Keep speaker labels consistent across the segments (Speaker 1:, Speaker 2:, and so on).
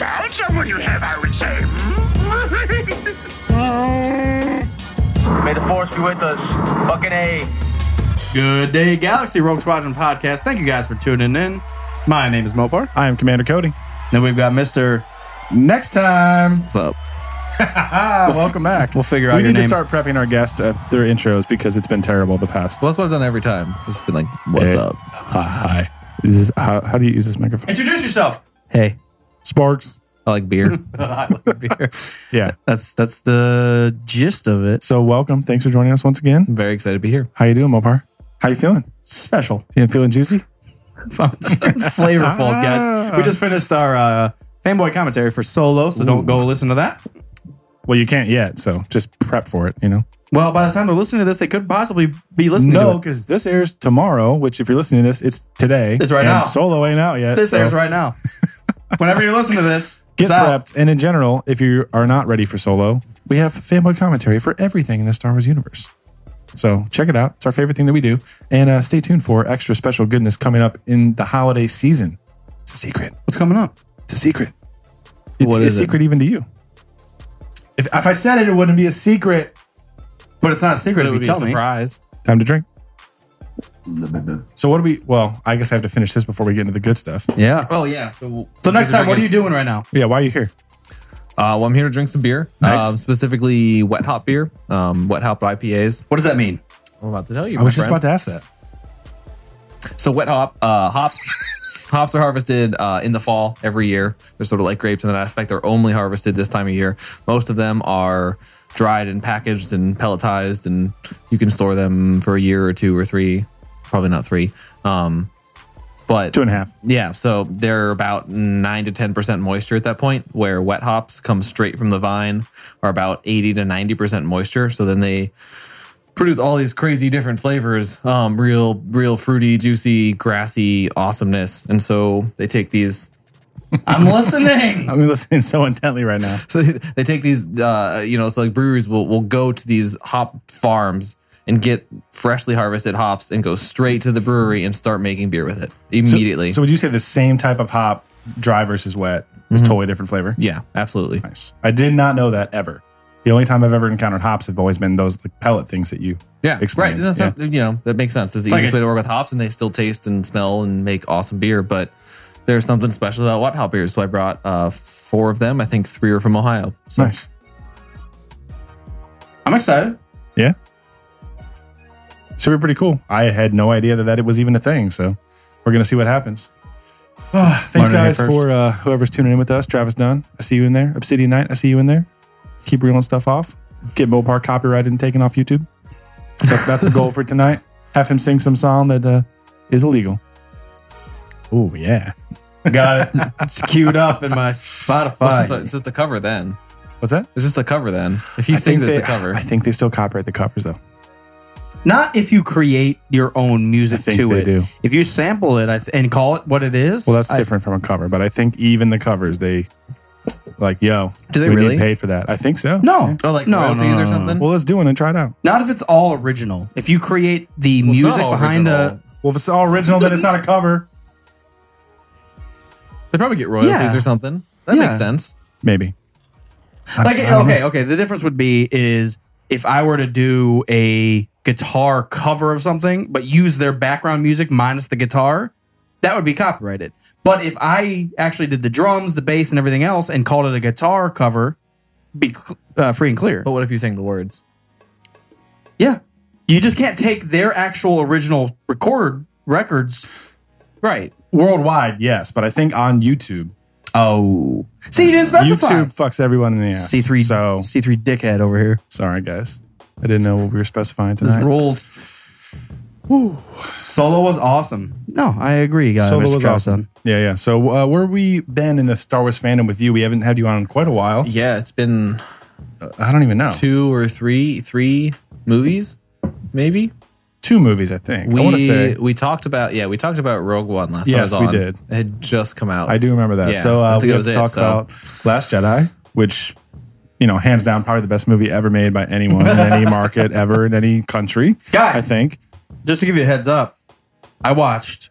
Speaker 1: Found someone you have, I would say.
Speaker 2: May the force be with us. Fucking A.
Speaker 3: Good day, Galaxy Rogue Squadron podcast. Thank you guys for tuning in. My name is Mopar.
Speaker 4: I am Commander Cody.
Speaker 3: Then we've got Mister.
Speaker 4: Next time,
Speaker 3: What's up?
Speaker 4: ah, welcome back.
Speaker 3: we'll figure out
Speaker 4: We
Speaker 3: your
Speaker 4: need
Speaker 3: name.
Speaker 4: to start prepping our guests uh, their intros because it's been terrible the past.
Speaker 5: Well, that's what I've done every time. It's been like, what's
Speaker 4: Hey.
Speaker 5: up?
Speaker 4: hi, hi. This is how, how do you use this microphone?
Speaker 3: Introduce yourself.
Speaker 5: Hey,
Speaker 4: Sparks.
Speaker 5: I like beer.
Speaker 3: I love beer.
Speaker 4: Yeah.
Speaker 5: that's that's the gist of it.
Speaker 4: So welcome. Thanks for joining us once again.
Speaker 5: I'm very excited to be here.
Speaker 4: How you doing, Mopar? How you feeling?
Speaker 3: Special,
Speaker 4: You feeling juicy?
Speaker 3: flavorful, guys. We just finished our uh, fanboy commentary for Solo, so don't go listen to that.
Speaker 4: Well, you can't yet, so just prep for it. You know.
Speaker 3: Well, by the time they're listening to this, they could possibly be listening
Speaker 4: No,
Speaker 3: to it.
Speaker 4: because this airs tomorrow. Which, if you're listening to this, it's today.
Speaker 3: It's right
Speaker 4: and
Speaker 3: now.
Speaker 4: Solo ain't out yet.
Speaker 3: This
Speaker 4: so
Speaker 3: airs right now. Whenever you listen to this,
Speaker 4: Get
Speaker 3: it's out.
Speaker 4: prepped. And in general, if you are not ready for Solo, we have fanboy commentary for everything in the Star Wars universe. So check it out. It's our favorite thing that we do. And uh, stay tuned for extra special goodness coming up in the holiday season. It's a secret.
Speaker 3: What's coming up?
Speaker 4: It's a secret. It's
Speaker 5: What
Speaker 4: a
Speaker 5: is it?
Speaker 4: secret even to you. If, if I said it, it wouldn't be a secret.
Speaker 3: But it's not a secret
Speaker 5: It
Speaker 3: if
Speaker 5: would
Speaker 3: you
Speaker 5: be a
Speaker 3: tell me.
Speaker 5: surprise.
Speaker 4: Time to drink. So what do we? Well, I guess I have to finish this before we get into the good stuff.
Speaker 5: Yeah. Oh yeah. So
Speaker 3: So next time, what are you doing right now?
Speaker 4: Yeah, why are you here?
Speaker 5: Uh, well, I'm here to drink some beer.
Speaker 4: Nice.
Speaker 5: Um, specifically, wet hop beer, um, wet hop IPAs.
Speaker 3: What does that mean?
Speaker 5: I'm about to tell you.
Speaker 4: I was just about to ask that.
Speaker 5: So wet hop uh, hops. Hops are harvested uh, in the fall every year. They're sort of like grapes in that aspect. They're only harvested this time of year. Most of them are dried and packaged and pelletized, and you can store them for a year or two or three. Probably not three. Um, but
Speaker 4: Two and a half.
Speaker 5: yeah, so they're about nine to ten percent moisture at that point, where wet hops come straight from the vine are about eighty to ninety percent moisture. So then they produce all these crazy different flavors, um, real, real fruity, juicy, grassy awesomeness. And so they take these
Speaker 3: I'm listening.
Speaker 4: I'm listening so intently right now.
Speaker 5: so they they take these uh, you know it's like breweries will, will go to these hop farms and get freshly harvested hops and go straight to the brewery and start making beer with it immediately
Speaker 4: So would you say the same type of hop, dry versus wet,
Speaker 5: Mm-hmm.
Speaker 4: is totally different flavor?
Speaker 5: yeah absolutely
Speaker 4: Nice. I did not know that ever. The only time I've ever encountered hops have always been those like pellet things that you
Speaker 5: yeah
Speaker 4: explained.
Speaker 5: right that's
Speaker 4: Yeah.
Speaker 5: not- you know that makes sense it's the
Speaker 3: like
Speaker 5: easiest
Speaker 3: a-
Speaker 5: way to work with hops and they still taste and smell and make awesome beer but there's something special about what hop beers so i brought uh, four of them i think three are from ohio so
Speaker 4: nice.
Speaker 3: I'm excited.
Speaker 4: Yeah. So we're pretty cool. I had no idea that, that it was even a thing. So we're gonna see what happens. Ah, thanks
Speaker 3: Learning it
Speaker 4: guys
Speaker 3: first.
Speaker 4: for uh, whoever's tuning in with us. Travis Dunn, I see you in there. Obsidian Knight, I see you in there. Keep reeling stuff off. Get Mopar copyrighted and taken off YouTube. That- that's the goal for tonight. Have him sing some song that uh, is illegal. Oh yeah.
Speaker 3: Got it. It's queued up in my
Speaker 5: it's just, a,
Speaker 3: Spotify.
Speaker 5: it's just a cover then
Speaker 4: What's that?
Speaker 5: it's just a cover then if he
Speaker 4: I think
Speaker 5: sings it's a
Speaker 4: they-
Speaker 5: cover
Speaker 4: I think they still copyright the covers though.
Speaker 3: Not if you create your own music
Speaker 4: I think
Speaker 3: to
Speaker 4: they
Speaker 3: it.
Speaker 4: do.
Speaker 3: If you sample it I th- and call it what it is,
Speaker 4: Well, that's
Speaker 3: I-
Speaker 4: different from a cover, but I think even the covers they like, yo,
Speaker 5: Do they
Speaker 4: we
Speaker 5: really?
Speaker 4: need paid for that? I think so.
Speaker 3: No,
Speaker 5: oh like
Speaker 3: no,
Speaker 5: royalties
Speaker 3: no,
Speaker 5: or
Speaker 3: no, no.
Speaker 5: something
Speaker 4: Well, let's do one and try it out.
Speaker 3: not if it's all original. If you create the
Speaker 5: Well, it's not
Speaker 3: music
Speaker 5: all
Speaker 3: behind uh,
Speaker 5: original.
Speaker 3: a
Speaker 4: Well, if it's all original, then it's not a cover.
Speaker 5: They probably get royalties
Speaker 3: Yeah.
Speaker 5: or something. That
Speaker 3: Yeah.
Speaker 5: makes sense.
Speaker 4: Maybe. I-
Speaker 3: like,
Speaker 4: I don't
Speaker 3: okay,
Speaker 4: know.
Speaker 3: okay. The difference would be is if I were to do a guitar cover of something, but use their background music minus the guitar, that would be copyrighted. But if I actually did the drums, the bass, and everything else, and called it a guitar cover, be cl- uh, free and clear.
Speaker 5: But what if you sang the words?
Speaker 3: Yeah. You just can't take their actual original record records.
Speaker 5: Right.
Speaker 4: Worldwide, yes, but I think on YouTube,
Speaker 3: Oh. See, you didn't specify.
Speaker 4: YouTube fucks everyone in the ass.
Speaker 3: C3
Speaker 4: So
Speaker 3: C3 dickhead over here.
Speaker 4: sorry, guys. I didn't know what we were specifying
Speaker 3: Those
Speaker 4: tonight.
Speaker 3: rules. Solo was awesome. No, I agree, guys.
Speaker 4: Solo
Speaker 3: Mr.
Speaker 4: was
Speaker 3: Troutson.
Speaker 4: awesome. Yeah, yeah. So uh, where we been in the Star Wars fandom with you? We haven't had you on in quite a while.
Speaker 5: Yeah, it's been
Speaker 4: I don't even know. Two,
Speaker 5: two or three three movies, maybe.
Speaker 4: movies, I think.
Speaker 5: We
Speaker 4: I want to say.
Speaker 5: we talked about yeah we talked about Rogue One last time I
Speaker 4: Yes,
Speaker 5: was
Speaker 4: we
Speaker 5: on.
Speaker 4: did.
Speaker 5: It had just come out.
Speaker 4: I do remember that.
Speaker 5: Yeah,
Speaker 4: so
Speaker 5: I
Speaker 4: uh,
Speaker 5: think
Speaker 4: we
Speaker 5: that
Speaker 4: have
Speaker 5: was
Speaker 4: to
Speaker 5: it,
Speaker 4: talk
Speaker 5: so-
Speaker 4: about Last Jedi, which you know, hands down, probably the best movie ever made by anyone in any market ever in any country.
Speaker 3: Guys.
Speaker 4: I think.
Speaker 3: Just to give you a heads up, I watched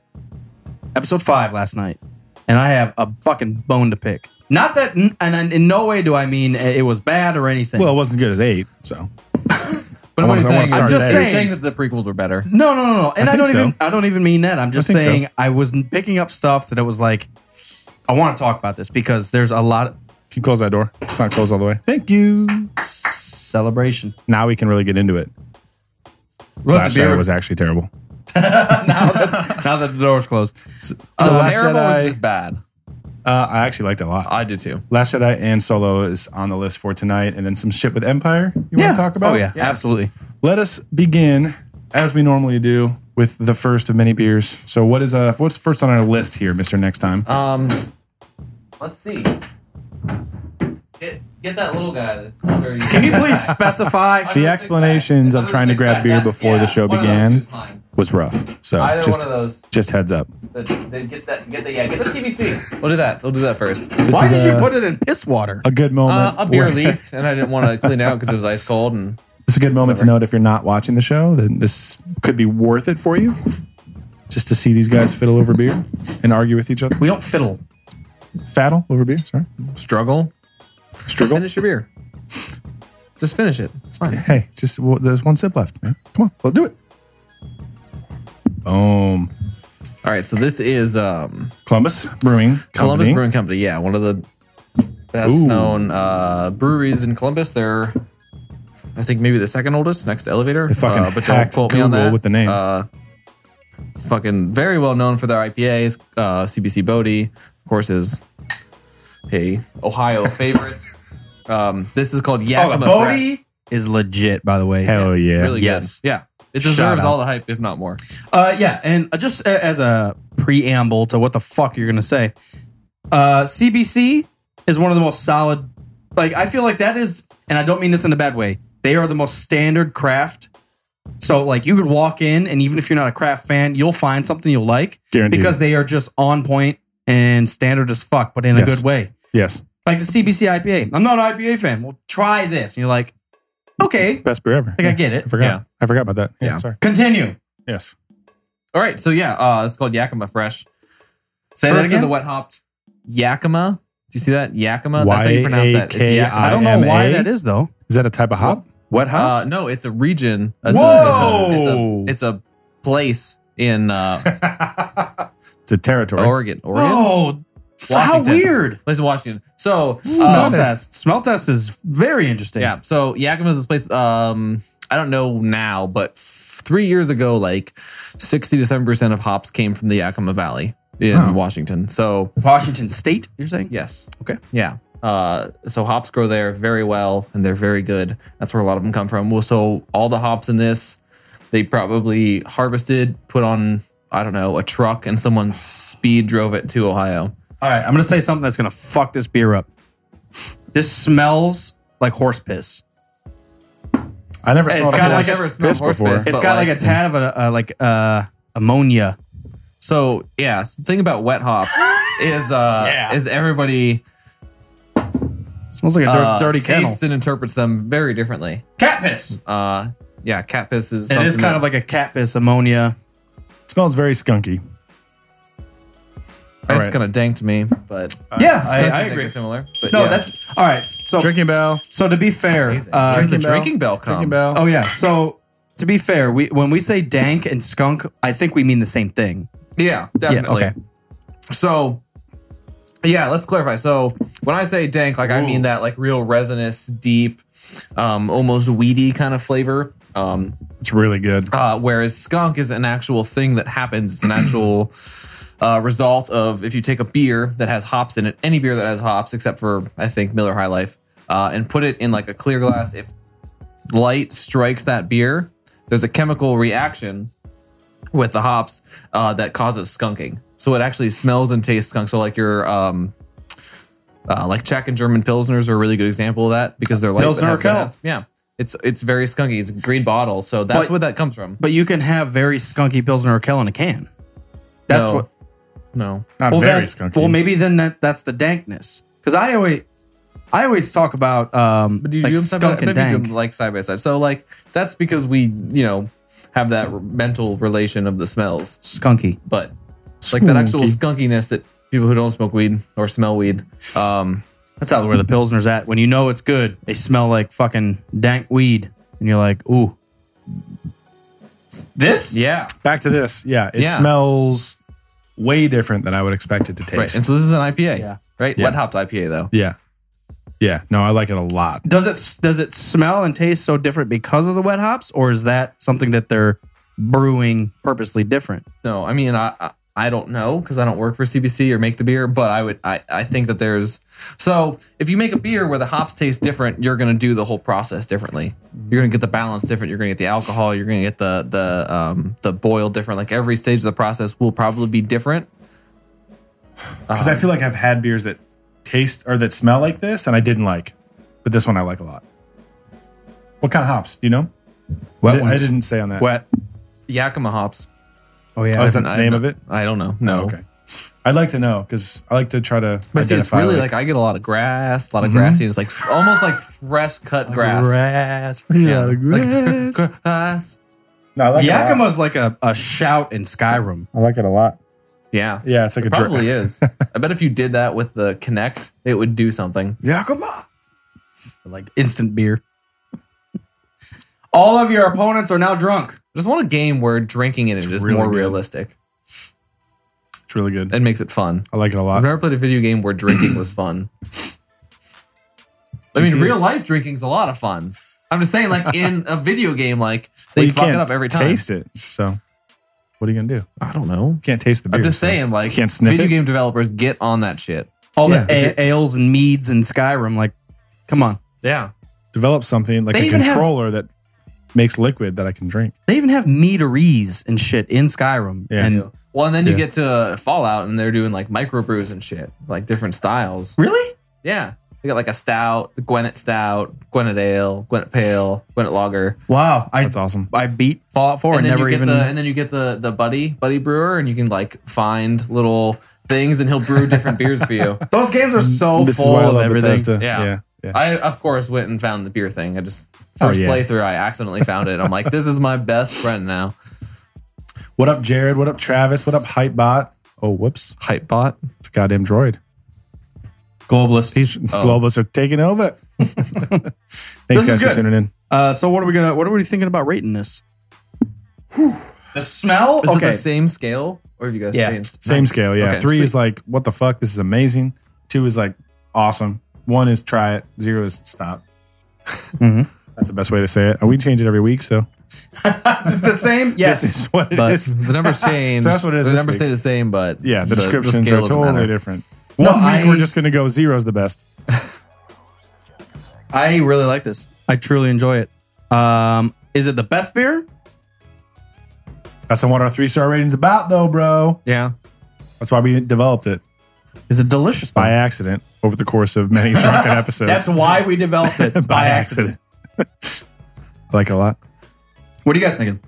Speaker 3: episode five last night, and I have a fucking bone to pick. Not that, and I- in no way do I mean it was bad or anything.
Speaker 4: Well, it wasn't good as eight. So
Speaker 5: But what
Speaker 4: I
Speaker 5: are you
Speaker 4: wanna- I wanna
Speaker 5: saying?
Speaker 4: start
Speaker 5: I'm just
Speaker 4: there.
Speaker 5: saying. that the prequels were better.
Speaker 3: No, no, no, no. And
Speaker 4: I
Speaker 3: I,
Speaker 4: think
Speaker 3: don't even
Speaker 4: so.
Speaker 3: I don't even mean that. I'm just
Speaker 4: I think so.
Speaker 3: saying I was n- picking up stuff that it was like I want to talk about this because there's a lot of
Speaker 4: can you close that door? It's not closed all the way. Thank you.
Speaker 3: celebration.
Speaker 4: Now we can really get into it. Last Jedi was actually terrible.
Speaker 3: now that the door's closed.
Speaker 4: So Last
Speaker 5: terrible
Speaker 4: Jedi-
Speaker 5: was just bad.
Speaker 4: Uh, I actually liked it a lot.
Speaker 5: I did too.
Speaker 4: Last Jedi and Solo is on the list for tonight, and then some shit with Empire. You want to talk about?
Speaker 3: Oh yeah, absolutely.
Speaker 4: Let us begin, as we normally do, with the first of many beers. So, what is uh, what's first on our list here, Mister Next Time?
Speaker 5: Um, let's see. Get get that little guy. That's very
Speaker 3: Can you please specify?
Speaker 4: The explanations of trying to grab beer before the show began was rough. So,
Speaker 5: Either
Speaker 4: just
Speaker 5: one of those.
Speaker 4: just heads up.
Speaker 5: The, the, get that. Get the. Yeah. Get the CBC. We'll do that. We'll do that first.
Speaker 4: This
Speaker 3: Why
Speaker 4: is
Speaker 3: did you
Speaker 4: a-
Speaker 3: put it in piss water?
Speaker 4: a good moment?
Speaker 5: Uh, a beer
Speaker 4: where-
Speaker 5: leaked, and I didn't want to clean it out because it was ice cold. And
Speaker 4: It's a good moment to note if you're not watching the show, then this could be worth it for you. Just to see these guys fiddle over beer and argue with each other.
Speaker 3: We don't fiddle.
Speaker 4: Faddle over beer, sorry.
Speaker 5: struggle.
Speaker 4: Struggle.
Speaker 5: Finish your beer. Just finish it. It's fine.
Speaker 4: Hey, just well, there's one sip left, man. Come on, let's do it. Boom.
Speaker 5: All right. So this is um,
Speaker 4: Columbus Brewing
Speaker 5: Columbus
Speaker 4: Company.
Speaker 5: Brewing Company. Yeah, one of the best
Speaker 4: Ooh.
Speaker 5: known uh, breweries in Columbus. They're, I think, maybe the second oldest next to Elevator.
Speaker 4: They fucking
Speaker 5: uh, but don't
Speaker 4: hacked
Speaker 5: quote me on
Speaker 4: Google
Speaker 5: that.
Speaker 4: with the name.
Speaker 5: Uh, fucking very well known for their IPAs. Uh, CBC Bodie, of course, is a Ohio favorite. Um, this is called
Speaker 3: Oh, the
Speaker 5: Yakima Fresh.
Speaker 3: Bodhi is legit, by the way.
Speaker 4: Hell yeah.
Speaker 5: Really
Speaker 3: Yes.
Speaker 5: good. Yeah. It
Speaker 3: Shout
Speaker 5: deserves
Speaker 3: out.
Speaker 5: all the hype, if not more.
Speaker 3: Uh, yeah, and uh, just a- as a preamble to what the fuck you're gonna say, uh, CBC is one of the most solid. Like I feel like that is, and I don't mean this in a bad way. They are the most standard craft. So like you could walk in, and even if you're not a craft fan, you'll find something you'll like
Speaker 4: Guaranteed.
Speaker 3: because they are just on point and standard as fuck, but in a
Speaker 4: Yes.
Speaker 3: good way.
Speaker 4: Yes.
Speaker 3: Like the CBC IPA. I'm not an IPA fan. Well, try this, and you're like, okay,
Speaker 4: Best beer ever.
Speaker 3: like I get
Speaker 4: I
Speaker 3: it.
Speaker 4: forgot.
Speaker 5: Yeah.
Speaker 4: I forgot about that. Yeah,
Speaker 5: Yeah.
Speaker 4: Sorry.
Speaker 3: Continue.
Speaker 4: Yes.
Speaker 5: All right. So, yeah, uh, it's called Yakima Fresh.
Speaker 3: Say
Speaker 5: First
Speaker 3: that again.
Speaker 5: of the wet hopped Yakima. Do you see that? Yakima? That's how you pronounce that. It's
Speaker 4: Y-A-K-I.
Speaker 5: Yakima.
Speaker 3: I don't know why
Speaker 4: IMA?
Speaker 3: that is though.
Speaker 4: Is that a type of hop?
Speaker 3: What? How?
Speaker 5: Uh, no, it's a region. It's A, it's, a,
Speaker 3: Whoa!
Speaker 5: it's, a, it's a place in uh,
Speaker 4: it's a territory.
Speaker 5: Oregon. Oregon?
Speaker 3: Oh, so how
Speaker 5: Uh, Washington.
Speaker 3: weird.
Speaker 5: Place in Washington. So,
Speaker 3: Smell
Speaker 5: um,
Speaker 3: test. Smell test is very interesting.
Speaker 5: Yeah. So Yakima is this place. Um, I don't know now, but f- three years ago, like sixty to seven percent of hops came from the Yakima Valley in
Speaker 4: Huh.
Speaker 5: Washington. So
Speaker 3: Washington State, you're saying?
Speaker 5: yes.
Speaker 3: Okay.
Speaker 5: Yeah. Uh, so hops grow there very well, and they're very good. That's where a lot of them come from. Well, so all the hops in this, they probably harvested, put on I don't know a truck, and someone speed drove it to Ohio.
Speaker 3: All right, I'm going to say something that's going to fuck this beer up. This smells like horse piss.
Speaker 4: I never
Speaker 3: It's
Speaker 4: smelled
Speaker 3: got
Speaker 4: a
Speaker 3: like
Speaker 4: horse
Speaker 5: ever smelled
Speaker 4: piss
Speaker 5: horse
Speaker 4: before.
Speaker 5: piss.
Speaker 3: It's
Speaker 5: But
Speaker 3: got
Speaker 5: like-
Speaker 3: like, a tad of a, a like uh, ammonia.
Speaker 5: So yeah, so the thing about wet hop is uh
Speaker 3: Yeah.
Speaker 5: is everybody
Speaker 3: smells like a dir-
Speaker 5: uh,
Speaker 3: dirty kennel.
Speaker 5: tastes and interprets them very differently.
Speaker 3: Cat piss.
Speaker 5: Uh, yeah, cat piss is.
Speaker 3: It is kind of like a cat piss ammonia.
Speaker 4: It smells very skunky.
Speaker 5: it's
Speaker 4: Alright.
Speaker 5: kind of dank to me, but
Speaker 3: yeah,
Speaker 5: Skunk
Speaker 3: I,
Speaker 5: and
Speaker 3: I
Speaker 5: dank are
Speaker 3: agree.
Speaker 5: Similar. But
Speaker 3: No,
Speaker 5: yeah.
Speaker 3: that's all right. So,
Speaker 4: Drinking bell.
Speaker 3: so to be fair,
Speaker 5: Amazing.
Speaker 3: uh,
Speaker 5: Drinking the bell come.
Speaker 4: Drinking bell.
Speaker 3: Oh yeah. So to be fair, we when we say dank and skunk, I think we mean the same thing.
Speaker 5: yeah, definitely.
Speaker 3: Yeah. Okay.
Speaker 5: So, yeah, let's clarify. So when I say dank, like I mean that like real resinous, deep, um, almost weedy kind of flavor. Um,
Speaker 4: It's really good.
Speaker 5: Uh, whereas skunk is an actual thing that happens. It's an actual uh, result of if you take a beer that has hops in it, any beer that has hops, except for I think Miller High Life, uh, and put it in like a clear glass. If light strikes that beer, there's a chemical reaction with the hops uh, that causes skunking. So it actually smells and tastes skunk. So like your um, uh, like Czech and German pilsners are a really good example of that because they're like
Speaker 3: Pilsner
Speaker 5: have-
Speaker 3: Urquell.
Speaker 5: Yeah, it's it's very skunky. It's a green bottle, so that's
Speaker 3: But-
Speaker 5: where that comes from.
Speaker 3: But you can have very skunky Pilsner or Kell in a can. That's
Speaker 5: No.
Speaker 3: what.
Speaker 5: No,
Speaker 4: Not
Speaker 3: well,
Speaker 4: very
Speaker 3: that-
Speaker 4: skunky.
Speaker 3: Well, maybe then that that's the dankness. Because I always, I always talk about um,
Speaker 5: but do you
Speaker 3: like
Speaker 5: do them side by,
Speaker 3: skunk
Speaker 5: maybe
Speaker 3: and
Speaker 5: you do
Speaker 3: dank.
Speaker 5: them like side by side. So like that's because we you know have that r- mental relation of the smells,
Speaker 3: skunky.
Speaker 5: but like that actual skunkiness that people who don't smoke weed or smell weed. Um,
Speaker 3: That's how where the pilsner's at. When you know it's good, they smell like fucking dank weed, and you're like, ooh, this.
Speaker 5: yeah,
Speaker 4: Back to this. Yeah, it
Speaker 5: Yeah.
Speaker 4: smells way different than I would expect it to taste.
Speaker 5: right. And so this is an IPA,
Speaker 3: Yeah.
Speaker 5: right?
Speaker 4: Yeah.
Speaker 5: Wet hopped IPA though.
Speaker 4: yeah, yeah. No, I like it a lot.
Speaker 3: Does it does it smell and taste so different because of the wet hops, or is that something that they're brewing purposely different?
Speaker 5: No, I mean I I- I don't know because I don't work for CBC or make the beer, but I would I I think that there's so if you make a beer where the hops taste different, you're gonna do the whole process differently. You're gonna get the balance different. You're gonna get the alcohol. You're gonna get the the um the boil different. Like every stage of the process will probably be different.
Speaker 4: Because I feel like I've had beers that taste or that smell like this, and I didn't like, but this one I like a lot. What kind of hops? Do you know?
Speaker 3: Wet
Speaker 4: I
Speaker 3: ones.
Speaker 4: didn't say on that.
Speaker 3: Wet.
Speaker 5: Yakima hops.
Speaker 4: Oh yeah,
Speaker 5: I
Speaker 4: that's the
Speaker 5: haven't- I
Speaker 4: name
Speaker 5: haven't-
Speaker 4: of it.
Speaker 5: I don't know. No.
Speaker 4: Oh, Okay, I'd like to know because I like to try to.
Speaker 5: Oh. But see, it's
Speaker 4: identify, Mm-hmm.
Speaker 5: really like I get a lot of grass, a lot of grassy. and It's like almost like fresh cut grass.
Speaker 3: Grass.
Speaker 5: Yeah.
Speaker 4: grass.
Speaker 5: Like, grass.
Speaker 4: no, I like it.
Speaker 3: Yakima's like a, a shout in Skyrim.
Speaker 4: A lot. I like it a lot.
Speaker 5: Yeah.
Speaker 4: Yeah, it's like a
Speaker 5: Probably
Speaker 4: drip.
Speaker 5: is. I bet if you did that with the Connect, it would do something.
Speaker 3: Yakima. Like instant beer. All of your opponents are now drunk.
Speaker 5: I just want a game where drinking in it is
Speaker 4: really
Speaker 5: more
Speaker 4: good.
Speaker 5: realistic
Speaker 4: It's really good.
Speaker 5: and makes it fun.
Speaker 4: I like it a
Speaker 5: I've
Speaker 4: lot.
Speaker 5: never played a video game where drinking was fun. I mean,
Speaker 4: GTA.
Speaker 5: real life drinking's a lot of fun. I'm just saying, like in a video game, like
Speaker 4: Well,
Speaker 5: they fuck it up every time.
Speaker 4: Taste it. So, what are you gonna do? You
Speaker 5: I don't know.
Speaker 4: can't taste the beer.
Speaker 5: I'm just
Speaker 4: so
Speaker 5: saying,
Speaker 4: you
Speaker 5: like
Speaker 4: can't sniff
Speaker 5: video
Speaker 4: it.
Speaker 5: game developers get on that shit.
Speaker 3: All
Speaker 4: Yeah.
Speaker 3: the a- ales and meads in Skyrim. Like, come on.
Speaker 5: Yeah,
Speaker 4: Develop something like
Speaker 3: They
Speaker 4: a
Speaker 3: even have-
Speaker 4: controller that makes liquid that I can drink.
Speaker 3: They even have meaderies and shit in Skyrim.
Speaker 4: Yeah.
Speaker 3: And
Speaker 5: Well, and then you
Speaker 4: Yeah.
Speaker 5: get to Fallout, and they're doing like microbrews and shit, like different styles.
Speaker 3: really?
Speaker 5: Yeah, they got like a stout, the Gwinnett Stout, Gwinnett Ale, Gwinnett Pale, Gwinnett Lager.
Speaker 3: Wow. I
Speaker 4: That's awesome.
Speaker 3: I beat Fallout 4 and,
Speaker 5: and then
Speaker 3: never
Speaker 5: you get
Speaker 3: even.
Speaker 5: the and then you get the the buddy buddy brewer and you can like find little things and he'll brew different beers for you
Speaker 3: those games are so
Speaker 4: Mm, this is
Speaker 3: full
Speaker 4: why I
Speaker 3: of
Speaker 4: love
Speaker 3: everything.
Speaker 4: Bethesda.
Speaker 5: Yeah.
Speaker 4: yeah, yeah.
Speaker 5: i of course went and found the beer thing i just
Speaker 4: Oh,
Speaker 5: first
Speaker 4: yeah.
Speaker 5: playthrough i accidentally found it i'm like this is my best friend now
Speaker 4: What up, Jared? What up, Travis? What up, Hypebot? Oh, whoops!
Speaker 5: hype bot
Speaker 4: It's a goddamn droid.
Speaker 3: Globalist.
Speaker 4: These
Speaker 5: Oh.
Speaker 4: globalists are taking over. Thanks,
Speaker 3: is
Speaker 4: guys, for
Speaker 3: good.
Speaker 4: tuning in.
Speaker 3: Uh, so what are we gonna? What are we thinking about rating this? The smell.
Speaker 5: is it
Speaker 3: okay.
Speaker 5: the same scale or have you guys
Speaker 3: Yeah.
Speaker 5: changed
Speaker 4: Same
Speaker 3: Nice.
Speaker 4: scale, yeah.
Speaker 5: Okay,
Speaker 4: Three
Speaker 5: sweet.
Speaker 4: is like, what the fuck? This is amazing. Two is like, awesome. One is try it. Zero is stop.
Speaker 3: Mhm.
Speaker 4: That's the best way to say it. And we change it every week, so
Speaker 3: It's the same. Yes.
Speaker 4: this is what it is.
Speaker 3: But-
Speaker 5: the numbers change
Speaker 4: So that's what it is
Speaker 5: the
Speaker 4: this
Speaker 5: numbers
Speaker 4: week.
Speaker 5: stay the same but
Speaker 4: Yeah, the, descriptions
Speaker 5: scale
Speaker 4: are
Speaker 5: doesn't
Speaker 4: totally
Speaker 5: matter.
Speaker 4: different. One
Speaker 3: No,
Speaker 4: week
Speaker 3: I-
Speaker 4: we're just gonna go zero's the best.
Speaker 3: I really like this. I truly enjoy it. Um, is it the best beer?
Speaker 4: That's not what our three star rating's about though, bro.
Speaker 5: yeah
Speaker 4: That's why we developed it
Speaker 3: Is it delicious?
Speaker 4: by
Speaker 3: though?
Speaker 4: accident over the course of many drunken episodes.
Speaker 3: That's why we developed it by, accident.
Speaker 4: I like it a lot.
Speaker 3: What are you guys thinking?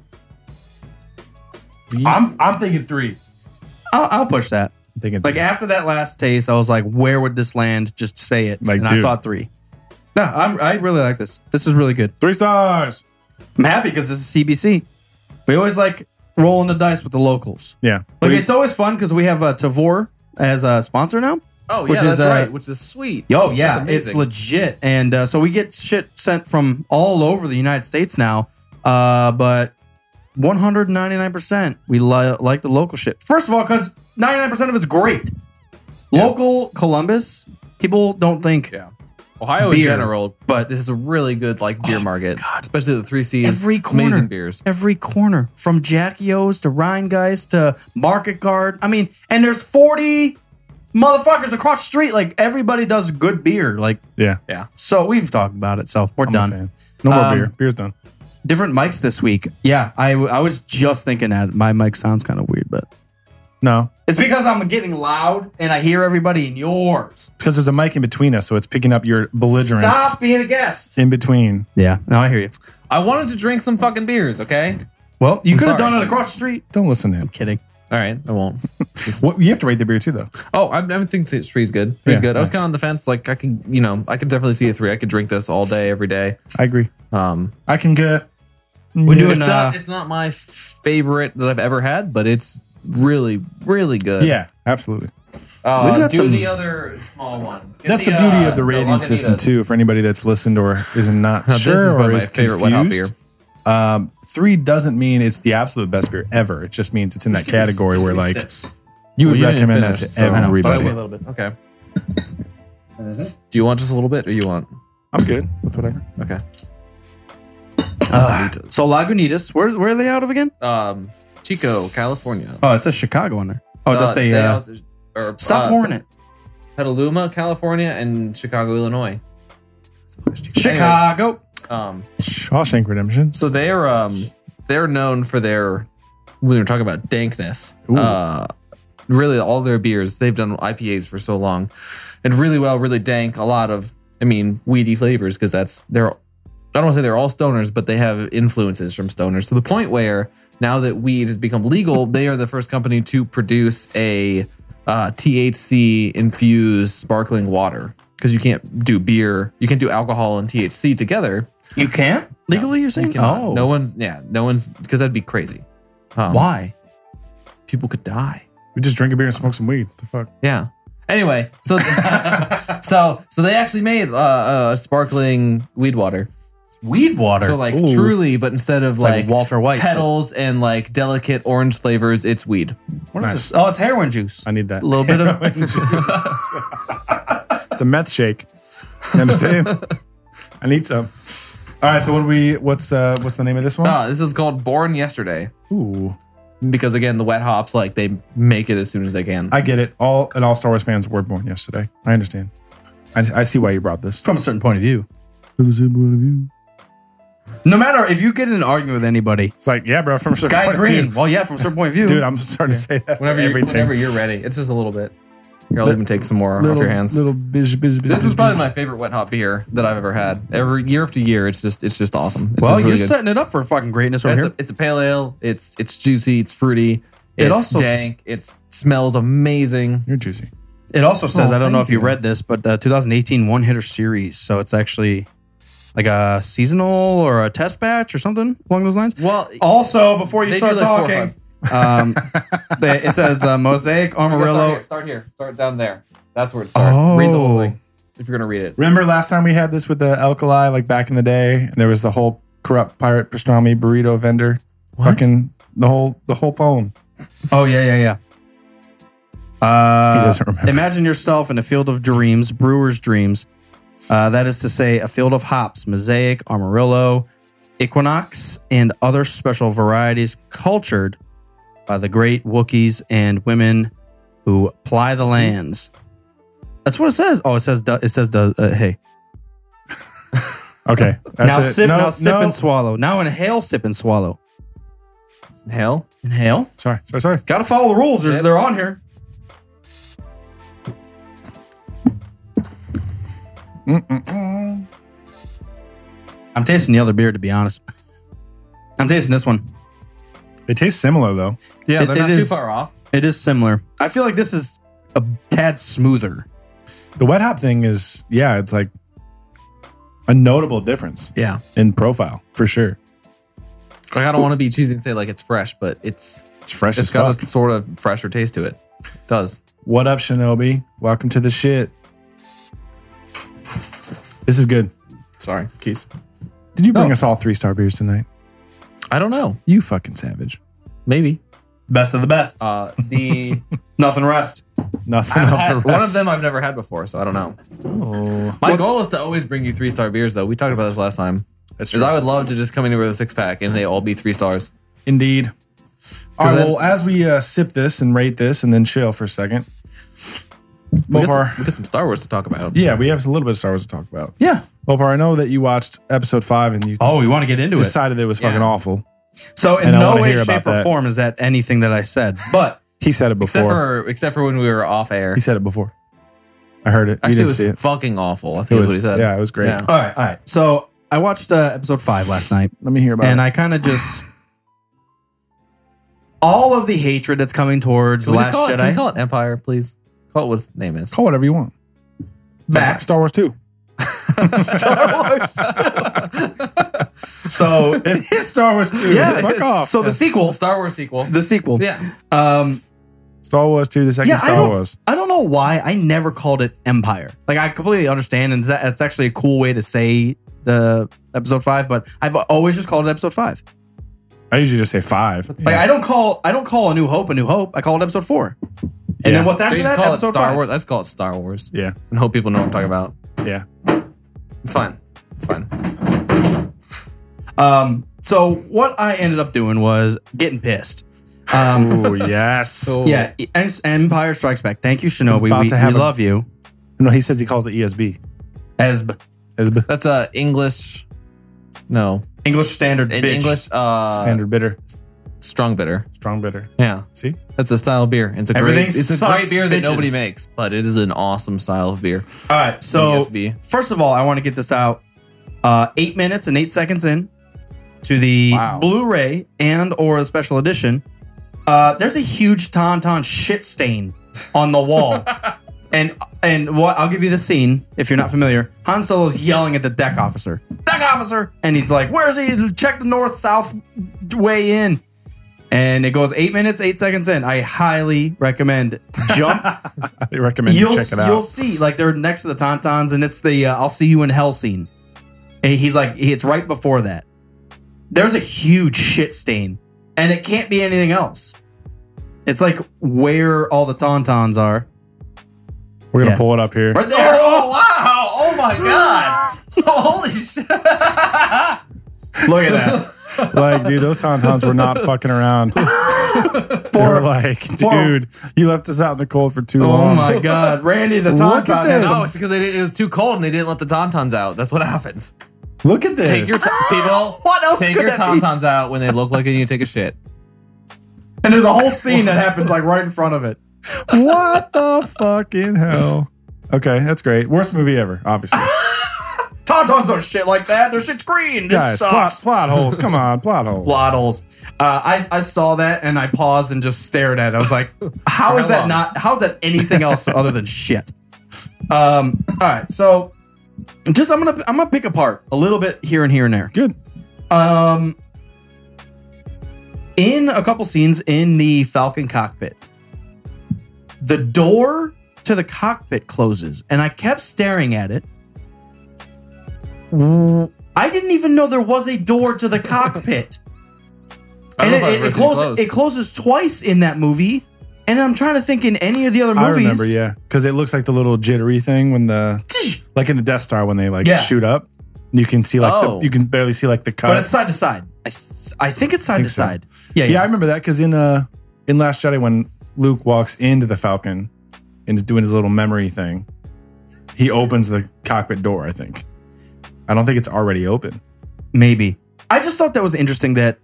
Speaker 4: I'm I'm thinking three.
Speaker 3: I'll, I'll push that.
Speaker 4: I'm thinking
Speaker 3: Like
Speaker 4: three.
Speaker 3: after that last taste, I was like, "Where would this land?" Just say it.
Speaker 4: Like,
Speaker 3: and I
Speaker 4: dude.
Speaker 3: thought three. No, I'm, I really like this. This is really good.
Speaker 4: three stars.
Speaker 3: I'm happy because this is CBC. We always like rolling the dice with the locals.
Speaker 4: Yeah.
Speaker 3: Like
Speaker 4: Three-
Speaker 3: it's always fun because we have uh, Tavor as a sponsor now.
Speaker 5: oh yeah
Speaker 3: Which
Speaker 5: that's
Speaker 3: is, uh,
Speaker 5: right which is sweet
Speaker 3: Yo,
Speaker 5: That's
Speaker 3: Oh, yeah,
Speaker 5: amazing.
Speaker 3: it's legit, and uh, so we get shit sent from all over the United States now. Uh, but 199 percent we li- like the local shit. First of all, because 99 percent of it's great. Local Columbus people don't think
Speaker 5: Yeah. Ohio in
Speaker 3: Beer.
Speaker 5: general,
Speaker 3: But- Oh
Speaker 5: but this is a really good like beer market, especially the three C's.
Speaker 3: every corner,
Speaker 5: amazing beers.
Speaker 3: every corner from Jackie O's to Rheingeist to Market Guard. I mean, and there's 40 motherfuckers across the street. Like everybody does good beer. Like
Speaker 4: Yeah.
Speaker 3: so, we've talked about it, so we're
Speaker 4: I'm a
Speaker 3: done.
Speaker 4: fan. No more
Speaker 3: Um,
Speaker 4: beer. Beer's done.
Speaker 3: different mics this week. Yeah, I, w- I was just thinking that my mic sounds kind of weird, but
Speaker 4: No,
Speaker 3: it's because I'm getting loud and I hear everybody in yours.
Speaker 4: because there's a mic in between us, so it's picking up your belligerence
Speaker 3: Stop being a guest.
Speaker 4: in between.
Speaker 3: Yeah, no, I hear you.
Speaker 5: I wanted to drink some fucking beers, okay?
Speaker 3: Well, you
Speaker 5: I'm
Speaker 3: could have
Speaker 5: sorry.
Speaker 3: done it across the street.
Speaker 4: Don't listen to him.
Speaker 3: Kidding.
Speaker 5: All right, I won't.
Speaker 4: What, you have to rate the beer too, though.
Speaker 5: Oh, I, I think that three's good. Three's
Speaker 4: Yeah,
Speaker 5: good. I was
Speaker 4: nice.
Speaker 5: kind of on the fence. Like I can, you know, I can definitely see a three. I could drink this all day, every day.
Speaker 4: I agree.
Speaker 5: Um,
Speaker 4: I can get.
Speaker 3: We're doing
Speaker 5: it's,
Speaker 3: uh,
Speaker 5: not, it's not my favorite that I've ever had, but it's really, really good.
Speaker 4: Yeah, absolutely.
Speaker 3: We've
Speaker 5: Uh,
Speaker 3: got
Speaker 5: do
Speaker 3: some-
Speaker 5: the other small one. Get
Speaker 4: That's the, beauty
Speaker 5: uh,
Speaker 4: of the rating
Speaker 5: Lagunitas.
Speaker 4: system too. For anybody that's listened or is not
Speaker 5: Now,
Speaker 4: sure
Speaker 5: this is one
Speaker 4: or
Speaker 5: of my
Speaker 4: is
Speaker 5: favorite wet hop
Speaker 4: confused, Um, three doesn't mean it's the absolute best beer ever. It just means it's in that category where like you
Speaker 5: Well,
Speaker 4: would
Speaker 5: you didn't
Speaker 4: recommend that to
Speaker 5: finish, so- I know, but I
Speaker 4: everybody.
Speaker 5: will.
Speaker 3: bit.
Speaker 5: Okay.
Speaker 3: Uh-huh.
Speaker 5: Do you want just a little bit, or you want?
Speaker 4: I'm good with whatever.
Speaker 5: Okay.
Speaker 3: So Lagunitas, where, where are they out of again?
Speaker 5: Um, Chico, California.
Speaker 3: Oh, it says Chicago on there. Oh, it
Speaker 5: Uh,
Speaker 3: does say.
Speaker 5: they
Speaker 3: Uh,
Speaker 5: also- or,
Speaker 3: stop
Speaker 5: uh,
Speaker 3: pouring it.
Speaker 5: Petaluma, California, and Chicago, Illinois.
Speaker 3: Chicago.
Speaker 5: Um,
Speaker 4: Shawshank Redemption.
Speaker 5: so they're um, they're known for their when we were talking about dankness. Uh, really, all their beers they've done IPAs for so long, and really well, really dank. A lot of, I mean, weedy flavors because that's they're. I don't want to say they're all stoners, but they have influences from stoners to the point where now that weed has become legal, they are the first company to produce a uh, THC infused sparkling water because you can't do beer, you can't do alcohol and THC together.
Speaker 3: You can't legally. you're saying?
Speaker 5: You cannot.
Speaker 3: oh,
Speaker 5: no one's yeah, no one's because that'd be crazy. Um,
Speaker 3: Why?
Speaker 5: people could die?
Speaker 4: We just drink a beer and smoke some weed. What the fuck?
Speaker 5: Yeah. Anyway, so so so they actually made uh, uh, sparkling weed water.
Speaker 3: Weed water.
Speaker 5: So like
Speaker 4: Ooh.
Speaker 5: truly, but instead of
Speaker 3: It's like,
Speaker 5: like,
Speaker 3: Walter White.
Speaker 5: petals and like delicate orange flavors, it's weed.
Speaker 3: What is
Speaker 4: Nice.
Speaker 3: this? Oh, it's heroin juice.
Speaker 4: I need that.
Speaker 3: A little bit of.
Speaker 4: It's a meth shake. You understand? I need some. All right. So what do we? What's uh? What's the name of this one?
Speaker 5: Uh, this is called Born Yesterday
Speaker 4: Ooh,
Speaker 5: because again, the wet hops like they make it as soon as they can.
Speaker 4: I get it. All and all Star Wars fans were born yesterday. I understand. I, I see why you brought this.
Speaker 3: from a certain point of view.
Speaker 4: It was in one of you.
Speaker 3: No matter if you get in an argument with anybody,
Speaker 4: It's like, yeah, bro. From a certain
Speaker 3: sky's
Speaker 4: point of
Speaker 3: green.
Speaker 4: view.
Speaker 3: Well, yeah, from a certain point of view,
Speaker 4: dude. I'm starting to say that. for
Speaker 5: whenever you're,
Speaker 4: everything.
Speaker 5: whenever you're ready, it's just a little bit. Here, I'll
Speaker 4: Lit-
Speaker 5: even take some more off
Speaker 4: little,
Speaker 5: your hands.
Speaker 4: Little biz, biz, biz,
Speaker 5: This
Speaker 4: biz,
Speaker 5: is probably
Speaker 4: biz.
Speaker 5: my favorite wet hop beer that I've ever had. Every year after year, it's just it's just awesome. It's
Speaker 3: well,
Speaker 5: just really
Speaker 3: you're
Speaker 5: good.
Speaker 3: setting it up for fucking greatness over
Speaker 5: It's
Speaker 3: here.
Speaker 5: a, it's a pale ale. It's it's juicy. It's fruity. It's
Speaker 3: also s-
Speaker 5: dank. It smells amazing.
Speaker 4: You're juicy.
Speaker 3: it also says,
Speaker 4: Oh,
Speaker 3: I don't know
Speaker 4: thank
Speaker 3: if you
Speaker 4: you.
Speaker 3: read this, but uh, the 2018 one hitter series. So it's actually like a seasonal or a test batch or something along those lines.
Speaker 5: Well,
Speaker 3: Also, before Oh, you
Speaker 5: They do
Speaker 3: start
Speaker 5: like four or
Speaker 3: talking, um, they, it says uh, mosaic
Speaker 5: start
Speaker 3: amarillo.
Speaker 5: here. Start here. Start down there. That's where it starts. Read the whole
Speaker 4: Oh.
Speaker 5: thing if you're gonna read it.
Speaker 4: Remember last time we had this with the alkali, like back in the day, and there was the whole corrupt pirate pastrami burrito vendor, fucking the whole the whole phone.
Speaker 3: Oh yeah, yeah, yeah.
Speaker 4: He
Speaker 3: Uh,
Speaker 4: doesn't remember.
Speaker 3: Imagine yourself in a field of dreams, brewer's dreams. Uh, that is to say, a field of hops, mosaic, amarillo, equinox, and other special varieties cultured by the great Wookiees and women who ply the lands. That's what it says. Oh, it says du- it says du- uh, hey.
Speaker 4: Okay, that's
Speaker 3: now
Speaker 4: it.
Speaker 3: sip,
Speaker 4: No,
Speaker 3: now sip
Speaker 4: no.
Speaker 3: and swallow. Now inhale, sip and swallow.
Speaker 5: Inhale.
Speaker 3: Inhale.
Speaker 4: sorry, sorry, sorry.
Speaker 3: Got to follow the rules. They're,
Speaker 5: Sip.
Speaker 3: they're on here. I'm tasting the other beer, to be honest. I'm tasting this one.
Speaker 4: It tastes similar though.
Speaker 5: Yeah,
Speaker 3: It-
Speaker 5: they're
Speaker 3: it
Speaker 5: not
Speaker 3: is-
Speaker 5: too far off.
Speaker 3: It is similar. I feel like this is a tad smoother.
Speaker 4: The wet hop thing is, yeah, it's like a notable difference
Speaker 5: Yeah,
Speaker 4: in profile for sure.
Speaker 5: like I don't want to be cheesy and say like it's fresh, but it's
Speaker 4: It's fresh
Speaker 5: it's
Speaker 4: as
Speaker 5: got
Speaker 4: fuck.
Speaker 5: a sort of fresher taste to it. It does.
Speaker 4: What up, Shinobi? Welcome to the shit. This is good.
Speaker 5: Sorry, Keys.
Speaker 4: Did you bring
Speaker 3: No.
Speaker 4: us all three star beers tonight?
Speaker 5: I don't know.
Speaker 4: You fucking savage.
Speaker 5: Maybe.
Speaker 3: Best of the best.
Speaker 5: Uh, the
Speaker 3: Nothing rest.
Speaker 4: Nothing
Speaker 5: I've
Speaker 4: off
Speaker 5: had-
Speaker 4: the rest.
Speaker 5: one of them I've never had before, so I don't know. My goal is to always bring you three star beers, though. We talked about this last time.
Speaker 4: That's
Speaker 5: Because I would love to just come in here with a six pack and they all be three stars.
Speaker 4: Indeed. All right.
Speaker 5: then-
Speaker 4: well, as we uh, sip this and rate this, and then chill for a second.
Speaker 5: We got,
Speaker 4: Both
Speaker 5: some,
Speaker 4: our-
Speaker 5: we got some Star Wars to talk about.
Speaker 4: yeah, we have a little bit of Star Wars to talk about.
Speaker 3: Yeah.
Speaker 4: Both Mopar, I know that you watched episode five and you
Speaker 3: Oh, we want to get into it.
Speaker 4: decided it was fucking
Speaker 5: Yeah.
Speaker 4: awful.
Speaker 3: So in
Speaker 4: And I
Speaker 3: no
Speaker 4: wanna
Speaker 3: way,
Speaker 4: hear
Speaker 3: shape,
Speaker 4: about
Speaker 3: or
Speaker 4: that.
Speaker 3: form is that anything that I said. But
Speaker 4: He said it
Speaker 5: Except
Speaker 4: before.
Speaker 5: for except for when we were off air.
Speaker 4: He said it before. I heard it.
Speaker 5: Actually,
Speaker 4: you
Speaker 5: it
Speaker 4: didn't
Speaker 5: was
Speaker 4: see it.
Speaker 5: fucking awful. I
Speaker 4: It
Speaker 5: think is
Speaker 4: was-
Speaker 5: what he said.
Speaker 4: yeah, it was great.
Speaker 3: all right, all right. So I watched uh, episode five last night,
Speaker 4: Let me hear about
Speaker 3: and
Speaker 4: it.
Speaker 3: I kind of just all of the hatred that's coming towards
Speaker 5: Can
Speaker 3: the
Speaker 5: we
Speaker 3: Last
Speaker 5: just call it, can we
Speaker 3: Jedi
Speaker 5: call it Empire, please? Call it what its name is.
Speaker 4: Call whatever you want.
Speaker 3: back.
Speaker 4: Star Wars 2.
Speaker 3: So
Speaker 4: It is Star Wars 2.
Speaker 3: yeah,
Speaker 4: Fuck off.
Speaker 3: So the sequel,
Speaker 5: Star Wars sequel.
Speaker 3: the sequel.
Speaker 5: yeah.
Speaker 3: Um,
Speaker 4: Star Wars 2, the second
Speaker 3: Yeah, I
Speaker 4: Star
Speaker 3: don't-
Speaker 4: Wars.
Speaker 3: I don't know why I never called it Empire. Like I completely understand, and that- that's actually a cool way to say the episode five. But I've always just called it episode five.
Speaker 4: I usually just say five.
Speaker 3: Like I don't call I don't call a New Hope a New Hope. I call it episode four. And
Speaker 4: Yeah.
Speaker 3: then what's
Speaker 5: They
Speaker 3: after
Speaker 5: just
Speaker 3: that?
Speaker 5: call it
Speaker 3: Episode
Speaker 5: Star
Speaker 3: five.
Speaker 5: Wars. I just call it Star Wars
Speaker 4: Yeah.
Speaker 5: and hope people know what I'm talking about.
Speaker 4: Yeah.
Speaker 5: It's fine. It's fine.
Speaker 3: Um, so what I ended up doing was getting pissed. Um,
Speaker 4: Oh, yes.
Speaker 5: So-
Speaker 3: yeah, En- Empire Strikes Back. Thank you,
Speaker 4: I'm
Speaker 3: Shinobi.
Speaker 4: about
Speaker 3: We,
Speaker 4: to have
Speaker 3: we
Speaker 4: a-
Speaker 3: love you.
Speaker 4: No, he says he calls it E ESB.
Speaker 3: As
Speaker 4: ESB.
Speaker 5: That's a English. No,
Speaker 3: English standard
Speaker 5: in
Speaker 3: bitch.
Speaker 5: English, uh,
Speaker 4: Standard bitter.
Speaker 5: strong bitter.
Speaker 4: Strong bitter.
Speaker 5: Yeah,
Speaker 4: See?
Speaker 5: that's a style of beer. It's a
Speaker 3: Everything
Speaker 5: great, it's a
Speaker 3: sucks,
Speaker 5: great beer that
Speaker 3: bitches.
Speaker 5: nobody makes, but it is an awesome style of beer.
Speaker 3: All right, so
Speaker 5: ESB.
Speaker 3: first of all, I want to get this out. Uh, eight minutes and eight seconds in to the
Speaker 5: Wow.
Speaker 3: Blu-ray and or a special edition. Uh, there's a huge Tauntaun shit stain on the wall, and and what I'll give you the scene if you're not familiar. Han Solo's yelling at the deck officer, deck officer, and he's like, "Where's he? Check the north south way in." And it goes eight minutes, eight seconds in. I highly recommend jump
Speaker 4: I recommend you
Speaker 3: you'll,
Speaker 4: check it
Speaker 3: You'll
Speaker 4: out.
Speaker 3: see, like they're next to the Tauntauns, and it's the uh, "I'll see you in hell" scene. And he's like, it's right before that. There's a huge shit stain, and it can't be anything else. It's like where all the Tauntauns are.
Speaker 4: We're going to
Speaker 3: yeah.
Speaker 4: pull it up here.
Speaker 3: Right there.
Speaker 5: wow! Oh my god! Holy shit!
Speaker 3: Oh, Look at that.
Speaker 4: Like, dude, those Tauntauns were not fucking around. they were like, dude, you left us out in the cold for too
Speaker 3: oh
Speaker 4: long.
Speaker 3: my god, Randy the Tauntaun.
Speaker 4: Look at this.
Speaker 5: No, it's because they didn't- it was too cold and they didn't let the tauntauns out. That's what happens.
Speaker 4: Look at this.
Speaker 5: Take your ta- people.
Speaker 3: What else
Speaker 5: Take
Speaker 3: could
Speaker 5: your
Speaker 3: that be?
Speaker 5: tauntauns out when they look like they need to take a shit.
Speaker 3: And there's a whole scene that happens like right in front of it.
Speaker 4: what the fucking hell? Okay, that's great. Worst movie ever, obviously.
Speaker 3: Tauntauns don't shit like that. Their shit's green. This
Speaker 4: Guys,
Speaker 3: sucks.
Speaker 4: plot, plot holes. Come on, plot holes.
Speaker 3: plot holes. Uh, I, I saw that and I paused and just stared at it. I was like, how is
Speaker 5: How
Speaker 3: that
Speaker 5: long?
Speaker 3: not, how is that anything else other than shit? Um, all right. So just, I'm going to, I'm going to pick apart a little bit here and here and there.
Speaker 4: Good.
Speaker 3: Um, in a couple scenes in the Falcon cockpit, the door to the cockpit closes and I kept staring at it. I didn't even know there was a door to the cockpit.
Speaker 5: I
Speaker 3: and
Speaker 5: don't
Speaker 3: it,
Speaker 5: know if I've
Speaker 3: it,
Speaker 5: ever seen
Speaker 3: it,
Speaker 5: it
Speaker 3: closes,
Speaker 5: closed.
Speaker 3: it closes twice in that movie. And I'm trying to think in any of the other movies.
Speaker 4: I remember, yeah, because it looks like the little jittery thing when the like in the Death Star when they like
Speaker 3: Yeah.
Speaker 4: shoot up, and you can see like
Speaker 5: Oh.
Speaker 4: the, you can barely see like the cut.
Speaker 3: But it's side to side. I, th- I think it's side
Speaker 4: Think
Speaker 3: to
Speaker 4: so.
Speaker 3: side. Yeah,
Speaker 4: yeah, I
Speaker 3: yeah.
Speaker 4: remember that because in uh in Last Jedi when Luke walks into the Falcon and is doing his little memory thing, he opens the cockpit door. I think. I don't think it's already open.
Speaker 3: Maybe. I just thought that was interesting that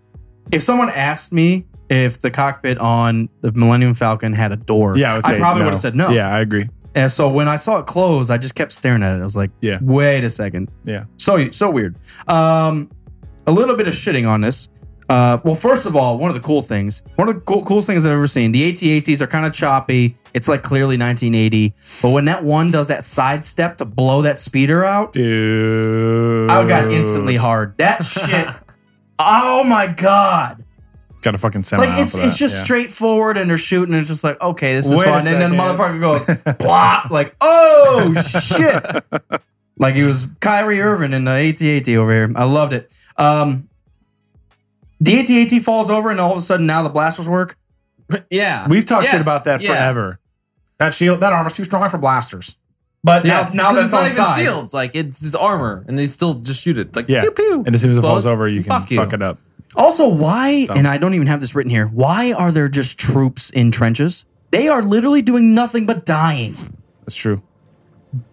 Speaker 3: if someone asked me if the cockpit on the Millennium Falcon had a door,
Speaker 4: Yeah, I, would say
Speaker 3: probably
Speaker 4: no.
Speaker 3: would have said no.
Speaker 4: Yeah, I agree.
Speaker 3: And so when I saw it close, I just kept staring at it. I was like,
Speaker 4: Yeah.
Speaker 3: wait a second.
Speaker 4: Yeah.
Speaker 3: So so weird. Um a little bit of shitting on this. Uh, well, first of all, one of the cool things, one of the cool, coolest things I've ever seen, the AT-ATs are kind of choppy. It's like clearly 1980. But when that one does that sidestep to blow that speeder out,
Speaker 4: Dude,
Speaker 3: I got instantly hard. That shit. oh my god!
Speaker 4: got a fucking semi.
Speaker 3: Like it's
Speaker 4: for that.
Speaker 3: it's just
Speaker 4: yeah.
Speaker 3: straightforward, and they're shooting, and it's just like okay, this is
Speaker 4: Wait a
Speaker 3: fun, and then the
Speaker 4: second.
Speaker 3: motherfucker goes plop, like oh shit, like he was Kyrie Irving in the AT-AT over here. I loved it. Um, the AT-AT falls over, and all of a sudden now the blasters work.
Speaker 5: Yeah,
Speaker 4: We've talked shit
Speaker 5: Yes.
Speaker 4: about that
Speaker 5: Yeah.
Speaker 4: forever. That shield, that armor's too strong for blasters.
Speaker 3: But
Speaker 5: Yeah,
Speaker 3: now
Speaker 5: because
Speaker 3: now that's
Speaker 5: it's not
Speaker 3: on
Speaker 5: even
Speaker 3: side.
Speaker 5: shields. Like it's, it's armor, and they still just shoot it. Like
Speaker 4: Yeah.
Speaker 5: pew pew.
Speaker 4: And as soon as it
Speaker 5: Well,
Speaker 4: falls
Speaker 5: it's-
Speaker 4: over, you can
Speaker 5: fuck
Speaker 4: fuck,
Speaker 5: you.
Speaker 4: it up.
Speaker 3: Also, why,
Speaker 4: Stuff.
Speaker 3: and I don't even have this written here, why are there just troops in trenches? They are literally doing nothing but dying.
Speaker 4: That's true.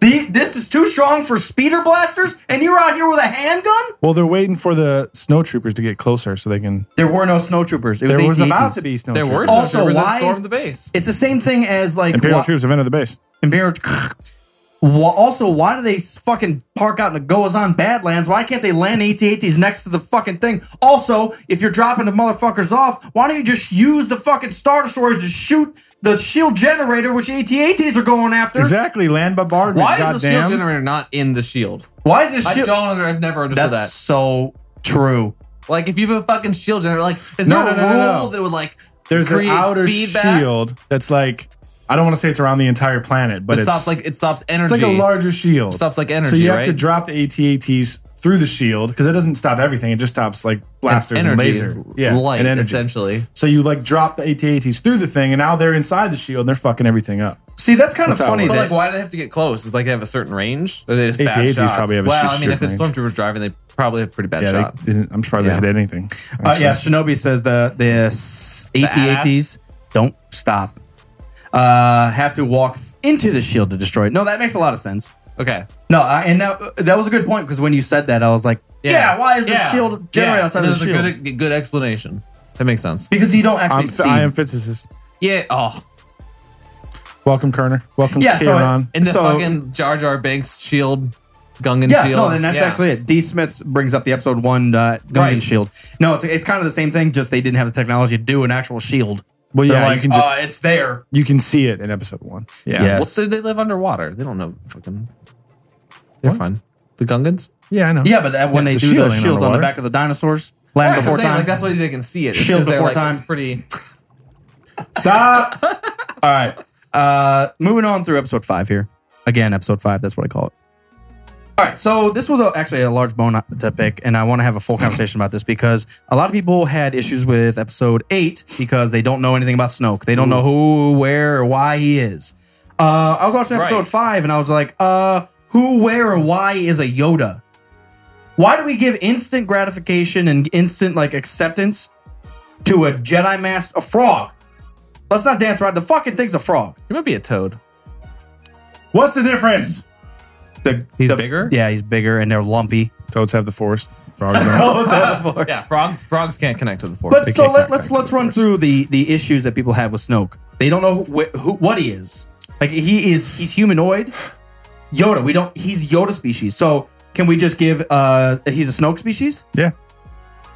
Speaker 3: The, this is too strong for speeder blasters, and you're out here with a handgun.
Speaker 4: Well, they're waiting for the snowtroopers to get closer so they can.
Speaker 3: There were no snowtroopers. It was
Speaker 4: There was about
Speaker 3: AT-ATs.
Speaker 4: to be snowtroopers.
Speaker 5: There were
Speaker 3: Also,
Speaker 5: also,
Speaker 3: why-
Speaker 5: that stormed the base.
Speaker 3: It's the same thing as like
Speaker 4: Imperial
Speaker 3: wha-
Speaker 4: troops have entered the base.
Speaker 3: Imperial. Wha- also, why do they s- fucking park out in the Goazon Badlands? Why can't they land AT-ATs next to the fucking thing? Also, if you're dropping the motherfuckers off, why don't you just use the fucking Star Destroyers to shoot the shield generator, which AT-ATs are going after?
Speaker 4: Exactly, land bombardment.
Speaker 5: Why
Speaker 4: goddamn.
Speaker 5: is the shield generator not in the shield?
Speaker 3: Why is this
Speaker 5: I
Speaker 3: shield?
Speaker 5: don't. under- I've never understood that.
Speaker 3: That's so true.
Speaker 5: Like, if you have a fucking shield generator, like, is
Speaker 4: No,
Speaker 5: there a
Speaker 4: no, no, no,
Speaker 5: rule
Speaker 4: no.
Speaker 5: that would like
Speaker 4: There's an
Speaker 5: create
Speaker 4: outer
Speaker 5: feedback
Speaker 4: shield that's like I don't want to say it's around the entire planet, but
Speaker 5: It
Speaker 4: it's
Speaker 5: stops like it stops
Speaker 4: it's
Speaker 5: energy.
Speaker 4: like a larger shield.
Speaker 5: stops like energy.
Speaker 4: so you have
Speaker 5: right?
Speaker 4: to drop the ATATs through the shield because it doesn't stop everything. It just stops like blasters and,
Speaker 5: energy,
Speaker 4: laser, yeah,
Speaker 5: light
Speaker 4: and energy.
Speaker 5: essentially.
Speaker 4: So you like drop the ATATs through the thing, and now they're inside the shield and they're fucking everything up.
Speaker 3: See, that's kind
Speaker 4: That's how
Speaker 3: of
Speaker 4: it works.
Speaker 3: funny.
Speaker 5: But
Speaker 3: That,
Speaker 5: like, why do they have to get close? It's like they have a certain range. Or they just bad
Speaker 4: AT-ATs
Speaker 5: shots?
Speaker 4: probably have a
Speaker 5: Well,
Speaker 4: sh-
Speaker 5: I mean, if
Speaker 4: certain
Speaker 5: it's stormtroopers driving, they probably have a pretty bad
Speaker 4: yeah,
Speaker 5: shot.
Speaker 4: they didn't, I'm surprised
Speaker 5: Yeah.
Speaker 4: they hit anything.
Speaker 3: uh, yeah,
Speaker 4: actually.
Speaker 3: Shinobi says the the s- AT-ATs don't stop. Uh, have to walk th- into the shield to destroy it. No, that makes a lot of sense.
Speaker 5: okay.
Speaker 3: No, I, and that, that was a good point because when you said that, I was like, yeah, why is the
Speaker 5: Yeah.
Speaker 3: shield generated
Speaker 5: Yeah,
Speaker 3: outside
Speaker 5: that
Speaker 3: of
Speaker 5: is
Speaker 3: the
Speaker 5: a
Speaker 3: shield?
Speaker 5: Good, good explanation. That makes sense.
Speaker 3: because you don't actually
Speaker 4: I'm,
Speaker 3: see.
Speaker 4: I am physicist.
Speaker 5: Yeah. Oh,
Speaker 4: Welcome, Kerner. Welcome,
Speaker 3: Yeah, so
Speaker 4: Kieran.
Speaker 5: and the
Speaker 3: So-
Speaker 5: fucking Jar Jar Binks shield, Gungan
Speaker 3: yeah,
Speaker 5: shield.
Speaker 3: no, and that's
Speaker 5: Yeah.
Speaker 3: actually it. D. Smith brings up the episode one uh, Gungan
Speaker 5: Right.
Speaker 3: shield. No, it's it's kind of the same thing. Just they didn't have the technology to do an actual shield.
Speaker 4: well,
Speaker 3: They're
Speaker 4: yeah,
Speaker 3: like,
Speaker 4: you can just
Speaker 3: "Uh, it's there.
Speaker 4: you can see it in episode one. Yeah,
Speaker 3: Yes.
Speaker 5: Well, so they live underwater. They don't know fucking. They're fine. The Gungans.
Speaker 4: yeah, I know.
Speaker 3: Yeah, but that, when
Speaker 4: Yeah,
Speaker 3: they
Speaker 4: the
Speaker 3: do
Speaker 4: shield
Speaker 3: the
Speaker 4: ain't
Speaker 3: shields on the
Speaker 4: underwater.
Speaker 3: back of the dinosaurs, land
Speaker 5: Right, I'm
Speaker 3: before
Speaker 5: saying,
Speaker 3: time.
Speaker 5: like, that's why they can see it. It's
Speaker 3: Shield
Speaker 5: 'cause they're,
Speaker 3: before
Speaker 5: like,
Speaker 3: time.
Speaker 5: It's pretty.
Speaker 4: Stop.
Speaker 3: All right. Uh, moving on through episode five here. Again, episode five. That's what I call it. All right. So this was a, actually a large bone to pick, and I want to have a full conversation about this because a lot of people had issues with episode eight because they don't know anything about Snoke. They don't know who, where, or why he is. Uh, I was watching episode
Speaker 5: Right.
Speaker 3: five, and I was like, uh, who, where, or why is a Yoda? Why do we give instant gratification and instant like acceptance to a Jedi master, a frog? Let's not dance around. The fucking thing's a frog.
Speaker 5: He might be a toad.
Speaker 4: What's the difference?
Speaker 3: The,
Speaker 5: He's
Speaker 3: the-
Speaker 5: bigger.
Speaker 3: Yeah, he's bigger and they're lumpy.
Speaker 4: Toads have the force. Frogs don't.
Speaker 5: Yeah, frogs. Frogs can't connect to the force.
Speaker 3: But
Speaker 4: They
Speaker 3: so
Speaker 4: can't
Speaker 3: let,
Speaker 4: connect
Speaker 3: let's
Speaker 4: back to
Speaker 3: let's
Speaker 4: the
Speaker 3: run
Speaker 4: Force.
Speaker 3: through the the issues that people have with Snoke. They don't know who, wh- who what he is. Like he is he's humanoid. Yoda, we don't. He's Yoda species. So can we just give? uh He's a Snoke species.
Speaker 4: yeah,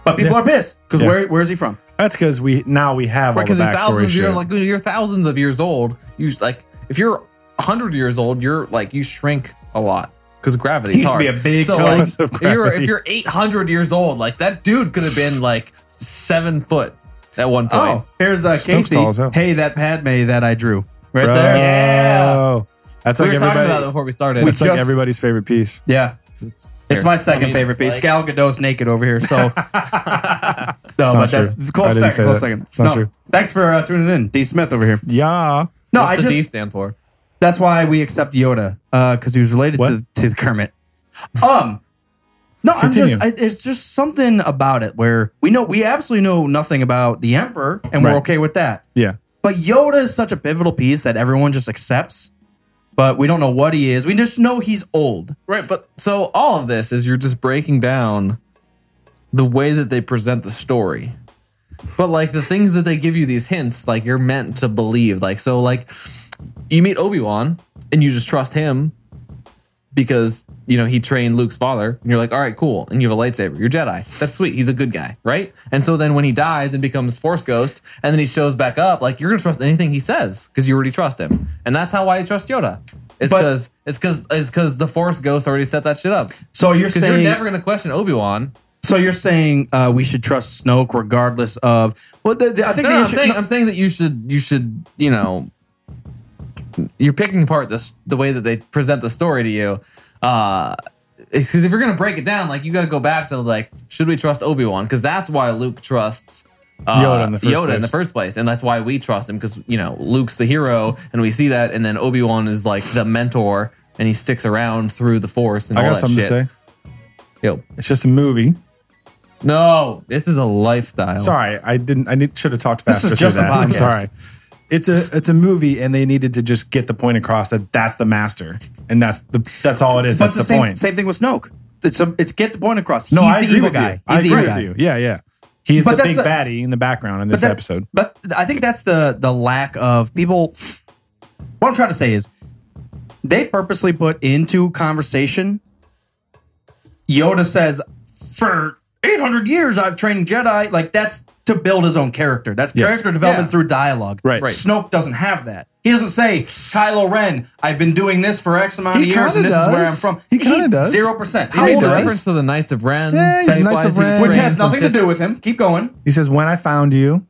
Speaker 3: But people
Speaker 4: Yeah.
Speaker 3: are pissed because
Speaker 4: Yeah.
Speaker 3: where where is he from?
Speaker 4: that's because we now we have all
Speaker 5: Right,
Speaker 4: the
Speaker 5: because it's
Speaker 4: backstory
Speaker 5: thousands.
Speaker 4: shit.
Speaker 5: You're like you're thousands of years old. You s- like if you're hundred years old, you're like you shrink a lot because gravity.
Speaker 3: He used to be a big
Speaker 5: so,
Speaker 3: toad.
Speaker 5: like,
Speaker 4: Of
Speaker 5: if you're
Speaker 4: gravity.
Speaker 5: if you're eight hundred years old, like that dude could have been like seven foot at one point.
Speaker 3: Oh, here's uh,
Speaker 4: Snoke's
Speaker 3: Casey.
Speaker 4: tall as hell.
Speaker 3: Hey, that Padme that I drew right
Speaker 4: Bro.
Speaker 3: there.
Speaker 5: Yeah.
Speaker 4: That's
Speaker 5: we
Speaker 4: like
Speaker 5: were talking about it
Speaker 4: everybody.
Speaker 5: before we started.
Speaker 4: That's like
Speaker 3: just-
Speaker 4: everybody's favorite piece.
Speaker 3: Yeah,
Speaker 5: it's,
Speaker 3: it's
Speaker 5: here.
Speaker 3: my second
Speaker 5: I mean,
Speaker 3: favorite piece.
Speaker 5: like-
Speaker 3: Gal Gadot's naked over here. So no,
Speaker 4: not
Speaker 3: but that's
Speaker 4: true. I
Speaker 3: close
Speaker 4: didn't say
Speaker 3: second. Close
Speaker 4: that.
Speaker 3: second.
Speaker 4: It's not
Speaker 3: No.
Speaker 4: true.
Speaker 3: Thanks for uh, tuning in, D. Smith over here.
Speaker 4: Yeah.
Speaker 3: No,
Speaker 5: What's
Speaker 3: I
Speaker 5: the
Speaker 3: just
Speaker 5: D stand for?
Speaker 3: that's why we accept Yoda because he was related to,
Speaker 4: What?
Speaker 3: to the Kermit. Um, no, I'm
Speaker 4: Continue.
Speaker 3: just I, there's just something about it where we know we absolutely know nothing about the Emperor, and we're
Speaker 4: Right.
Speaker 3: okay with that.
Speaker 4: Yeah.
Speaker 3: But Yoda is such a pivotal piece that everyone just accepts, but we don't know what he is. We just know he's old.
Speaker 5: Right, but so all of this is you're just breaking down the way that they present the story. But like the things that they give you these hints, like you're meant to believe. Like so like you meet Obi-Wan and you just trust him because you know he trained Luke's father and you're like, "All right, cool." And you have a lightsaber. You're Jedi. That's sweet. He's a good guy, right? And so then when he dies and becomes Force Ghost and then he shows back up, like you're going to trust anything he says because you already trust him. And that's how why I trust Yoda. It's
Speaker 3: But-
Speaker 5: cuz it's cuz it's cuz the Force Ghost already set that shit up.
Speaker 3: So you're
Speaker 5: Cuz
Speaker 3: saying
Speaker 5: you're never going to question Obi-Wan.
Speaker 3: so you're saying uh, we should trust Snoke regardless of well, the, the- I think
Speaker 5: No, no,
Speaker 3: the
Speaker 5: I'm
Speaker 3: issue-
Speaker 5: saying
Speaker 3: no-
Speaker 5: I'm saying that you should you should you know you're picking apart this the way that they present the story to you. Uh because if you're gonna break it down, like you got to go back to like, should we trust Obi Wan? Because that's why Luke trusts uh,
Speaker 4: Yoda in the first
Speaker 5: Yoda in
Speaker 4: place.
Speaker 5: the first place, and that's why we trust him because you know Luke's the hero, and we see that, and then Obi Wan is like the mentor, and he sticks around through the Force and
Speaker 4: I
Speaker 5: all
Speaker 4: got
Speaker 5: that
Speaker 4: something
Speaker 5: shit.
Speaker 4: to say.
Speaker 5: Yo,
Speaker 4: It's just a movie.
Speaker 5: no, this is a lifestyle.
Speaker 4: Sorry, I didn't. I need, should have talked faster.
Speaker 3: is
Speaker 4: through
Speaker 3: just a
Speaker 4: that. I'm
Speaker 3: podcast.
Speaker 4: sorry. it's a it's a movie, and they needed to just get the point across that that's the master, and that's the that's all it is.
Speaker 3: But
Speaker 4: That's
Speaker 3: the,
Speaker 4: the,
Speaker 3: same,
Speaker 4: point.
Speaker 3: same thing with Snoke. It's a, it's get the point across.
Speaker 4: no,
Speaker 3: He's
Speaker 4: I
Speaker 3: the
Speaker 4: agree
Speaker 3: evil
Speaker 4: with you.
Speaker 3: guy. He's
Speaker 4: I
Speaker 3: the
Speaker 4: agree
Speaker 3: evil
Speaker 4: with you.
Speaker 3: guy.
Speaker 4: Yeah, yeah. He's
Speaker 3: But
Speaker 4: the
Speaker 3: that's
Speaker 4: big
Speaker 3: the-
Speaker 4: baddie in the background in
Speaker 3: But
Speaker 4: this
Speaker 3: that-
Speaker 4: episode.
Speaker 3: But I think that's the the lack of people. What I'm trying to say is, they purposely put into conversation. Yoda says, "For 800 years, I've trained Jedi." Like that's to build his own character. That's
Speaker 4: Yes.
Speaker 3: character development
Speaker 5: Yeah.
Speaker 3: through dialogue.
Speaker 4: Right.
Speaker 5: Right.
Speaker 3: Snoke doesn't have that. He doesn't say, "Kylo Ren, I've been doing this for X amount
Speaker 4: He
Speaker 3: of years, and
Speaker 4: kinda
Speaker 3: this is where
Speaker 4: does.
Speaker 3: I'm from."
Speaker 4: He kinda does.
Speaker 3: Zero percent.
Speaker 5: He
Speaker 3: How
Speaker 5: makes
Speaker 3: old
Speaker 5: a
Speaker 4: does.
Speaker 3: is
Speaker 5: reference to the Knights of Ren.
Speaker 4: Yeah,
Speaker 5: that he
Speaker 4: Knights
Speaker 5: flies
Speaker 4: of
Speaker 5: through
Speaker 4: Ren.
Speaker 3: he? Which
Speaker 5: trains
Speaker 3: has
Speaker 5: and
Speaker 3: nothing to
Speaker 5: shit.
Speaker 3: do with him. Keep going.
Speaker 4: He says, "When I found you,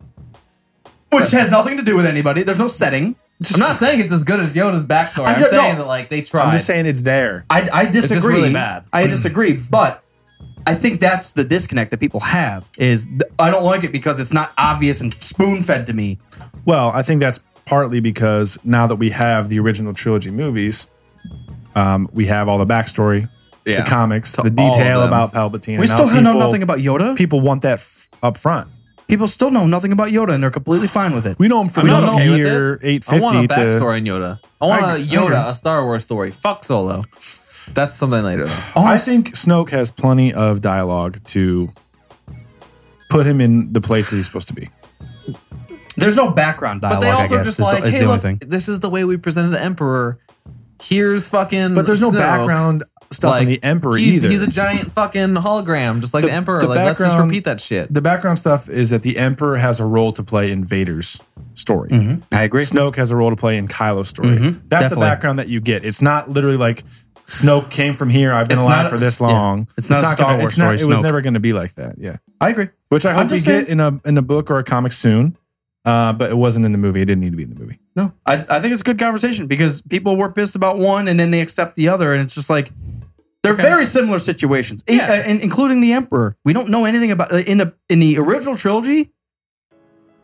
Speaker 3: Which has nothing to do with anybody. There's no setting.
Speaker 5: I'm not saying it's as good as Yoda's backstory.
Speaker 3: I
Speaker 5: I'm
Speaker 3: don't-
Speaker 5: saying
Speaker 3: no.
Speaker 5: that like they tried.
Speaker 4: I'm just saying it's there."
Speaker 3: I, I
Speaker 5: just
Speaker 3: disagree.
Speaker 5: really bad.
Speaker 3: I disagree, but I think that's the disconnect that people have is th- I don't like it because it's not obvious and spoon fed to me.
Speaker 4: Well, I think that's partly because now that we have the original trilogy movies, um, we have all the backstory,
Speaker 5: Yeah.
Speaker 4: the comics,
Speaker 5: To
Speaker 4: the
Speaker 5: all of
Speaker 4: detail
Speaker 5: them.
Speaker 4: about Palpatine.
Speaker 3: we
Speaker 4: and how
Speaker 3: still know
Speaker 4: people-
Speaker 3: nothing about Yoda. People,
Speaker 4: People want that f- up front.
Speaker 3: still know nothing about Yoda, and they're completely fine with it.
Speaker 4: We know him from
Speaker 5: I'm not okay
Speaker 4: the
Speaker 5: with
Speaker 4: year
Speaker 5: it. I
Speaker 4: 850
Speaker 5: want a
Speaker 4: to
Speaker 5: backstory in Yoda. I want
Speaker 4: I- I
Speaker 5: a
Speaker 4: agree.
Speaker 5: Yoda, a Star Wars story. Fuck Solo. That's something later. though.
Speaker 4: I think Snoke has plenty of dialogue to put him in the place that he's supposed to be.
Speaker 3: There's no background
Speaker 5: But
Speaker 3: dialogue.
Speaker 5: they also
Speaker 3: I guess
Speaker 5: just
Speaker 3: is,
Speaker 5: like,
Speaker 3: is
Speaker 5: hey,
Speaker 3: the only
Speaker 5: look,
Speaker 3: thing.
Speaker 5: this is the way we presented the Emperor. Here's fucking.
Speaker 4: But there's no
Speaker 5: Snoke.
Speaker 4: background stuff on the Emperor
Speaker 5: he's,
Speaker 4: either.
Speaker 5: He's a giant fucking hologram, just like
Speaker 4: The-
Speaker 5: the, Emperor.
Speaker 4: the
Speaker 5: like, let's just
Speaker 4: background-
Speaker 5: repeat that shit.
Speaker 4: the background stuff is that the Emperor has a role to play in Vader's story.
Speaker 3: Hmm? I agree.
Speaker 4: Snoke has a role to play in Kylo's story.
Speaker 3: Mhm,
Speaker 4: That's
Speaker 3: definitely.
Speaker 4: the background that you get. It's not literally like Snoke came from here. I've been
Speaker 3: It's
Speaker 4: alive
Speaker 3: not a-
Speaker 4: for this
Speaker 3: yeah.
Speaker 4: long.
Speaker 3: It's not a Star
Speaker 4: gonna-
Speaker 3: Wars
Speaker 4: it's not-
Speaker 3: story,
Speaker 4: It was
Speaker 3: Snoke.
Speaker 4: never going to be like that. Yeah,
Speaker 3: I agree.
Speaker 4: which I hope we
Speaker 3: just
Speaker 4: get in a in a book or a comic soon. Uh, but it wasn't in the movie. It didn't need to be in the movie.
Speaker 3: No, I, I think it's a good conversation because people were pissed about one and then they accept the other, and it's just like they're very similar situations, I-
Speaker 5: Yeah.
Speaker 3: uh, and including the Emperor. We don't know anything about uh, in the in the original trilogy.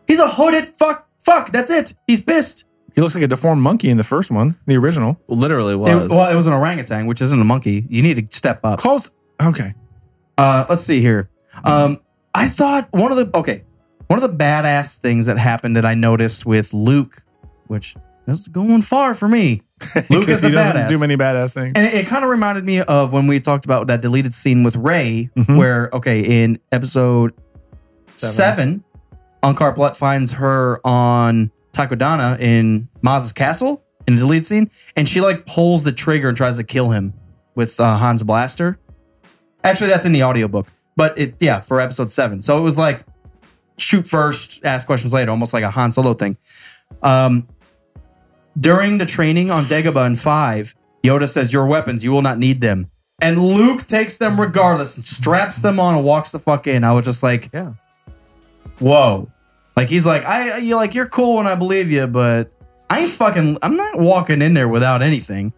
Speaker 3: He's a hooded fuck. Fuck. That's it. He's pissed.
Speaker 4: He looks like a deformed monkey in the first one, the original.
Speaker 5: Literally
Speaker 3: It-
Speaker 5: was.
Speaker 3: well, it was an orangutan, which isn't a monkey. You need to step up.
Speaker 4: Calls okay.
Speaker 3: Uh, let's see here.
Speaker 4: Mm-hmm.
Speaker 3: Um, I thought one of the okay, one of the badass things that happened that I noticed with Luke, which is going far for me. Luke
Speaker 4: Because
Speaker 3: is the
Speaker 4: he doesn't
Speaker 3: badass.
Speaker 4: do many badass things.
Speaker 3: And it, it kind of reminded me of when we talked about that deleted scene with Ray,
Speaker 4: Mhm.
Speaker 3: where okay, in episode
Speaker 4: Seven.
Speaker 3: seven, Ankar Blut finds her on Takodana in Maz's castle in a deleted scene, and she like pulls the trigger and tries to kill him with uh, Han's blaster. Actually, that's in the audiobook, but it yeah for episode seven. So it was like shoot first, ask questions later, almost like a Han Solo thing. Um, during the training on Dagobah in five, Yoda says, "Your weapons, you will not need them." And Luke takes them regardless and straps them on and walks the fuck in. I was just like,
Speaker 5: Yeah.
Speaker 3: whoa!" Like he's like, "I, you like you're cool and I believe you, but I ain't fucking. I'm not walking in there without anything."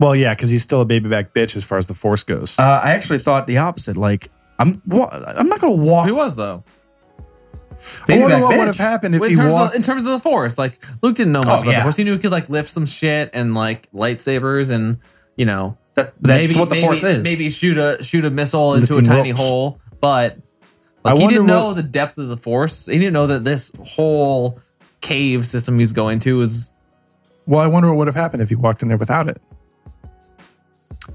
Speaker 4: well, yeah, because he's still a baby back bitch as far as the force goes.
Speaker 3: Uh, I actually thought the opposite. Like I'm, wa- I'm not gonna walk.
Speaker 5: he was though.
Speaker 4: I
Speaker 3: baby
Speaker 4: wonder
Speaker 3: back
Speaker 4: what
Speaker 3: bitch.
Speaker 4: would have happened if
Speaker 5: in,
Speaker 4: he
Speaker 5: terms
Speaker 4: walked.
Speaker 5: of, in terms of the force, like Luke didn't know much
Speaker 3: Oh,
Speaker 5: about
Speaker 3: yeah.
Speaker 5: the force. He knew he could like lift some shit and like lightsabers and you know
Speaker 3: That, that's
Speaker 5: maybe,
Speaker 3: what the
Speaker 5: maybe-
Speaker 3: force is.
Speaker 5: Maybe shoot a shoot a missile into
Speaker 4: Lifting
Speaker 5: a tiny
Speaker 4: ropes.
Speaker 5: hole, but
Speaker 4: I
Speaker 5: like, he
Speaker 4: wonder
Speaker 5: didn't know
Speaker 4: what-
Speaker 5: the depth of the force. He didn't know that this whole cave system he's going to is
Speaker 4: well, I wonder what would have happened if he walked in there without it.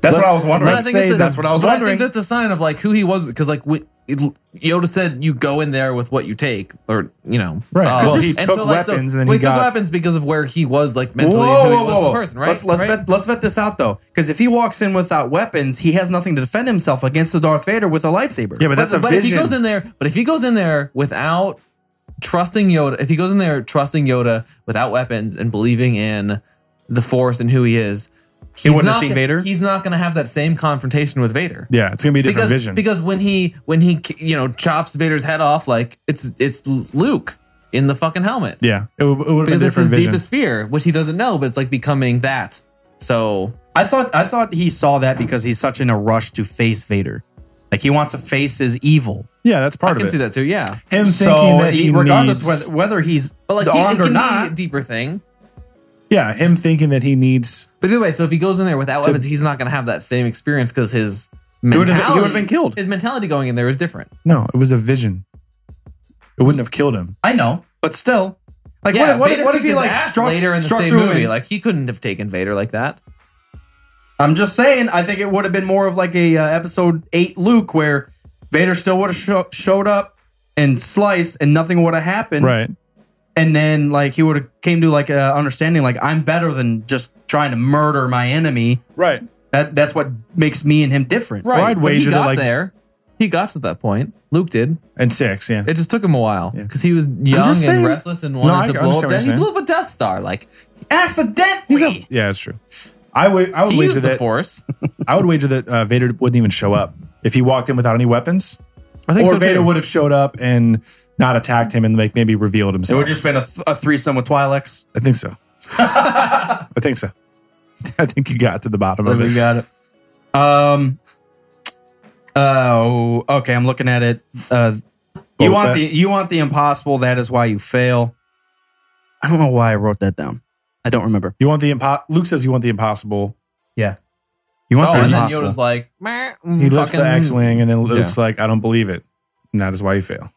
Speaker 3: That's what I
Speaker 4: Let's-
Speaker 3: was wondering.
Speaker 5: But I think it's a-
Speaker 3: that's what I was
Speaker 5: but
Speaker 3: wondering.
Speaker 5: I think that's a sign of like who he was because like we, it, Yoda said, "You go in there with what you take," or you know, Uh,
Speaker 4: Right, 'cause
Speaker 3: Well,
Speaker 5: and
Speaker 3: he
Speaker 4: took weapons and then
Speaker 5: well,
Speaker 4: he got-
Speaker 5: took weapons because of where he was like mentally
Speaker 3: Whoa,
Speaker 5: and who
Speaker 3: whoa,
Speaker 5: he was
Speaker 3: whoa,
Speaker 5: as
Speaker 3: whoa.
Speaker 5: a person. Right?
Speaker 3: Let's let's
Speaker 5: Right?
Speaker 3: vet let's vet this out though, because if he walks in without weapons, he has nothing to defend himself against the Darth Vader with a lightsaber.
Speaker 4: Yeah, but that's a
Speaker 5: but if he
Speaker 4: vision.
Speaker 5: goes in there, but if he goes in there without trusting Yoda, if he goes in there trusting Yoda without weapons and believing in the Force and who he is,
Speaker 3: He
Speaker 5: he's
Speaker 3: wouldn't have
Speaker 5: not
Speaker 3: seen
Speaker 5: gonna-
Speaker 3: Vader?
Speaker 5: He's not going to have that same confrontation with Vader.
Speaker 4: yeah, it's gonna be a
Speaker 5: Because,
Speaker 4: different vision.
Speaker 5: because when he when he you know chops Vader's head off like it's it's Luke in the fucking helmet
Speaker 4: yeah, it, would- it would have
Speaker 5: because it's
Speaker 4: been a
Speaker 5: his
Speaker 4: different vision.
Speaker 5: deepest fear which he doesn't know but it's like becoming that so
Speaker 3: I thought I thought he saw that because he's such in a rush to face Vader, like he wants to face his evil.
Speaker 4: Yeah, that's part
Speaker 5: I
Speaker 4: of
Speaker 5: can
Speaker 4: it.
Speaker 5: see that too yeah
Speaker 4: Him
Speaker 3: So
Speaker 4: thinking that he,
Speaker 3: regardless
Speaker 4: needs,
Speaker 3: whether, whether he's
Speaker 5: but like he, it
Speaker 3: armed
Speaker 5: can
Speaker 3: or
Speaker 5: be a
Speaker 3: not,
Speaker 5: deeper thing
Speaker 4: yeah, him thinking that he needs.
Speaker 5: But either way, so if he goes in there without
Speaker 4: To-
Speaker 5: weapons, he's not going to have that same experience because his
Speaker 3: would've been-
Speaker 5: mentality
Speaker 3: he would've been killed.
Speaker 5: His mentality going in there is different.
Speaker 4: No, it was a vision. It wouldn't have killed him.
Speaker 3: I know, but still, Like
Speaker 5: Yeah,
Speaker 3: what, what,
Speaker 5: Vader
Speaker 3: what if
Speaker 5: kicked
Speaker 3: he
Speaker 5: his
Speaker 3: like
Speaker 5: ass
Speaker 3: struck
Speaker 5: later in the
Speaker 3: struck
Speaker 5: same
Speaker 3: through him?
Speaker 5: movie? Like he couldn't have taken Vader like that.
Speaker 3: I'm just saying, I think it would have been more of like a uh, episode eight Luke where Vader still would have sho- showed up and sliced and nothing would have happened.
Speaker 4: Right.
Speaker 3: And then like he would have came to like a understanding like I'm better than just trying to murder my enemy.
Speaker 4: Right.
Speaker 3: That that's what makes me and him different.
Speaker 4: Well, I'd
Speaker 5: but
Speaker 4: wager
Speaker 5: he
Speaker 4: that,
Speaker 5: got
Speaker 4: like-
Speaker 5: there. He got to that point. Luke did.
Speaker 4: And six, yeah.
Speaker 5: It just took him a while
Speaker 4: Yeah.
Speaker 5: because he was young and
Speaker 4: just saying.
Speaker 5: restless and
Speaker 4: No, I-
Speaker 5: wanted
Speaker 4: I
Speaker 5: to blow
Speaker 4: understand
Speaker 5: up.
Speaker 4: what you're
Speaker 5: Death. He
Speaker 4: saying.
Speaker 5: blew up a Death Star. Like
Speaker 3: Accidentally.
Speaker 4: yeah, that's true. I would I would
Speaker 5: he
Speaker 4: wager
Speaker 5: used the
Speaker 4: that
Speaker 5: Force.
Speaker 4: I would wager that uh, Vader wouldn't even show up if he walked in without any weapons,
Speaker 5: I
Speaker 4: or
Speaker 5: think so,
Speaker 4: Vader
Speaker 5: too.
Speaker 4: would have showed up and not attacked him and like maybe revealed
Speaker 3: it
Speaker 4: himself.
Speaker 3: would have just been a, th- a threesome with Twi'leks.
Speaker 4: I think so. I think so. I think you got to the bottom of
Speaker 3: We
Speaker 4: it.
Speaker 3: got it. Um. Oh, okay. I'm looking at it. Uh, you
Speaker 4: Boba
Speaker 3: want
Speaker 4: Fett.
Speaker 3: the you want the impossible. That is why you fail. I don't know why I wrote that down. I don't remember.
Speaker 4: You want the impo- Luke says you want the impossible.
Speaker 5: Oh,
Speaker 3: You want the
Speaker 5: and then
Speaker 3: impossible.
Speaker 5: Yoda's like, mm,
Speaker 4: He lifts the X-wing and then
Speaker 5: Yeah.
Speaker 4: Luke's like, "I don't believe it," and that is why you fail.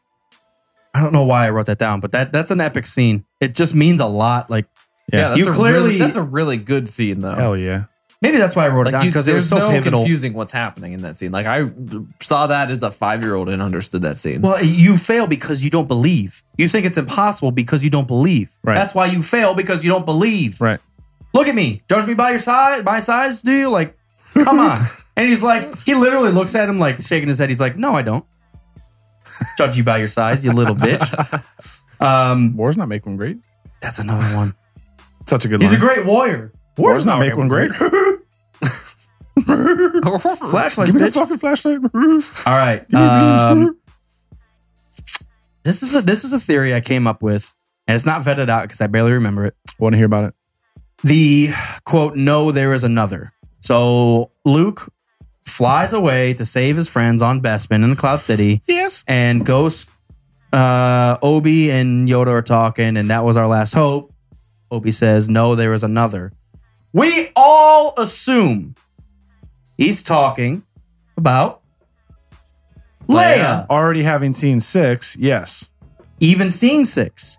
Speaker 3: I don't know why I wrote that down, but that that's an epic scene. It just means a lot. Like
Speaker 4: Yeah.
Speaker 5: Yeah, that's
Speaker 3: You
Speaker 5: a
Speaker 3: clearly-
Speaker 5: really- that's a really good scene though.
Speaker 4: Hell yeah!
Speaker 3: maybe that's why I wrote it
Speaker 5: Like
Speaker 3: down
Speaker 5: you,
Speaker 3: because it was
Speaker 5: there's
Speaker 3: so
Speaker 5: no
Speaker 3: pivotal.
Speaker 5: confusing what's happening in that scene. Like I saw that as a five year old and understood that scene.
Speaker 3: Well, you fail because you don't believe. You think it's impossible because you don't believe.
Speaker 4: Right.
Speaker 3: That's why you fail because you don't believe.
Speaker 4: Right.
Speaker 3: Look at me. Judge me by your size. By size, do you? Like, come on. and he's like, he literally looks at him like shaking his head. He's like, no, I don't. Judge you by your size, you little bitch. Um,
Speaker 4: War's not make one great.
Speaker 3: that's another one.
Speaker 4: Such a good.
Speaker 3: He's a
Speaker 4: line.
Speaker 3: great warrior.
Speaker 4: War's not make one great.
Speaker 3: Flashlight,
Speaker 4: Give me the
Speaker 3: bitch.
Speaker 4: fucking flashlight.
Speaker 3: All right. Um, this is a this is a theory I came up with, and it's not vetted out because I barely remember it.
Speaker 4: want to hear about it?
Speaker 3: the quote no there is another so luke flies away to save his friends on bespin in the cloud city
Speaker 4: Yes.
Speaker 3: and ghost uh obi and yoda are talking and that was our last hope obi says no there is another we all assume he's talking about leia,
Speaker 5: Leia.
Speaker 4: Already having seen six. Yes.
Speaker 3: even seeing six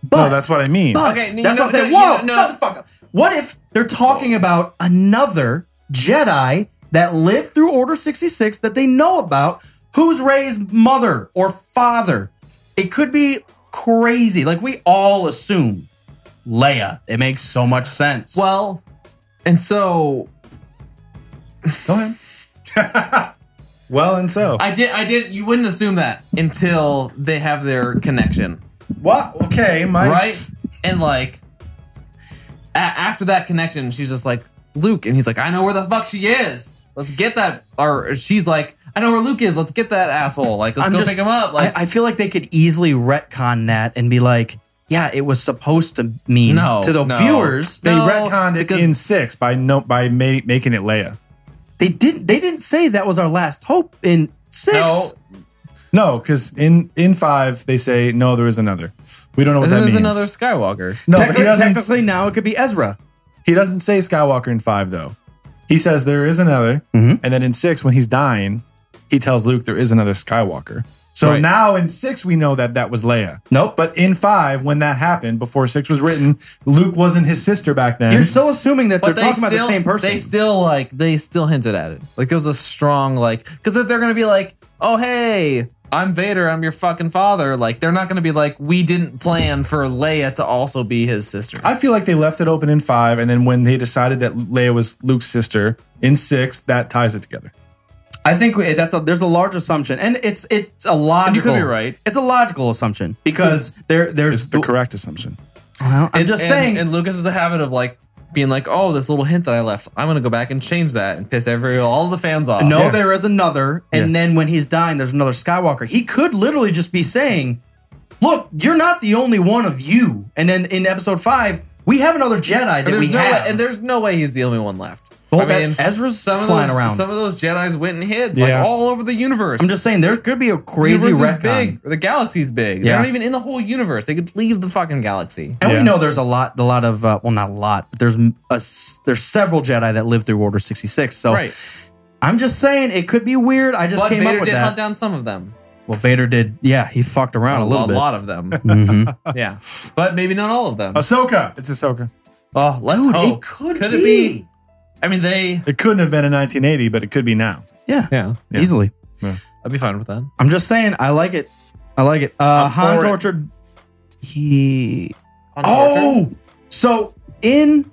Speaker 3: but
Speaker 4: no, that's what I mean.
Speaker 3: But
Speaker 5: Okay, you
Speaker 3: that's
Speaker 5: know-
Speaker 3: what I'm saying.
Speaker 5: no, you
Speaker 3: Whoa,
Speaker 5: know-
Speaker 3: shut the fuck up. What if they're talking about another Jedi that lived through Order 66 that they know about, who's Ray's mother or father? It could be crazy. Like we all assume Leia. It makes so much sense.
Speaker 5: Well, and so
Speaker 3: go ahead.
Speaker 4: well, and so.
Speaker 5: I did. I did. You wouldn't assume that until they have their connection,
Speaker 4: What? Okay, Mike.
Speaker 5: right? And like a- after that connection, she's just like Luke, and he's like, "I know where the fuck she is. Let's get that." Or she's like, "I know where Luke is. Let's get that asshole. Like, let's
Speaker 3: I'm
Speaker 5: go
Speaker 3: just-
Speaker 5: pick him up." Like,
Speaker 3: I, I feel like they could easily retcon that and be like, yeah, it was supposed to mean
Speaker 5: No,
Speaker 3: to the
Speaker 5: no.
Speaker 3: viewers.
Speaker 4: They
Speaker 5: No,
Speaker 4: retconned it
Speaker 5: because-
Speaker 4: in six by no by ma- making it Leia.
Speaker 3: They didn't they didn't say that was our last hope in six.
Speaker 5: no,
Speaker 4: No, because in in five they say no, there is another. We don't know what
Speaker 5: and then
Speaker 4: that
Speaker 5: there's
Speaker 4: means.
Speaker 5: another Skywalker.
Speaker 4: no, but he
Speaker 3: Technically,
Speaker 4: doesn't.
Speaker 3: technically now it could be Ezra.
Speaker 4: he doesn't say Skywalker in five though. He says there is another,
Speaker 3: Mhm.
Speaker 4: and then in six when he's dying, he tells Luke there is another Skywalker. So
Speaker 5: Right.
Speaker 4: now in six we know that that was Leia.
Speaker 3: Nope.
Speaker 4: But in five, when that happened, before six was written, Luke wasn't his sister back then.
Speaker 3: You're still assuming that they're
Speaker 5: But they
Speaker 3: talking about the
Speaker 5: still-
Speaker 3: same person.
Speaker 5: They still like they still hinted at it. Like there was a strong like because if they're gonna be like, oh hey, I'm Vader, I'm your fucking father. Like they're not gonna be like, we didn't plan for Leia to also be his sister.
Speaker 4: I feel like they left it open in five, and then when they decided that Leia was Luke's sister in six, that ties it together.
Speaker 3: I think we- that's a, there's a large assumption, and it's it's a logical.
Speaker 5: be right.
Speaker 3: It's a logical assumption because there
Speaker 4: It's
Speaker 3: there's
Speaker 4: the correct assumption.
Speaker 3: Well, I'm just
Speaker 5: and,
Speaker 3: saying.
Speaker 5: And Lucas is the habit of like being like, oh, this little hint that I left, I'm gonna go back and change that and piss every all the fans off.
Speaker 3: no,
Speaker 4: Yeah.
Speaker 3: there is another, and then when he's dying, there's another Skywalker. He could literally just be saying, "Look, you're not the only one of you." And then in Episode Five, we have another Jedi that
Speaker 5: And
Speaker 3: we
Speaker 5: there's no
Speaker 3: have.
Speaker 5: way, and there's no way he's the only one left.
Speaker 3: Well, that- Ezra's
Speaker 5: some of
Speaker 3: flying
Speaker 5: those,
Speaker 3: around.
Speaker 5: Some of those Jedi's went and hid like
Speaker 4: Yeah.
Speaker 5: all over the universe.
Speaker 3: I'm just saying there could be a crazy
Speaker 5: universe
Speaker 3: retcon.
Speaker 5: is big. The galaxy's big.
Speaker 3: Yeah.
Speaker 5: They're not even in the whole universe. They could leave the fucking galaxy.
Speaker 3: And
Speaker 4: Yeah.
Speaker 3: we know there's a lot, a lot of uh, well, not a lot, but there's m- a s- there's several Jedi that lived through Order sixty six. So
Speaker 5: right.
Speaker 3: I'm just saying it could be weird. I just
Speaker 5: But
Speaker 3: came
Speaker 5: Vader
Speaker 3: up with
Speaker 5: did
Speaker 3: that.
Speaker 5: hunt down some of them.
Speaker 3: Well, Vader did. Yeah, he fucked around a, little bit.
Speaker 5: lot of them.
Speaker 3: Mhm.
Speaker 5: yeah, but maybe not all of them.
Speaker 4: Ahsoka. It's Ahsoka.
Speaker 5: Oh, let's
Speaker 3: Dude,
Speaker 5: hope.
Speaker 3: it could,
Speaker 5: it
Speaker 3: be.
Speaker 5: be? I mean, they.
Speaker 4: It couldn't have been in 1980, but it could be now.
Speaker 3: Yeah,
Speaker 5: Yeah,
Speaker 4: Yeah.
Speaker 3: easily.
Speaker 5: I'd be fine with that.
Speaker 3: I'm just saying, I like it. I like it. Uh,
Speaker 4: I'm for
Speaker 3: Han
Speaker 4: it.
Speaker 3: tortured. He.
Speaker 5: On Archer?
Speaker 3: Oh, so in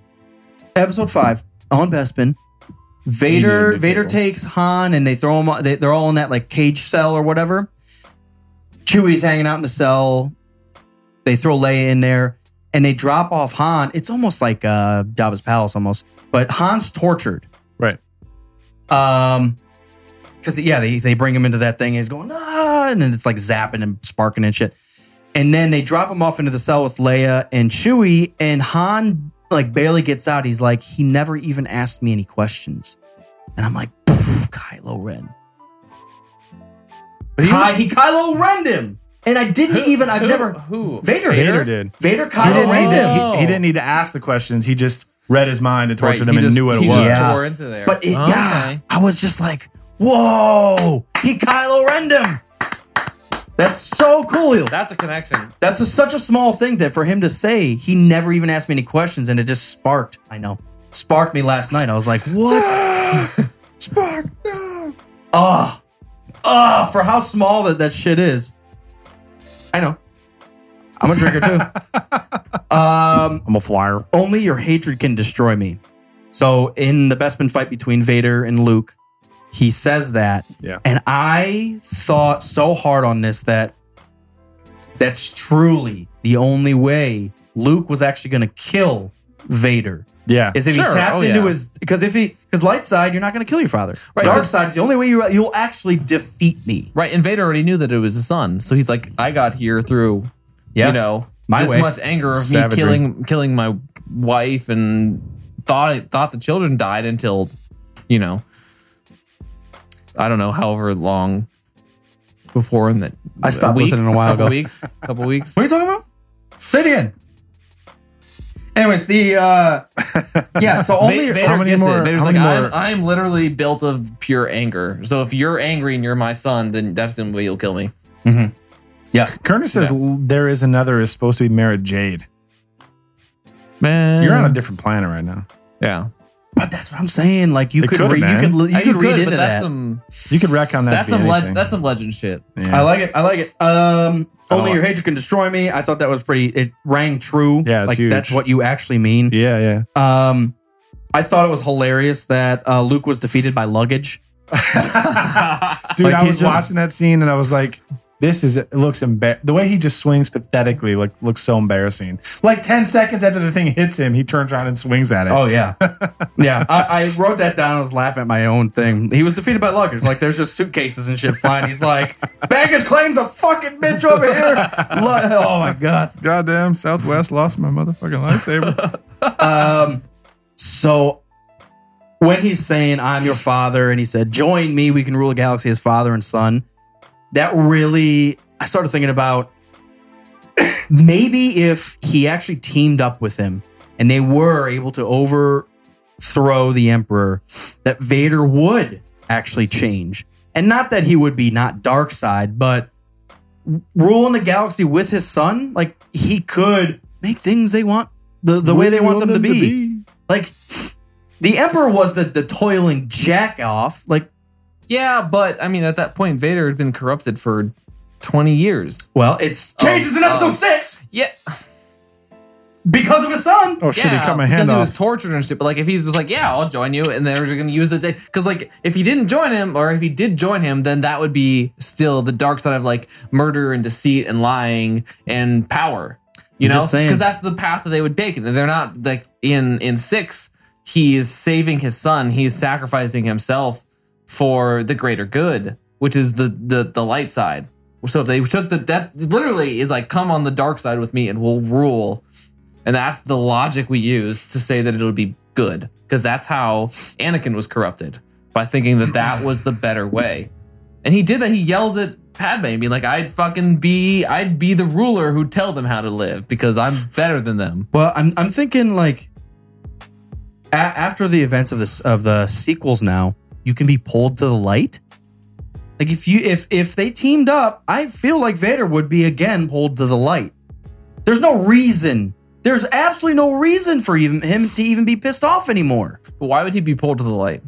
Speaker 3: episode five on Bespin,
Speaker 5: You
Speaker 3: Vader
Speaker 5: knew
Speaker 3: Vader
Speaker 5: people.
Speaker 3: takes Han and they throw him. They, they're all in that like cage cell or whatever. Chewie's hanging out in the cell. They throw Leia in there and they drop off Han. It's almost like uh, Jabba's palace, almost. But Han's tortured,
Speaker 4: Right.
Speaker 3: Um, because yeah, they they bring him into that thing. And he's going ah, and then it's like zapping and sparking and shit. And then they drop him off into the cell with Leia and Chewie, and Han like barely gets out. He's like, he never even asked me any questions, and I'm like, "Pff, Kylo Ren.
Speaker 5: But he
Speaker 3: Ky-
Speaker 5: was-
Speaker 3: he Kylo Ren him, and I didn't even. I've
Speaker 5: who-
Speaker 3: never
Speaker 5: who?
Speaker 3: Vader.
Speaker 4: Vader did.
Speaker 3: Vader
Speaker 4: He
Speaker 3: Kylo
Speaker 4: didn't,
Speaker 3: Ren
Speaker 4: need
Speaker 3: him.
Speaker 4: to, he, he didn't need to ask the questions. He just read his mind and
Speaker 5: Right,
Speaker 4: tortured him
Speaker 5: he
Speaker 4: and
Speaker 5: just-
Speaker 4: knew what it
Speaker 5: he
Speaker 4: was.
Speaker 3: Yeah.
Speaker 5: Just tore into there.
Speaker 3: But it, yeah,
Speaker 5: Okay.
Speaker 3: I was just like, whoa, he Kylo Ren him. That's so cool.
Speaker 5: that's a connection.
Speaker 3: That's a, such a small thing that for him to say, he never even asked me any questions, and it just sparked. I know, sparked me last night. I was like, what? sparked. Ah, ah, for how small that that shit is. I know. I'm a drinker too. um,
Speaker 4: I'm a flyer.
Speaker 3: only your hatred can destroy me. So in the Bestman fight between Vader and Luke, he says that.
Speaker 4: Yeah.
Speaker 3: And I thought so hard on this that that's truly the only way Luke was actually going to kill Vader
Speaker 4: Yeah.
Speaker 3: is if
Speaker 5: Sure.
Speaker 3: he tapped
Speaker 5: Oh,
Speaker 3: into
Speaker 5: yeah.
Speaker 3: his because if he because light side you're not going to kill your father.
Speaker 5: Right.
Speaker 3: Dark side's the only way you you'll actually defeat me.
Speaker 5: Right, and Vader already knew that it was his son, so he's like, I got here through,
Speaker 3: Yeah.
Speaker 5: you know,
Speaker 3: My
Speaker 5: this
Speaker 3: way.
Speaker 5: much anger of me
Speaker 4: Savagery.
Speaker 5: killing killing my wife and thought thought the children died until, you know, I don't know, however long before in that
Speaker 3: I stopped listening a while
Speaker 5: couple
Speaker 3: ago.
Speaker 5: Weeks, couple weeks.
Speaker 3: What are you talking about? Say it again. Anyways, the uh yeah, so
Speaker 5: Va-
Speaker 3: only
Speaker 5: Vader
Speaker 4: how many
Speaker 5: gets
Speaker 4: more-
Speaker 5: it. Vader's
Speaker 4: how
Speaker 5: like,
Speaker 4: many
Speaker 5: I'm,
Speaker 4: more-
Speaker 5: I'm literally built of pure anger. So if you're angry and you're my son, then that's the way you'll kill me.
Speaker 4: Kerner says "L- there is another is supposed to be Mara Jade.
Speaker 5: Man,
Speaker 4: You're on a different planet right now.
Speaker 5: yeah.
Speaker 3: But that's what I'm saying. Like you
Speaker 4: It
Speaker 3: could,
Speaker 4: could've
Speaker 3: re- you
Speaker 4: been.
Speaker 3: could li- you
Speaker 5: Uh,
Speaker 3: could read
Speaker 5: but
Speaker 3: into
Speaker 5: that's
Speaker 3: that.
Speaker 5: Some,
Speaker 4: You could wreck on that.
Speaker 5: that's some leg- that's some legend shit.
Speaker 3: I like it. I like it. Um,
Speaker 4: I
Speaker 3: only
Speaker 4: like
Speaker 3: your hatred can destroy me. I thought that was pretty. It rang true.
Speaker 4: Yeah, it's
Speaker 3: like that's
Speaker 4: huge.
Speaker 3: what you actually mean.
Speaker 4: yeah, yeah.
Speaker 3: Um, I thought it was hilarious that uh, Luke was defeated by luggage.
Speaker 4: Dude,
Speaker 3: Like,
Speaker 4: I
Speaker 3: he's
Speaker 4: was
Speaker 3: just-
Speaker 4: watching that scene and I was like, this is it looks embar the way he just swings pathetically like looks so embarrassing. Like 10 seconds after the thing hits him, he turns around and swings at it.
Speaker 3: Oh yeah, yeah. I, I wrote that down. I was laughing at my own thing. He was defeated by luggage. Like there's just suitcases and shit flying. He's like, baggage claims a fucking bitch over here. Lu- oh my god.
Speaker 4: goddamn Southwest lost my motherfucking lightsaber.
Speaker 3: Um, so when he's saying, I'm your father, and he said, Join me, we can rule a galaxy as father and son, that really, I started thinking about maybe if he actually teamed up with him and they were able to overthrow the Emperor, that Vader would actually change. And not that he would be not dark side, but ruling the galaxy with his son, like he could make things they want the, the way they want them, to be. Like the emperor was the, the toiling jack off. Like,
Speaker 5: Yeah, but I mean, at that point, Vader had been corrupted for twenty years.
Speaker 3: well, it's changes in
Speaker 5: oh.
Speaker 3: episode six
Speaker 5: Yeah,
Speaker 3: because of his son.
Speaker 4: Oh shit,
Speaker 5: yeah,
Speaker 4: he cut my
Speaker 5: because
Speaker 4: hand
Speaker 5: he
Speaker 4: off.
Speaker 5: was tortured and shit. But like, if he was like, "Yeah, I'll join you," and they were going to use the day because like, if he didn't join him, or if he did join him, then that would be still the dark side of like murder and deceit and lying and power. You
Speaker 3: I'm
Speaker 5: know,
Speaker 3: just saying.
Speaker 5: because that's the path that they would take. And They're not like in in six. He is saving his son. He's sacrificing himself for the greater good, which is the the the light side. So if they took the death, literally is like, come on the dark side with me, and we'll rule. And that's the logic we use to say that it'll be good, because that's how Anakin was corrupted by thinking that that was the better way. And he did that. He yells at Padme, being like, "I'd fucking be, I'd be the ruler who'd tell them how to live because I'm better than them."
Speaker 3: Well, I'm I'm thinking like a- after the events of this of the sequels now, you can be pulled to the light. Like if you if if they teamed up, I feel like Vader would be again pulled to the light. There's no reason. There's absolutely no reason for even him to even be pissed off anymore.
Speaker 5: But why would he be pulled to the light?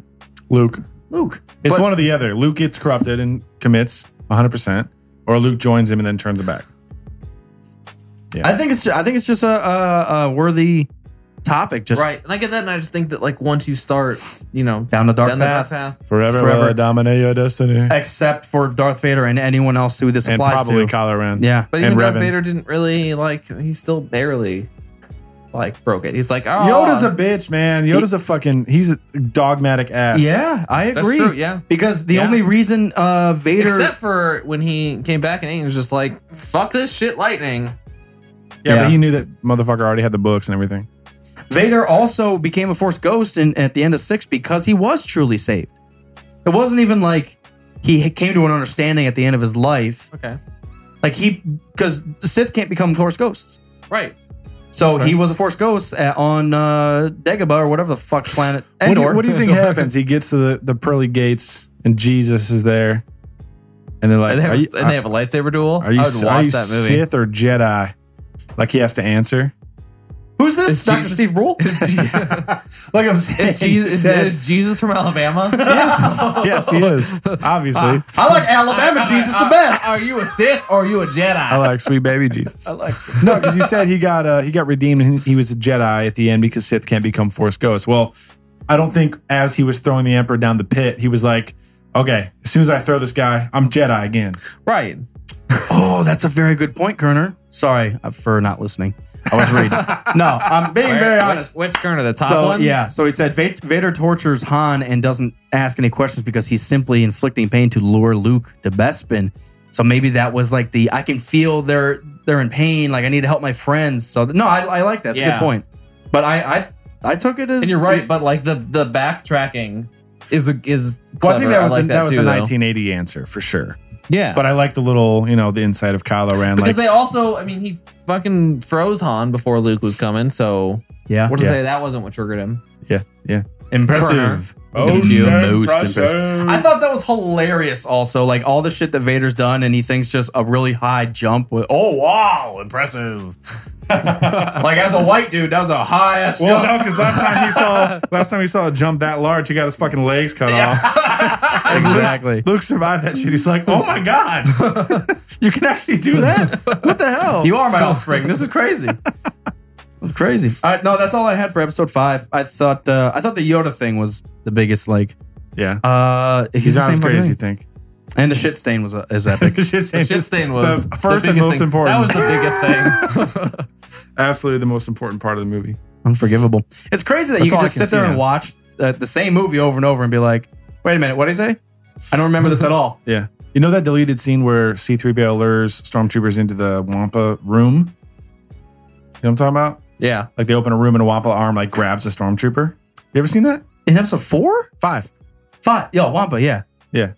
Speaker 4: Luke.
Speaker 3: Luke.
Speaker 4: It's
Speaker 5: But-
Speaker 4: one or the other. Luke gets corrupted and commits 100%, or Luke joins him and then turns it back.
Speaker 3: I think it's I think it's just a, a, a worthy topic. Just
Speaker 5: Right. And I get that, and I just think that like once you start, you know,
Speaker 3: down the dark
Speaker 5: down
Speaker 3: path,
Speaker 5: the dark path,
Speaker 4: Forever,
Speaker 3: Forever.
Speaker 4: will I dominate your destiny.
Speaker 3: except for Darth Vader and anyone else who this
Speaker 4: And
Speaker 3: applies
Speaker 4: probably
Speaker 3: to.
Speaker 4: Kylo Ren.
Speaker 3: yeah.
Speaker 5: but
Speaker 4: and
Speaker 5: even Darth
Speaker 4: Revan.
Speaker 5: Vader didn't really like. He still barely like broke it. He's like, oh,
Speaker 4: Yoda's a bitch, man. Yoda's a fucking, he's a dogmatic ass.
Speaker 3: Yeah, I
Speaker 5: that's
Speaker 3: agree.
Speaker 5: true. Yeah.
Speaker 3: Because the
Speaker 4: Yeah.
Speaker 3: only reason uh, Vader
Speaker 5: Except for when he came back and he was just like, fuck this shit, lightning.
Speaker 4: Yeah,
Speaker 3: Yeah.
Speaker 4: but he knew that motherfucker already had the books and everything.
Speaker 3: Vader also became a Force ghost in, at the end of six because he was truly saved. It wasn't even like he came to an understanding at the end of his life.
Speaker 5: Okay.
Speaker 3: Like he, because Sith can't become Force ghosts,
Speaker 5: Right.
Speaker 3: so
Speaker 5: That's fair.
Speaker 3: he was a Force ghost at, on uh, Dagobah or whatever the fuck planet
Speaker 4: What do,
Speaker 3: Endor.
Speaker 4: you, what do you think happens? He gets to the, the pearly gates and Jesus is there. And they're like,
Speaker 5: And they have,
Speaker 4: are you, uh,
Speaker 5: and they have a lightsaber duel.
Speaker 4: are you,
Speaker 5: I would watch
Speaker 4: are you
Speaker 5: that movie.
Speaker 4: Sith or Jedi? Like he has to answer.
Speaker 3: Who's this,
Speaker 5: It's
Speaker 3: Doctor
Speaker 5: Jesus.
Speaker 3: Steve Rule?
Speaker 5: It's Je-
Speaker 4: Like I'm saying,
Speaker 5: it's Jesus, is,
Speaker 4: said-
Speaker 5: Jesus from Alabama?
Speaker 4: yes, yes, he is. Obviously,
Speaker 3: I
Speaker 5: uh,
Speaker 3: like Alabama Jesus the
Speaker 5: Are-
Speaker 3: best.
Speaker 5: Are you a Sith or are you a Jedi?
Speaker 4: I like sweet baby Jesus.
Speaker 3: I like.
Speaker 4: No, because you said he got uh, he got redeemed and he was a Jedi at the end because Sith can't become Force ghosts. Well, I don't think as he was throwing the Emperor down the pit, he was like, okay, as soon as I throw this guy, I'm Jedi again.
Speaker 5: right.
Speaker 3: Oh, that's a very good point, Kerner. Sorry uh, for not listening. I was reading. no, I'm being very honest.
Speaker 5: Which, which Kerner, the top
Speaker 3: so
Speaker 5: one?
Speaker 3: yeah, so he said Va- Vader tortures Han and doesn't ask any questions because he's simply inflicting pain to lure Luke to Bespin. So maybe that was like the I can feel they're they're in pain. Like I need to help my friends. So th- no, I, I like that. That's a
Speaker 5: Yeah.
Speaker 3: good point. But I I I took it as
Speaker 5: And you're right, but like the the backtracking is a, is.
Speaker 4: Well, I
Speaker 5: clever.
Speaker 4: think that was
Speaker 5: like
Speaker 4: the, that was
Speaker 5: too,
Speaker 4: the
Speaker 5: though.
Speaker 4: 1980 answer for sure.
Speaker 5: Yeah,
Speaker 4: But I like the little you know the insight of Kylo Ran.
Speaker 5: because
Speaker 4: Like
Speaker 5: they also, I mean, he fucking froze Han before Luke was coming, so
Speaker 3: yeah,
Speaker 5: we're to
Speaker 4: Yeah.
Speaker 5: say that wasn't what triggered him.
Speaker 3: impressive.
Speaker 4: "Oh,
Speaker 5: Thank you.
Speaker 3: I thought that was hilarious. Also, like all the shit that Vader's done, and he thinks just a really high jump with oh wow, impressive. like as a white dude, that was a high ass
Speaker 4: well, no,
Speaker 3: jump.
Speaker 4: because last time he saw last time he saw a jump that large, he got his fucking legs cut off.
Speaker 3: exactly.
Speaker 4: Luke survived that shit. He's like, oh my god, you can actually do that? What the hell?
Speaker 3: You are my offspring. This is crazy. It's crazy. All right, no, that's all I had for episode five. I thought uh, I thought the Yoda thing was the biggest. Like,
Speaker 4: yeah,
Speaker 3: uh, he's,
Speaker 4: he's
Speaker 3: the
Speaker 4: not
Speaker 3: same
Speaker 4: as great
Speaker 3: fucking
Speaker 4: as you
Speaker 3: thing.
Speaker 4: think.
Speaker 3: And the shit stain was uh, is epic.
Speaker 5: The shit stain was
Speaker 4: the first
Speaker 5: the biggest
Speaker 4: and most
Speaker 5: thing.
Speaker 4: important.
Speaker 5: That was the biggest thing.
Speaker 4: Absolutely the most important part of the movie.
Speaker 3: Unforgivable. It's crazy that
Speaker 4: That's
Speaker 3: you
Speaker 4: all
Speaker 3: can
Speaker 4: I
Speaker 3: just
Speaker 4: can
Speaker 3: sit there
Speaker 4: see
Speaker 3: and
Speaker 4: now.
Speaker 3: watch uh, the same movie over and over and be like, wait a minute, what did he say? I don't remember this at all.
Speaker 4: Yeah. You know that deleted scene where C3PO lures stormtroopers into the Wampa room? You know what I'm talking about?
Speaker 5: yeah,
Speaker 4: Like they open a room and a Wampa arm like grabs a stormtrooper. You ever seen that?
Speaker 3: In episode four?
Speaker 4: Five.
Speaker 3: Five. Yo, Wampa, yeah.
Speaker 4: Yeah.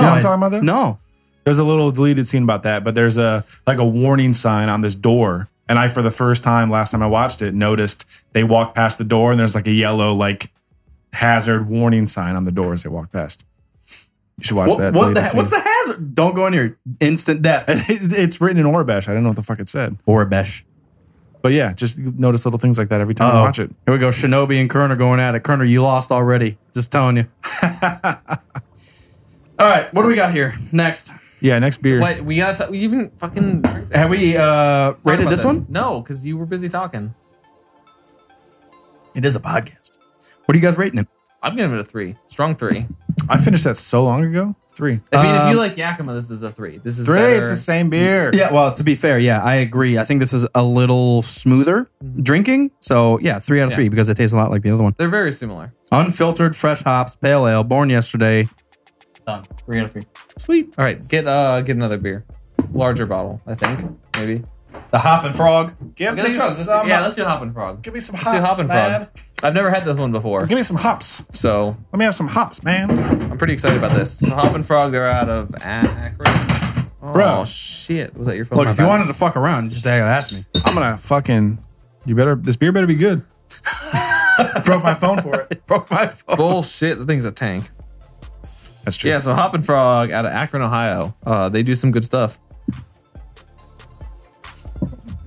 Speaker 4: you know what
Speaker 3: I-
Speaker 4: I'm talking about though?
Speaker 3: no.
Speaker 4: There's a little deleted scene about that, but there's a like a warning sign on this door. And I for the first time last time I watched it noticed they walked past the door and there's like a yellow like hazard warning sign on the door as they walk past. You should watch
Speaker 3: What,
Speaker 4: that.
Speaker 3: what the,
Speaker 4: deleted
Speaker 3: what's
Speaker 4: scene.
Speaker 3: the hazard? Don't go in here. Instant death.
Speaker 4: It- it's written in Orabesh. I don't know what the fuck it said.
Speaker 3: or Besh.
Speaker 4: But yeah, just notice little things like that every time you
Speaker 3: Uh-oh.
Speaker 4: watch it.
Speaker 3: Here we go. Shinobi and Kerner going at it. Kerner, you lost already. Just telling you. All right, what do we got here next?
Speaker 4: Yeah, next beer.
Speaker 5: what we got? to We even fucking drink this.
Speaker 3: Have we uh,
Speaker 5: Talk
Speaker 3: rated
Speaker 5: about
Speaker 3: this, one?
Speaker 5: No, because you were busy talking.
Speaker 3: It is a podcast. What are you guys rating it?
Speaker 5: I'm giving it a three, strong three.
Speaker 4: I finished that so long ago. Three.
Speaker 5: I mean, if
Speaker 3: Um,
Speaker 5: you like Yakima, this is a three. This is
Speaker 4: Three.
Speaker 5: Better.
Speaker 4: It's the same beer.
Speaker 3: Yeah, well, to be fair, yeah, I agree. I think this is a little smoother drinking. So yeah, three out of
Speaker 5: Mm-hmm. Yeah.
Speaker 3: three because it tastes a lot like the other one.
Speaker 5: They're very similar.
Speaker 3: Unfiltered, fresh hops, pale ale, born yesterday. Done. Three out of three.
Speaker 5: Sweet. All right, get uh get another beer, larger bottle, I think maybe.
Speaker 3: The hop and frog.
Speaker 4: Give
Speaker 5: Okay, let's try this. yeah, let's do hopping frog.
Speaker 4: give me some
Speaker 5: Let's do hopping frog. I've never had this one before,
Speaker 4: Give me some hops.
Speaker 5: so
Speaker 4: Let me have some hops, man.
Speaker 5: I'm pretty excited about this. So hopping frog, they're out of Akron. Oh
Speaker 4: Bro.
Speaker 5: shit! Was that your phone?
Speaker 3: Look,
Speaker 5: My
Speaker 3: if you
Speaker 5: bad.
Speaker 3: wanted to fuck around, just ask me.
Speaker 4: I'm gonna fucking. You better. This beer better be good. Broke my phone for it.
Speaker 3: Broke my phone.
Speaker 5: bullshit, the thing's a tank.
Speaker 4: That's true.
Speaker 5: Yeah, so Hop and Frog out of Akron, Ohio. Uh, they do some good stuff.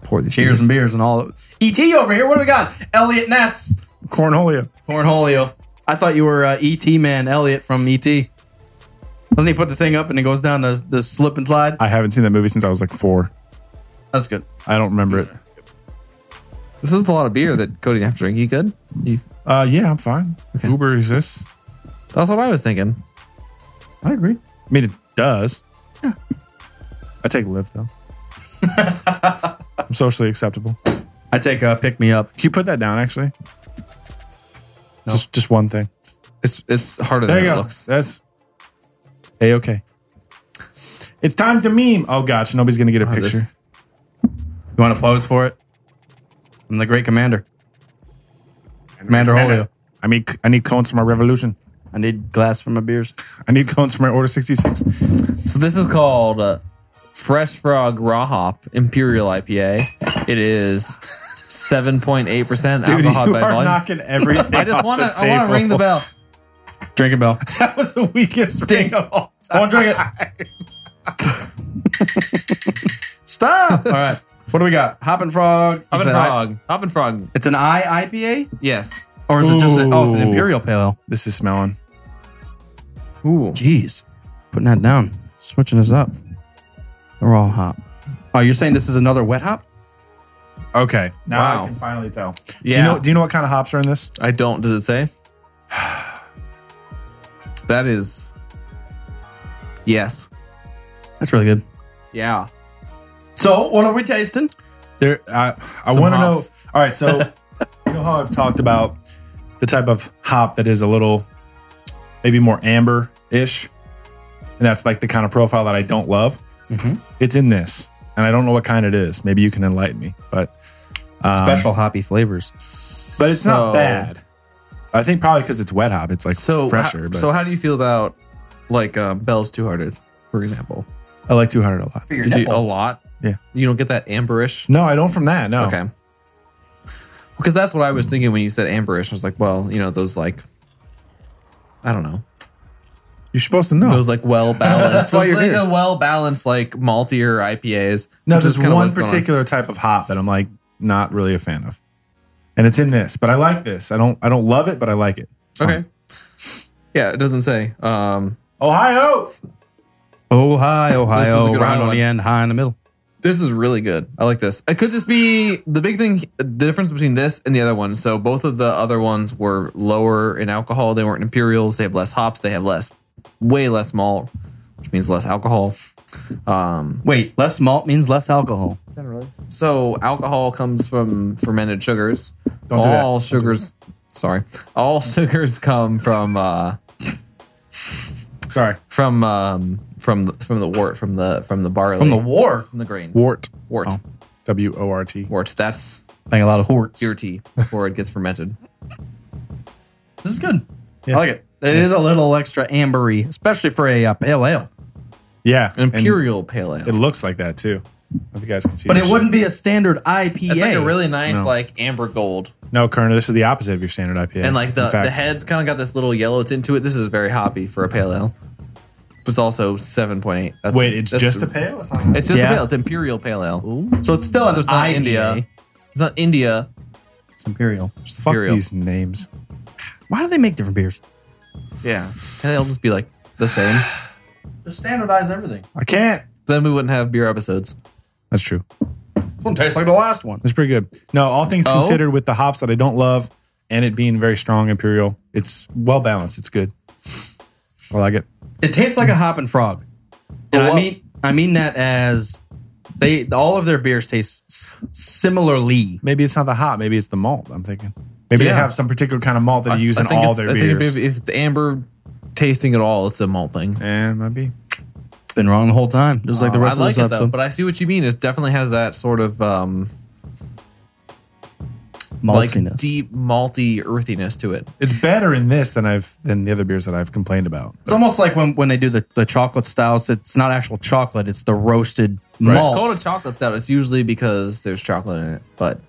Speaker 5: Pour these
Speaker 3: Cheers and
Speaker 5: beers.
Speaker 3: beers and all. ET over here. What do we got? Elliot Ness.
Speaker 4: Cornholio.
Speaker 3: Cornholio. I thought you were uh, ET man, Elliot from ET. Doesn't he put the thing up and it goes down the, the slip and slide?
Speaker 4: I haven't seen that movie since I was like four.
Speaker 3: That's good.
Speaker 4: I don't remember it.
Speaker 5: This is a lot of beer that Cody didn't have to drink. You good? You,
Speaker 4: Uh, yeah, I'm fine. Uber exists.
Speaker 5: that's what I was thinking.
Speaker 3: I agree.
Speaker 4: I mean, it does. I take Lyft though. I'm socially acceptable. Can
Speaker 3: I take uh, pick me up.
Speaker 4: you put that down? Actually, just just one thing.
Speaker 5: It's it's harder
Speaker 4: There
Speaker 5: than
Speaker 4: you
Speaker 5: it
Speaker 4: go.
Speaker 5: looks.
Speaker 4: That's a okay. It's time to meme. Oh gosh, nobody's gonna get a
Speaker 5: Oh, this-
Speaker 4: picture.
Speaker 3: You want to pose for it? I'm the great commander. Commander Holio.
Speaker 4: I mean, I need cones for my revolution.
Speaker 3: I need glass for my beers.
Speaker 4: I need cones for my order 66.
Speaker 5: So this is called uh, Fresh Frog Raw Hop Imperial IPA. It is 7.8%
Speaker 4: Dude, you
Speaker 5: alcohol
Speaker 4: are
Speaker 5: by volume.
Speaker 4: knocking everything.
Speaker 5: I just want
Speaker 4: want
Speaker 5: to I want to ring the bell.
Speaker 3: Drink it, Bell.
Speaker 4: That was the weakest ring of all time.
Speaker 3: Don't drink it. Stop. All right. What do we got? Hoppin' Frog.
Speaker 5: Hop
Speaker 3: Is
Speaker 5: and
Speaker 3: that I-
Speaker 5: frog. Hop and frog.
Speaker 3: It's an I IPA?
Speaker 5: Yes.
Speaker 3: Or is it just a, oh, it's an
Speaker 4: Ooh.
Speaker 3: Imperial Pale
Speaker 4: This is smelling.
Speaker 5: Ooh.
Speaker 3: Jeez. Putting that down. Switching this up. They're all hop. Oh, you're saying this is another wet hop?
Speaker 4: Okay. Now
Speaker 5: Wow.
Speaker 4: I can finally tell. Do you
Speaker 5: Yeah.
Speaker 4: know- do you know what kind of hops are in this?
Speaker 5: I don't. Does it say? That is. Yes.
Speaker 3: That's really good.
Speaker 5: Yeah.
Speaker 3: So, what are we tasting?
Speaker 4: There, I, I
Speaker 5: Some
Speaker 4: want to know.
Speaker 5: hops.
Speaker 4: All right, so you know how I've talked about the type of hop that is a little, maybe more amber ish, and that's like the kind of profile that I don't love.
Speaker 5: Mm-hmm.
Speaker 4: It's in this, and I don't know what kind it is. Maybe you can enlighten me, but um,
Speaker 3: Special hoppy flavors.
Speaker 4: but it's
Speaker 5: So-
Speaker 4: not bad. I think probably because it's wet hop, it's like
Speaker 5: So
Speaker 4: fresher.
Speaker 5: ho-
Speaker 4: but
Speaker 5: so how do you feel about like uh, Bell's Two Hearted, for example?
Speaker 4: I like 200 a lot.
Speaker 5: Do you- a lot.
Speaker 4: Yeah.
Speaker 5: You don't get that amberish.
Speaker 4: No, I don't from that. No.
Speaker 5: Okay. Because that's what I was thinking when you said amberish. I was like, well, you know, those like, I don't know,
Speaker 4: You're supposed to know.
Speaker 5: those like well balanced.
Speaker 3: That's why
Speaker 5: those,
Speaker 3: you're
Speaker 5: like
Speaker 3: here.
Speaker 5: a well balanced like maltier IPAs.
Speaker 4: No,
Speaker 5: which is
Speaker 4: there's
Speaker 5: kinda
Speaker 4: one
Speaker 5: what's going on.
Speaker 4: particular type of hop that I'm like not really a fan of, and it's in this. But I like this. I don't. I don't love it, but I like it. It's fine.
Speaker 5: Okay. Yeah, it doesn't say. Um,
Speaker 4: Ohio.
Speaker 3: Oh, hi, Ohio.
Speaker 5: This is a good
Speaker 3: round
Speaker 5: Ohio
Speaker 3: on the
Speaker 5: one.
Speaker 3: end, high in the middle.
Speaker 5: This is really good. I like this. Uh, Could this be the big thing? The difference between this and the other one. So both of the other ones were lower in alcohol. They weren't imperials. They have less hops. They have less, way less malt, which means less alcohol. Um,
Speaker 3: Wait, less malt means less alcohol.
Speaker 5: so alcohol comes from fermented sugars.
Speaker 4: Don't do that.
Speaker 5: all sugars. Sorry, all sugars come from uh,
Speaker 4: Sorry.
Speaker 5: from um, from the, from the wort from the from the barley
Speaker 3: From the war.
Speaker 5: from the grains
Speaker 4: Wort. Oh.
Speaker 5: wort
Speaker 4: W O R T.
Speaker 5: wort. That's
Speaker 3: Playing a lot of horts.
Speaker 5: your tea before it gets fermented.
Speaker 3: This is good.
Speaker 4: Yeah.
Speaker 3: I like it. It is a little extra ambery, especially for a uh, pale ale.
Speaker 4: Yeah. and
Speaker 5: Imperial Pale Ale.
Speaker 4: it looks like that too. If you guys can see.
Speaker 3: But it
Speaker 4: this shit.
Speaker 3: wouldn't be a standard IPA.
Speaker 5: It's like a really nice
Speaker 4: No.
Speaker 5: like amber gold,
Speaker 4: No, Kerner. This is the opposite of your standard IPA.
Speaker 5: and like the
Speaker 4: In fact,
Speaker 5: the head's kind of got this little yellow tint to it. This is very hoppy for a pale ale. It's also seven point eight. That's,
Speaker 4: Wait, it's
Speaker 5: that's-
Speaker 4: just a pale. It's not-
Speaker 5: It's just
Speaker 3: Yeah.
Speaker 5: a pale. It's imperial pale ale.
Speaker 3: so it's still an
Speaker 5: So it's not
Speaker 3: IPA.
Speaker 5: India. It's not India.
Speaker 3: It's imperial.
Speaker 4: Fuck
Speaker 5: Imperial.
Speaker 4: these names.
Speaker 3: Why do they make different beers?
Speaker 5: Yeah, can they all just be like the same?
Speaker 3: Just standardize everything.
Speaker 4: I can't.
Speaker 5: then we wouldn't have beer episodes.
Speaker 4: That's true.
Speaker 3: This one tastes like the last one.
Speaker 4: That's pretty good. No, all things
Speaker 5: Oh?
Speaker 4: considered, with the hops that I don't love and it being very strong imperial, it's well balanced. It's good. I like it.
Speaker 3: It tastes like a hop and frog. And
Speaker 5: Well-
Speaker 3: I mean, I mean that as they all of their beers taste s- similarly.
Speaker 4: Maybe it's not the hop. Maybe it's the malt. I'm thinking. Maybe
Speaker 5: Yeah.
Speaker 4: they have some particular kind of malt that they use in
Speaker 5: think
Speaker 4: all
Speaker 5: it's-
Speaker 4: their
Speaker 5: I think
Speaker 4: beers.
Speaker 5: if, if the amber tasting at all, it's a malt thing.
Speaker 4: Eh, might be.
Speaker 3: Been wrong the whole time, just like the
Speaker 5: Oh,
Speaker 3: rest
Speaker 5: I like
Speaker 3: of this
Speaker 5: it though,
Speaker 3: episode.
Speaker 5: but I see what you mean. It definitely has that sort of um,
Speaker 3: Maltiness.
Speaker 5: like deep malty earthiness to it.
Speaker 4: It's better in this than I've than the other beers that I've complained about.
Speaker 3: It's almost like when, when they do the, the chocolate stouts, it's not actual chocolate, it's the roasted
Speaker 5: It's
Speaker 3: malt.
Speaker 5: called a chocolate stout. It's usually because there's chocolate in it, but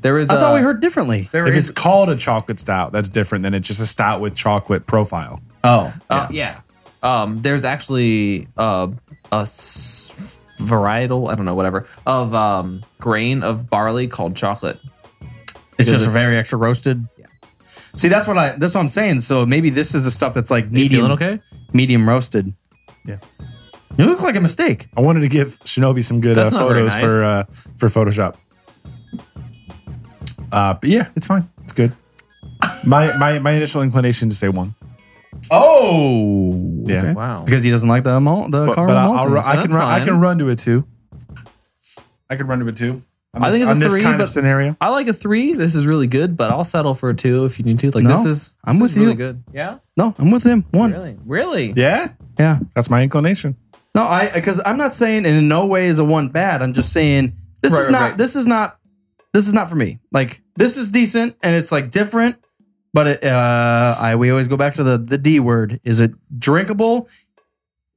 Speaker 5: there is.
Speaker 3: I thought
Speaker 5: a-
Speaker 3: we heard differently.
Speaker 5: there
Speaker 4: If
Speaker 5: is.
Speaker 4: it's called a chocolate stout, that's different than it's just a stout with chocolate profile.
Speaker 3: Oh,
Speaker 5: uh, yeah. Um, there's actually uh, a s- varietal, I don't know, whatever, of um, grain of barley called chocolate.
Speaker 3: It's
Speaker 5: Because
Speaker 3: just a
Speaker 5: it's-
Speaker 3: very extra roasted. See, that's what I. That's what I'm saying. So maybe this is the stuff that's like
Speaker 5: You
Speaker 3: medium,
Speaker 5: feeling okay?
Speaker 3: medium roasted.
Speaker 4: Yeah.
Speaker 3: you look like a mistake.
Speaker 4: I wanted to give Shinobi some good uh,
Speaker 5: That's not very
Speaker 4: photos for uh, for Photoshop. Uh, but yeah, it's fine. It's good. My my my initial inclination to say one,
Speaker 3: Oh,
Speaker 4: Yeah.
Speaker 5: Wow.
Speaker 3: Because he doesn't like the malt, the
Speaker 4: but,
Speaker 3: caramel.
Speaker 4: but I'll,
Speaker 3: malt
Speaker 4: I'll,
Speaker 3: in
Speaker 4: ru-
Speaker 3: it.
Speaker 4: I can
Speaker 5: that's
Speaker 4: run, I
Speaker 5: fine.
Speaker 4: can run to it too. I could run to it too. On
Speaker 5: I
Speaker 4: this,
Speaker 5: think it's a
Speaker 4: on this
Speaker 5: three,
Speaker 4: kind of
Speaker 5: but-
Speaker 4: scenario.
Speaker 5: I like a three. This is really good, but I'll settle for a two if you need to. Like this
Speaker 3: No,
Speaker 5: is,
Speaker 3: I'm
Speaker 5: this
Speaker 3: with
Speaker 5: is really
Speaker 3: you.
Speaker 5: good. Yeah,
Speaker 3: no, I'm with him. One.
Speaker 5: really, really.
Speaker 4: Yeah,
Speaker 3: Yeah.
Speaker 4: that's my inclination.
Speaker 3: No, I because I'm not saying and in no way is a one bad. I'm just saying this
Speaker 5: Right,
Speaker 3: is
Speaker 5: right,
Speaker 3: not.
Speaker 5: right.
Speaker 3: This is not. This is not for me. Like this is decent and it's like different, but it, uh, I we always go back to the the D word. Is it drinkable?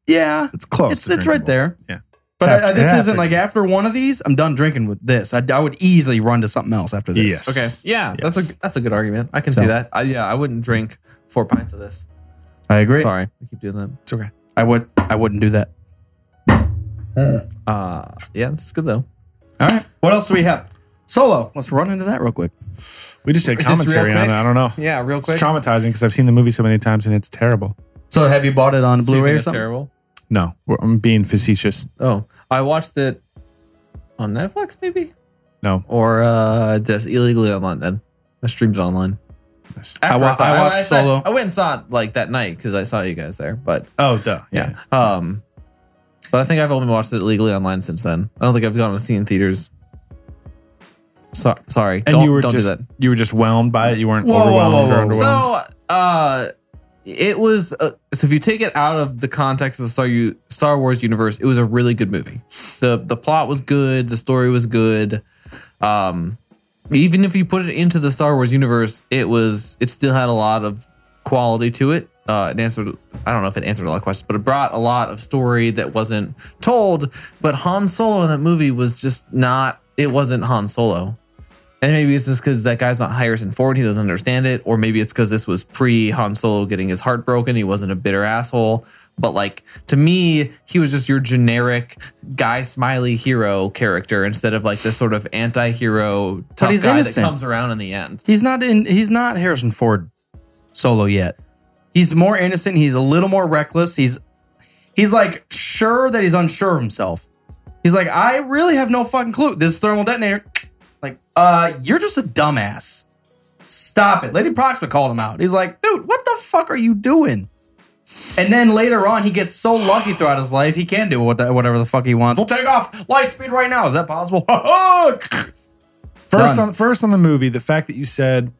Speaker 3: Yeah,
Speaker 4: It's close.
Speaker 3: it's
Speaker 4: to
Speaker 3: it's right
Speaker 4: drinkable.
Speaker 3: there.
Speaker 4: Yeah.
Speaker 3: But
Speaker 4: It's
Speaker 3: I, I-
Speaker 4: after-
Speaker 3: this
Speaker 4: yeah,
Speaker 3: isn't like after one of these, I'm done drinking with this. I, I would easily run to something else after this.
Speaker 4: Yes.
Speaker 5: Okay. Yeah, that's
Speaker 4: Yes.
Speaker 5: a that's a good argument. I can
Speaker 3: So-
Speaker 5: see that. I, yeah, I wouldn't drink four pints of this.
Speaker 3: I agree.
Speaker 5: Sorry, I keep doing that.
Speaker 4: It's okay.
Speaker 3: I would. I wouldn't do that.
Speaker 5: Uh, yeah, this is good though.
Speaker 3: All right. What else do we have? Solo. Let's run into that real quick.
Speaker 4: We just
Speaker 5: Is this
Speaker 4: did
Speaker 5: real
Speaker 4: commentary on it.
Speaker 5: quick?
Speaker 4: I don't know.
Speaker 5: Yeah, real
Speaker 4: It's traumatizing because I've seen the movie so many times and it's terrible.
Speaker 3: So have you bought it on Blu-ray or something?
Speaker 5: Terrible.
Speaker 4: No, we're- I'm being facetious.
Speaker 5: Oh, I watched it on Netflix, maybe,
Speaker 4: No,
Speaker 5: or uh, just illegally online. Then I streamed it online.
Speaker 4: Nice.
Speaker 5: After
Speaker 3: wa-
Speaker 5: saw-
Speaker 3: I watched
Speaker 5: saw-
Speaker 3: Solo.
Speaker 5: I went and saw it like that night because I saw you guys there. But
Speaker 4: oh, duh.
Speaker 5: yeah, um, but I think I've only watched it legally online since then. I don't think I've gone and seen it in theaters. So, sorry,
Speaker 4: and
Speaker 5: don't,
Speaker 4: you were
Speaker 5: don't
Speaker 4: just
Speaker 5: do that.
Speaker 4: you were just whelmed by it. You weren't
Speaker 3: Whoa, whoa,
Speaker 4: overwhelmed
Speaker 3: whoa, whoa.
Speaker 4: or underwhelmed.
Speaker 5: So, uh, it was uh, so if you take it out of the context of the Star U- Star Wars universe, it was a really good movie. the The plot was good, the story was good. Um, even if you put it into the Star Wars universe, it was it still had a lot of quality to it. Uh, it answered I don't know if it answered a lot of questions, but it brought a lot of story that wasn't told. But Han Solo in that movie was just not. It wasn't Han Solo. And maybe it's just because that guy's not Harrison Ford. He doesn't understand it. Or maybe it's because this was pre Han Solo getting his heart broken. He wasn't a bitter asshole. But like to me, he was just your generic guy smiley hero character instead of like this sort of anti-hero tough
Speaker 3: he's
Speaker 5: guy that
Speaker 3: innocent.
Speaker 5: comes around in the end.
Speaker 3: He's not in. He's not Harrison Ford solo yet. He's more innocent. He's a little more reckless. He's he's like sure that he's unsure of himself. He's like, I really have no fucking clue. This thermal detonator, like, uh, you're just a dumbass. Stop it. Lady Proxima called him out. He's like, dude, what the fuck are you doing? And then later on, he gets so lucky throughout his life, he can do what the, whatever the fuck he wants. We'll take off light speed right now. Is that possible?
Speaker 4: First
Speaker 3: Done.
Speaker 4: on first on the movie, the fact that you said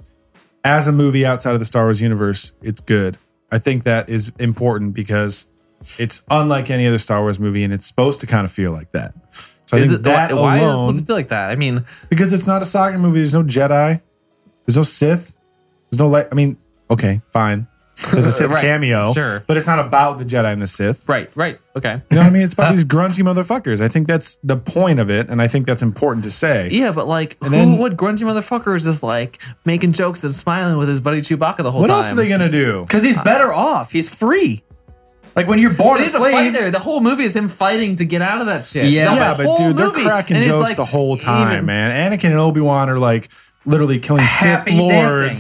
Speaker 4: as a movie outside of the Star Wars universe, it's good. I think that is important because it's unlike any other Star Wars movie, and it's supposed to kind of feel like that. So I
Speaker 5: Is
Speaker 4: think
Speaker 5: it,
Speaker 4: that
Speaker 5: why, why
Speaker 4: alone,
Speaker 5: does it feel like that? I mean,
Speaker 4: because it's not a saga movie. There's no Jedi. There's no Sith. There's no light. I mean, okay, fine. There's a Sith
Speaker 5: Right,
Speaker 4: cameo,
Speaker 5: sure.
Speaker 4: but it's not about the Jedi and the Sith.
Speaker 5: right, right, okay,
Speaker 4: You know what I mean? It's about these grungy motherfuckers. I think that's the point of it, and I think that's important to say.
Speaker 5: yeah, but like, who
Speaker 4: then-
Speaker 5: would grungy motherfucker is just like making jokes and smiling with his buddy Chewbacca the whole
Speaker 4: what
Speaker 5: time?
Speaker 4: else are they gonna do?
Speaker 3: Because he's better off. He's free. Like when you're born
Speaker 5: But
Speaker 3: a
Speaker 5: he's a fight
Speaker 3: slave.
Speaker 5: there. The whole movie is him fighting to get out of that shit.
Speaker 3: Yeah.
Speaker 5: The
Speaker 4: Yeah,
Speaker 5: whole
Speaker 4: but dude, they're
Speaker 5: movie.
Speaker 4: cracking
Speaker 5: And it's
Speaker 4: jokes
Speaker 5: like,
Speaker 4: the whole time,
Speaker 5: even-
Speaker 4: man. Anakin and Obi Wan are like literally killing Sith
Speaker 3: Happy
Speaker 4: lords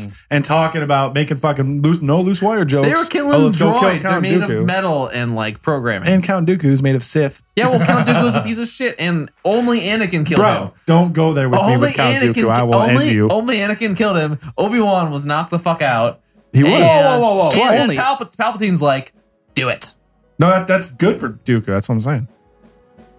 Speaker 3: dancing.
Speaker 4: and talking about making fucking loose, no loose wire jokes.
Speaker 5: They were killing
Speaker 4: Oh, let's go kill
Speaker 5: droids. They're
Speaker 4: Count
Speaker 5: made
Speaker 4: Dooku.
Speaker 5: of metal and like programming.
Speaker 4: and Count Dooku's made of Sith.
Speaker 5: yeah, well, Count Dooku is a piece of shit, and only Anakin killed
Speaker 4: Bro,
Speaker 5: him.
Speaker 4: don't go there with me
Speaker 5: Only
Speaker 4: with Count
Speaker 5: Anakin,
Speaker 4: Dooku. I will
Speaker 5: only,
Speaker 4: end you.
Speaker 5: only Anakin killed him. Obi Wan was knocked the fuck out.
Speaker 4: he was.
Speaker 5: And,
Speaker 3: Whoa, whoa, whoa, whoa.
Speaker 5: and
Speaker 3: Twice.
Speaker 5: Palpa- Palpatine's like, do it.
Speaker 4: No, that, that's good for Dooku. That's what I'm saying.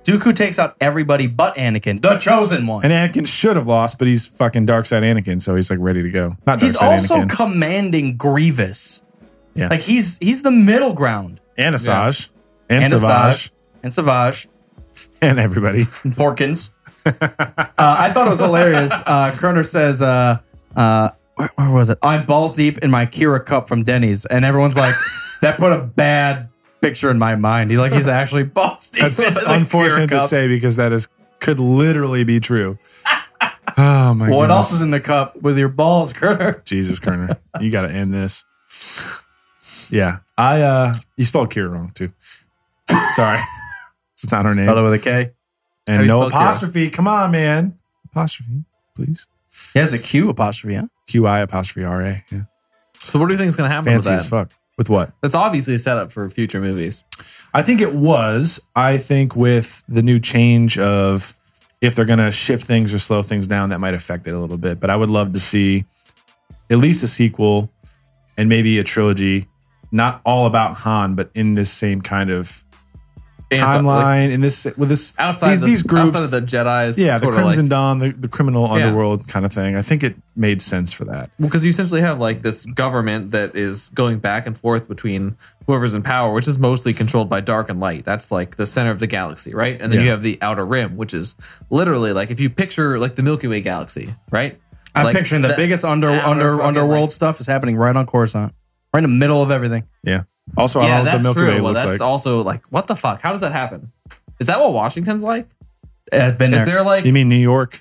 Speaker 3: Dooku takes out everybody but Anakin, the chosen one.
Speaker 4: And Anakin should have lost, but he's fucking dark side Anakin, so he's like ready to go. Not dark
Speaker 3: he's
Speaker 4: side
Speaker 3: also
Speaker 4: Anakin.
Speaker 3: commanding Grievous.
Speaker 4: Yeah.
Speaker 3: Like he's he's the middle ground.
Speaker 4: and Asajj and,
Speaker 3: And
Speaker 4: Savage
Speaker 3: And Savage
Speaker 4: and everybody.
Speaker 3: and Porkins. uh, I thought it was hilarious. Uh, Kerner says, uh, uh, where, where was it? I'm balls deep in my Kira cup from Denny's. And everyone's like, that put a bad picture in my mind. He's like, he's actually balls deep.
Speaker 4: That's
Speaker 3: in his Kira
Speaker 4: unfortunate to
Speaker 3: cup.
Speaker 4: say because that is could literally be true. Oh my god.
Speaker 3: What else is in the cup with your balls, Kerner?
Speaker 4: Jesus Kerner. You gotta end this. Yeah. I uh you spelled Kira wrong too. Sorry. it's not her name.
Speaker 3: Brother with a K.
Speaker 5: How do
Speaker 4: and
Speaker 5: you
Speaker 4: no
Speaker 5: spell Kira?
Speaker 4: apostrophe. Come on, man. Apostrophe, please.
Speaker 3: He has a Q apostrophe. Huh?
Speaker 4: Q I apostrophe R A. Yeah.
Speaker 5: So what do you think is going to happen
Speaker 4: Fancy
Speaker 5: with
Speaker 4: as
Speaker 5: that?
Speaker 4: fuck. With what?
Speaker 5: That's obviously set up for future movies.
Speaker 4: I think it was. I think with the new change of if they're going to shift things or slow things down, that might affect it a little bit. But I would love to see at least a sequel and maybe a trilogy, not all about Han, but in this same kind of
Speaker 5: Anti- like,
Speaker 4: timeline. In this with this
Speaker 5: outside
Speaker 4: these,
Speaker 5: the,
Speaker 4: these groups,
Speaker 5: outside of the Jedi's.
Speaker 4: yeah, the
Speaker 5: sort
Speaker 4: Crimson
Speaker 5: of like,
Speaker 4: Dawn, the, the criminal
Speaker 5: Yeah.
Speaker 4: underworld kind of thing. I think it made sense for that.
Speaker 5: because you essentially have like this government that is going back and forth between whoever's in power, which is mostly controlled by dark and light. That's like the center of the galaxy, right? And then
Speaker 4: Yeah.
Speaker 5: you have the outer rim, which is literally like if you picture like the Milky Way galaxy, right?
Speaker 3: I'm
Speaker 5: Like,
Speaker 3: picturing the,
Speaker 5: that-
Speaker 3: biggest under
Speaker 5: outer
Speaker 3: under
Speaker 5: fucking,
Speaker 3: underworld
Speaker 5: like-
Speaker 3: stuff is happening right on Coruscant, right in the middle of everything.
Speaker 4: Yeah. Also, I
Speaker 5: yeah,
Speaker 4: don't know what
Speaker 5: that's
Speaker 4: the Milky
Speaker 5: true.
Speaker 4: Way
Speaker 5: well,
Speaker 4: looks
Speaker 5: that's
Speaker 4: like.
Speaker 5: also like what the fuck? How does that happen? Is that what Washington's like?
Speaker 3: I've been
Speaker 5: Is
Speaker 3: there.
Speaker 5: there like
Speaker 4: you mean New York,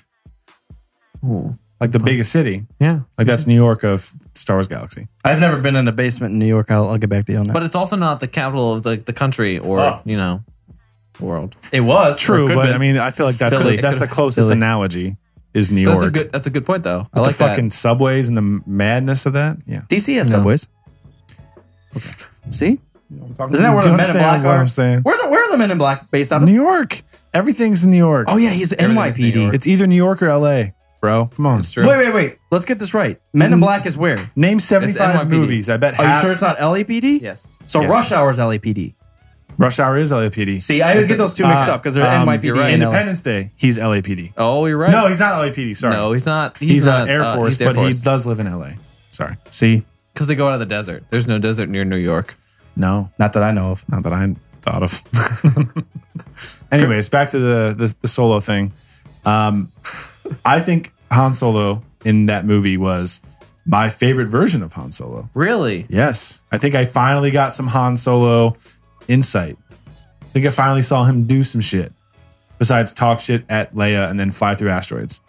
Speaker 5: Ooh,
Speaker 4: like the biggest city?
Speaker 5: yeah?
Speaker 4: Like that's New York of Star Wars Galaxy.
Speaker 3: I've never been in a basement in New York. I'll, I'll get back to you on that.
Speaker 5: But it's also not the capital of the, the country or
Speaker 4: Oh.
Speaker 5: you know world.
Speaker 3: it was
Speaker 4: True, but I mean, I feel like that's
Speaker 3: Philly.
Speaker 4: the, that's the closest
Speaker 3: Philly.
Speaker 4: analogy is New York.
Speaker 5: That's a good that's a good point though. I
Speaker 4: With
Speaker 5: like
Speaker 4: the
Speaker 5: that.
Speaker 4: fucking subways and the madness of that. Yeah,
Speaker 3: DC has
Speaker 5: No.
Speaker 3: subways. See,
Speaker 4: isn't
Speaker 3: isn't that where the Men in Black
Speaker 4: What
Speaker 3: are?
Speaker 4: I'm saying,
Speaker 3: Where are the, where are the Men in Black based out of?
Speaker 4: New York. Everything's in New York.
Speaker 3: Oh yeah, he's the
Speaker 5: Everything's New
Speaker 3: NYPD.
Speaker 5: York.
Speaker 4: It's either New York or L.A., bro. Come on,
Speaker 5: It's true.
Speaker 3: Wait, wait, wait. Let's get this right. Men in Black is where?
Speaker 4: name 75
Speaker 5: NYPD.
Speaker 4: movies. I bet
Speaker 3: Are you
Speaker 4: half.
Speaker 3: sure it's not LAPD?
Speaker 5: Yes.
Speaker 3: So
Speaker 4: Yes.
Speaker 3: Rush Hour is E LAPD.
Speaker 4: Rush Hour is LAPD.
Speaker 3: See, I always get those two mixed
Speaker 4: Uh,
Speaker 3: up because they're
Speaker 4: um,
Speaker 3: NYPD
Speaker 5: you're right.
Speaker 3: and LA.
Speaker 4: Independence Day. He's LAPD.
Speaker 5: Oh, you're right.
Speaker 4: No, he's not LAPD. Sorry,
Speaker 5: no, he's not. He's,
Speaker 4: he's,
Speaker 5: not
Speaker 4: uh, Air
Speaker 5: uh,
Speaker 4: Force,
Speaker 5: he's Air
Speaker 4: but
Speaker 5: Force.
Speaker 4: he does live in L.A. Sorry,
Speaker 3: See,
Speaker 5: because they go out of the desert. There's no desert near New York.
Speaker 4: no,
Speaker 3: not that I know of.
Speaker 4: Not that I thought of. Anyways, back to the the, the solo thing. Um, I think Han Solo in that movie was my favorite version of Han Solo.
Speaker 5: Really?
Speaker 4: Yes, I think I finally got some Han Solo insight. I think I finally saw him do some shit besides talk shit at Leia and then fly through asteroids.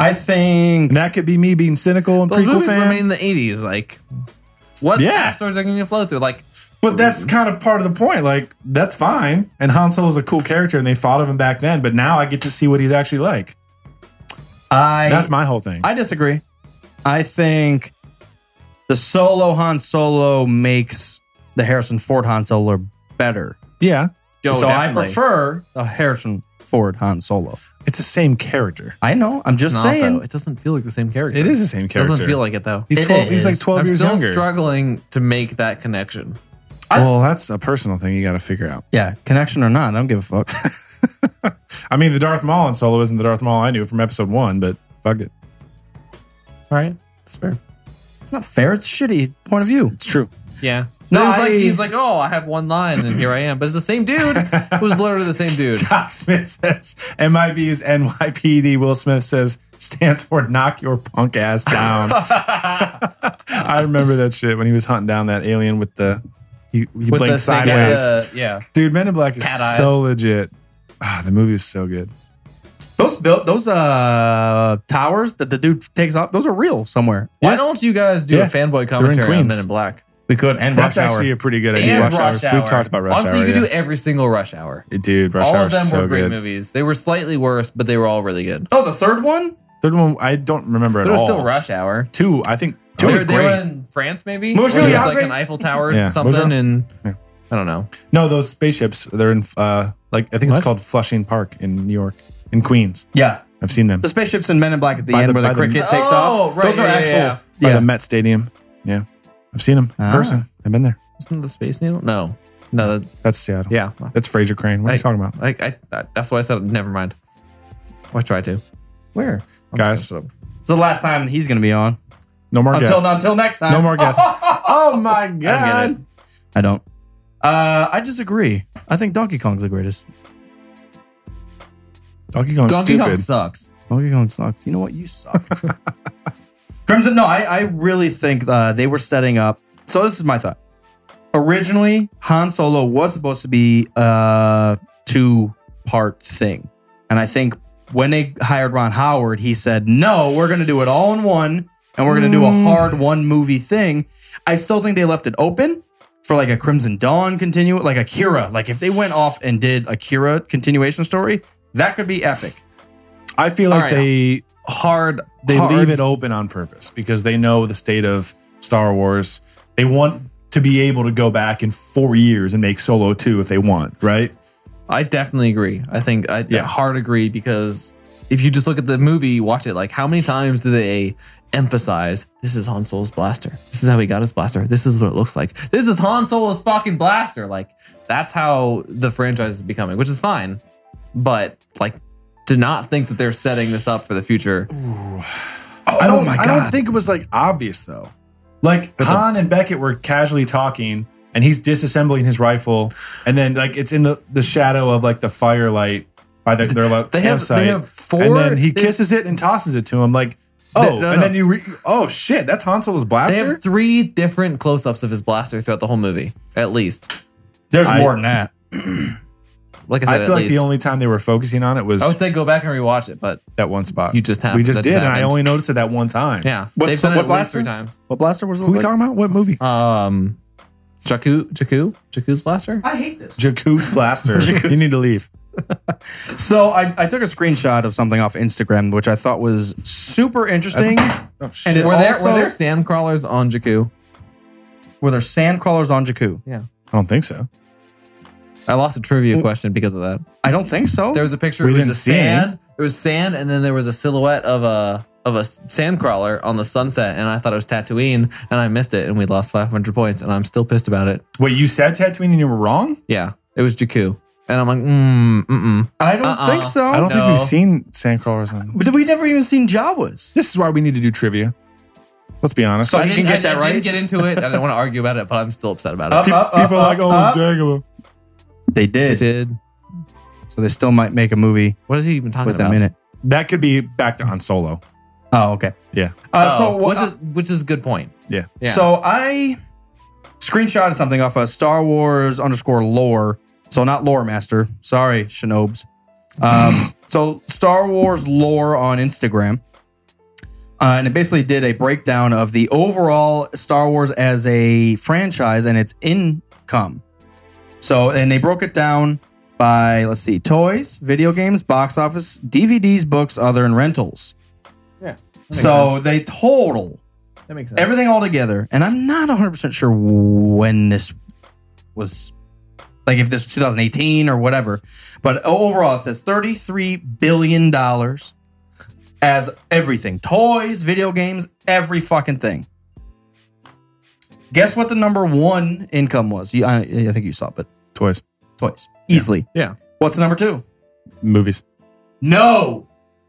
Speaker 3: I think
Speaker 4: And that could be me being cynical and
Speaker 5: Those
Speaker 4: prequel
Speaker 5: movies
Speaker 4: fan,
Speaker 5: remain in the 80s. Like, what
Speaker 4: Yeah.
Speaker 5: asteroids are going to flow through? Like,
Speaker 4: but that's kind of part of the point. Like that's fine. And Han Solo's a cool character, and they thought of him back then. But now I get to see what he's actually like.
Speaker 3: I
Speaker 4: That's my whole thing.
Speaker 3: I disagree. I think the solo Han Solo makes the Harrison Ford Han Solo better.
Speaker 4: yeah,
Speaker 5: yo,
Speaker 3: so
Speaker 5: definitely.
Speaker 3: I prefer the Harrison Ford Han Solo.
Speaker 4: it's the same character.
Speaker 3: I know. I'm
Speaker 5: It's
Speaker 3: just
Speaker 5: not,
Speaker 3: saying.
Speaker 5: though. It doesn't feel like the same character.
Speaker 4: It is the same character.
Speaker 5: doesn't feel like it, though.
Speaker 4: he's
Speaker 3: It
Speaker 4: twelve. He's like
Speaker 3: is.
Speaker 4: twelve
Speaker 5: I'm
Speaker 4: years
Speaker 5: still
Speaker 4: younger.
Speaker 5: struggling to make that connection.
Speaker 4: well, that's a personal thing you got to figure out.
Speaker 3: Yeah, connection or not, I don't give a fuck.
Speaker 4: I mean, the Darth Maul in Solo isn't the Darth Maul I knew from Episode One, but fuck it,
Speaker 5: All right. That's fair.
Speaker 3: it's not fair. It's shitty point of view.
Speaker 4: it's true.
Speaker 5: Yeah.
Speaker 3: No,
Speaker 5: No, he's, like,
Speaker 3: I-
Speaker 5: he's like, oh, I have one line and here I am. But it's the same dude who's literally the same dude.
Speaker 4: Doc Smith says MIB is NYPD. Will Smith says stands for knock your punk ass down. I remember that shit when he was hunting down that alien with the he, he
Speaker 5: With
Speaker 4: blinked
Speaker 5: the thing-
Speaker 4: sideways.
Speaker 5: uh, yeah.
Speaker 4: Dude, Men in Black is
Speaker 5: Cat eyes.
Speaker 4: so legit. Ah, the movie is so good.
Speaker 3: Those built those uh towers that the dude takes off, those are real somewhere.
Speaker 5: Why
Speaker 4: Yeah.
Speaker 5: don't you guys do
Speaker 4: Yeah.
Speaker 5: a fanboy commentary on
Speaker 4: Queens.
Speaker 5: Men in Black?
Speaker 3: We could and
Speaker 4: That's
Speaker 3: rush
Speaker 4: actually
Speaker 3: hour.
Speaker 4: a pretty good idea.
Speaker 5: And
Speaker 4: Rush
Speaker 5: Rush,
Speaker 4: Hours.
Speaker 5: Hour.
Speaker 4: We've talked about Rush
Speaker 5: Honestly,
Speaker 4: Hour.
Speaker 5: you could
Speaker 4: yeah.
Speaker 5: do every single Rush Hour.
Speaker 4: Dude, Rush
Speaker 5: all
Speaker 4: Hour
Speaker 5: of them
Speaker 4: is so
Speaker 5: were great
Speaker 4: good.
Speaker 5: movies. They were slightly worse, but they were all really good.
Speaker 3: Oh, the third one?
Speaker 4: Third one, I don't remember at
Speaker 5: But it was
Speaker 4: all.
Speaker 5: still Rush Hour.
Speaker 4: Two, I think.
Speaker 3: Two
Speaker 5: they,
Speaker 3: was
Speaker 5: were, they were
Speaker 3: great.
Speaker 5: in France, maybe.
Speaker 3: Moshe
Speaker 5: Where there's,
Speaker 3: Yagre-
Speaker 5: like an Eiffel Tower,
Speaker 4: Yeah,
Speaker 5: something,
Speaker 4: Moshe-
Speaker 5: and I don't know.
Speaker 4: No, those spaceships. They're in, uh, like I think
Speaker 3: What?
Speaker 4: it's called Flushing Park in New York, in Queens.
Speaker 3: Yeah.
Speaker 4: I've seen them
Speaker 3: The spaceships in Men in Black at the
Speaker 4: By
Speaker 3: end
Speaker 4: the-
Speaker 3: where the
Speaker 4: by the-
Speaker 3: cricket takes
Speaker 5: Oh,
Speaker 3: off.
Speaker 5: right,
Speaker 3: those are
Speaker 5: yeah,
Speaker 3: actual
Speaker 5: yeah,
Speaker 4: by the Met Stadium. Yeah, I've seen them in
Speaker 3: Ah.
Speaker 4: person. I've been there.
Speaker 5: Wasn't it the Space Needle? No, no. That,
Speaker 4: That's Seattle.
Speaker 5: yeah,
Speaker 4: that's Fraser Crane. What are you
Speaker 5: Hey.
Speaker 4: talking about,
Speaker 5: like I, I, that's why I said never mind. Or I try to.
Speaker 3: Where?
Speaker 4: guys?
Speaker 3: It's the last time he's going to be on.
Speaker 4: No more
Speaker 3: Until
Speaker 4: guests.
Speaker 3: until next time.
Speaker 4: no more guests. oh my god!
Speaker 3: I don't. Uh, I disagree. I think Donkey Kong's the greatest.
Speaker 4: Donkey Kong's
Speaker 5: Donkey Kong
Speaker 4: stupid.
Speaker 5: sucks.
Speaker 3: Donkey Kong sucks. You know what? You suck. Crimson. No, I, I really think uh, they were setting up. So this is my thought. Originally, Han Solo was supposed to be a two-part thing, and I think when they hired Ron Howard, he said, "No, we're going to do it all in one, and we're going to do a hard one movie thing." I still think they left it open. for like a Crimson Dawn continue, like Akira. Like if they went off and did Akira continuation story, that could be epic.
Speaker 4: I feel
Speaker 5: All
Speaker 4: like
Speaker 5: right.
Speaker 4: they
Speaker 5: Hard.
Speaker 4: they
Speaker 5: hard.
Speaker 4: leave it open on purpose because they know the state of Star Wars. They want to be able to go back in four years and make Solo two if they want, right?
Speaker 5: I definitely agree. I think I
Speaker 4: Yeah.
Speaker 5: hard agree because if you just look at the movie, watch it. Like how many times do they emphasize this is Han Solo's blaster? This is how he got his blaster. This is what it looks like. This is Han Solo's fucking blaster. Like that's how the franchise is becoming, which is fine. But like to not think that they're setting this up for the future.
Speaker 4: I
Speaker 5: Oh,
Speaker 4: don't,
Speaker 3: my
Speaker 4: I don't
Speaker 3: God.
Speaker 4: think it was like obvious though. Like
Speaker 5: But the-
Speaker 4: Han and Beckett were casually talking, and he's disassembling his rifle, and then like it's in the, the shadow of like the firelight by the, their lo-
Speaker 5: They have
Speaker 4: campsite.
Speaker 5: they have four.
Speaker 4: and then he
Speaker 5: they-
Speaker 4: kisses it and tosses it to him like, oh,
Speaker 5: no,
Speaker 4: and
Speaker 5: no.
Speaker 4: then you re- oh shit, that's Han Solo's
Speaker 5: They
Speaker 4: blaster.
Speaker 5: have three different close-ups of his blaster throughout the whole movie, at least.
Speaker 3: There's
Speaker 4: I-
Speaker 3: more than that.
Speaker 5: Like I said,
Speaker 4: I
Speaker 5: at
Speaker 4: feel like
Speaker 5: least.
Speaker 4: the only time they were focusing on it was
Speaker 5: I would say go back and rewatch it, but
Speaker 4: that one spot.
Speaker 5: You just happened-
Speaker 4: we just
Speaker 5: that
Speaker 4: did,
Speaker 5: just
Speaker 4: and I
Speaker 5: happened.
Speaker 4: only noticed it that one time.
Speaker 5: Yeah,
Speaker 3: What-
Speaker 5: they've
Speaker 3: so
Speaker 5: done
Speaker 3: what
Speaker 5: it at least
Speaker 3: blaster?
Speaker 5: three times.
Speaker 3: What blaster was it?
Speaker 4: Who we talking about? What movie?
Speaker 5: Um, Jakku, Jakku, Jakku's blaster.
Speaker 3: I hate this.
Speaker 4: Jakku Blaster. you need to leave.
Speaker 3: So I, I took a screenshot of something off Instagram, which I thought was super interesting.
Speaker 4: Oh, shit.
Speaker 3: And it
Speaker 5: Were there
Speaker 3: also,
Speaker 5: were there sand crawlers on Jakku?
Speaker 3: were there sand crawlers on Jakku?
Speaker 4: I don't think so.
Speaker 5: I lost a trivia question because of that.
Speaker 3: I don't think so.
Speaker 5: There was a picture.
Speaker 4: We
Speaker 5: it was
Speaker 4: didn't
Speaker 5: a
Speaker 4: see any.
Speaker 5: sand. It was sand, and then there was a silhouette of a of a sand crawler on the sunset, and I thought it was Tatooine, and I missed it, and we lost 500 points, and I'm still pissed about it.
Speaker 4: Wait, you said Tatooine and you were wrong?
Speaker 5: Yeah, it was Jakku, and I'm like, mm, mm,
Speaker 3: I don't
Speaker 5: Uh-uh.
Speaker 3: think so.
Speaker 4: I don't
Speaker 5: No.
Speaker 4: think we've seen Sandcrawlers on.
Speaker 3: But we never even seen Jawas.
Speaker 4: This is why we need to do trivia. Let's be honest.
Speaker 3: So
Speaker 5: I
Speaker 3: you can
Speaker 5: didn't-
Speaker 3: get
Speaker 5: I-
Speaker 3: that
Speaker 5: I
Speaker 3: right.
Speaker 5: didn't get into it. I didn't want to argue about it, but I'm still upset about it.
Speaker 3: Up, up,
Speaker 5: uh,
Speaker 4: People are like, oh,
Speaker 3: up.
Speaker 4: it's Dagobah.
Speaker 3: They
Speaker 5: I
Speaker 3: did.
Speaker 5: did.
Speaker 3: So they still might make a movie
Speaker 5: What is he even talking
Speaker 3: with
Speaker 5: about?
Speaker 3: them in it.
Speaker 4: That could be back to Han Solo.
Speaker 3: Oh, okay.
Speaker 4: Yeah.
Speaker 3: Uh, so
Speaker 5: Oh,
Speaker 3: what-
Speaker 5: which is which is a good point.
Speaker 4: Yeah.
Speaker 5: Yeah.
Speaker 3: So I screenshotted something off of Star Wars underscore lore. So not lore master. Sorry, Shinobes. Um, so Star Wars lore on Instagram. Uh, and it basically did a breakdown of the overall Star Wars as a franchise and its income. So, and they broke it down by, let's see, toys, video games, box office, DVDs, books, other, and rentals.
Speaker 5: Yeah,
Speaker 3: So they total
Speaker 5: That makes sense.
Speaker 3: everything all together and i'm not 100% sure when this was like if this was 2018 or whatever but overall it says 33 billion dollars as everything toys video games every fucking thing guess what the number one income was you, I, I think you saw it but
Speaker 4: Toys,
Speaker 3: toys easily
Speaker 5: Yeah.
Speaker 3: what's number two
Speaker 4: movies.
Speaker 3: no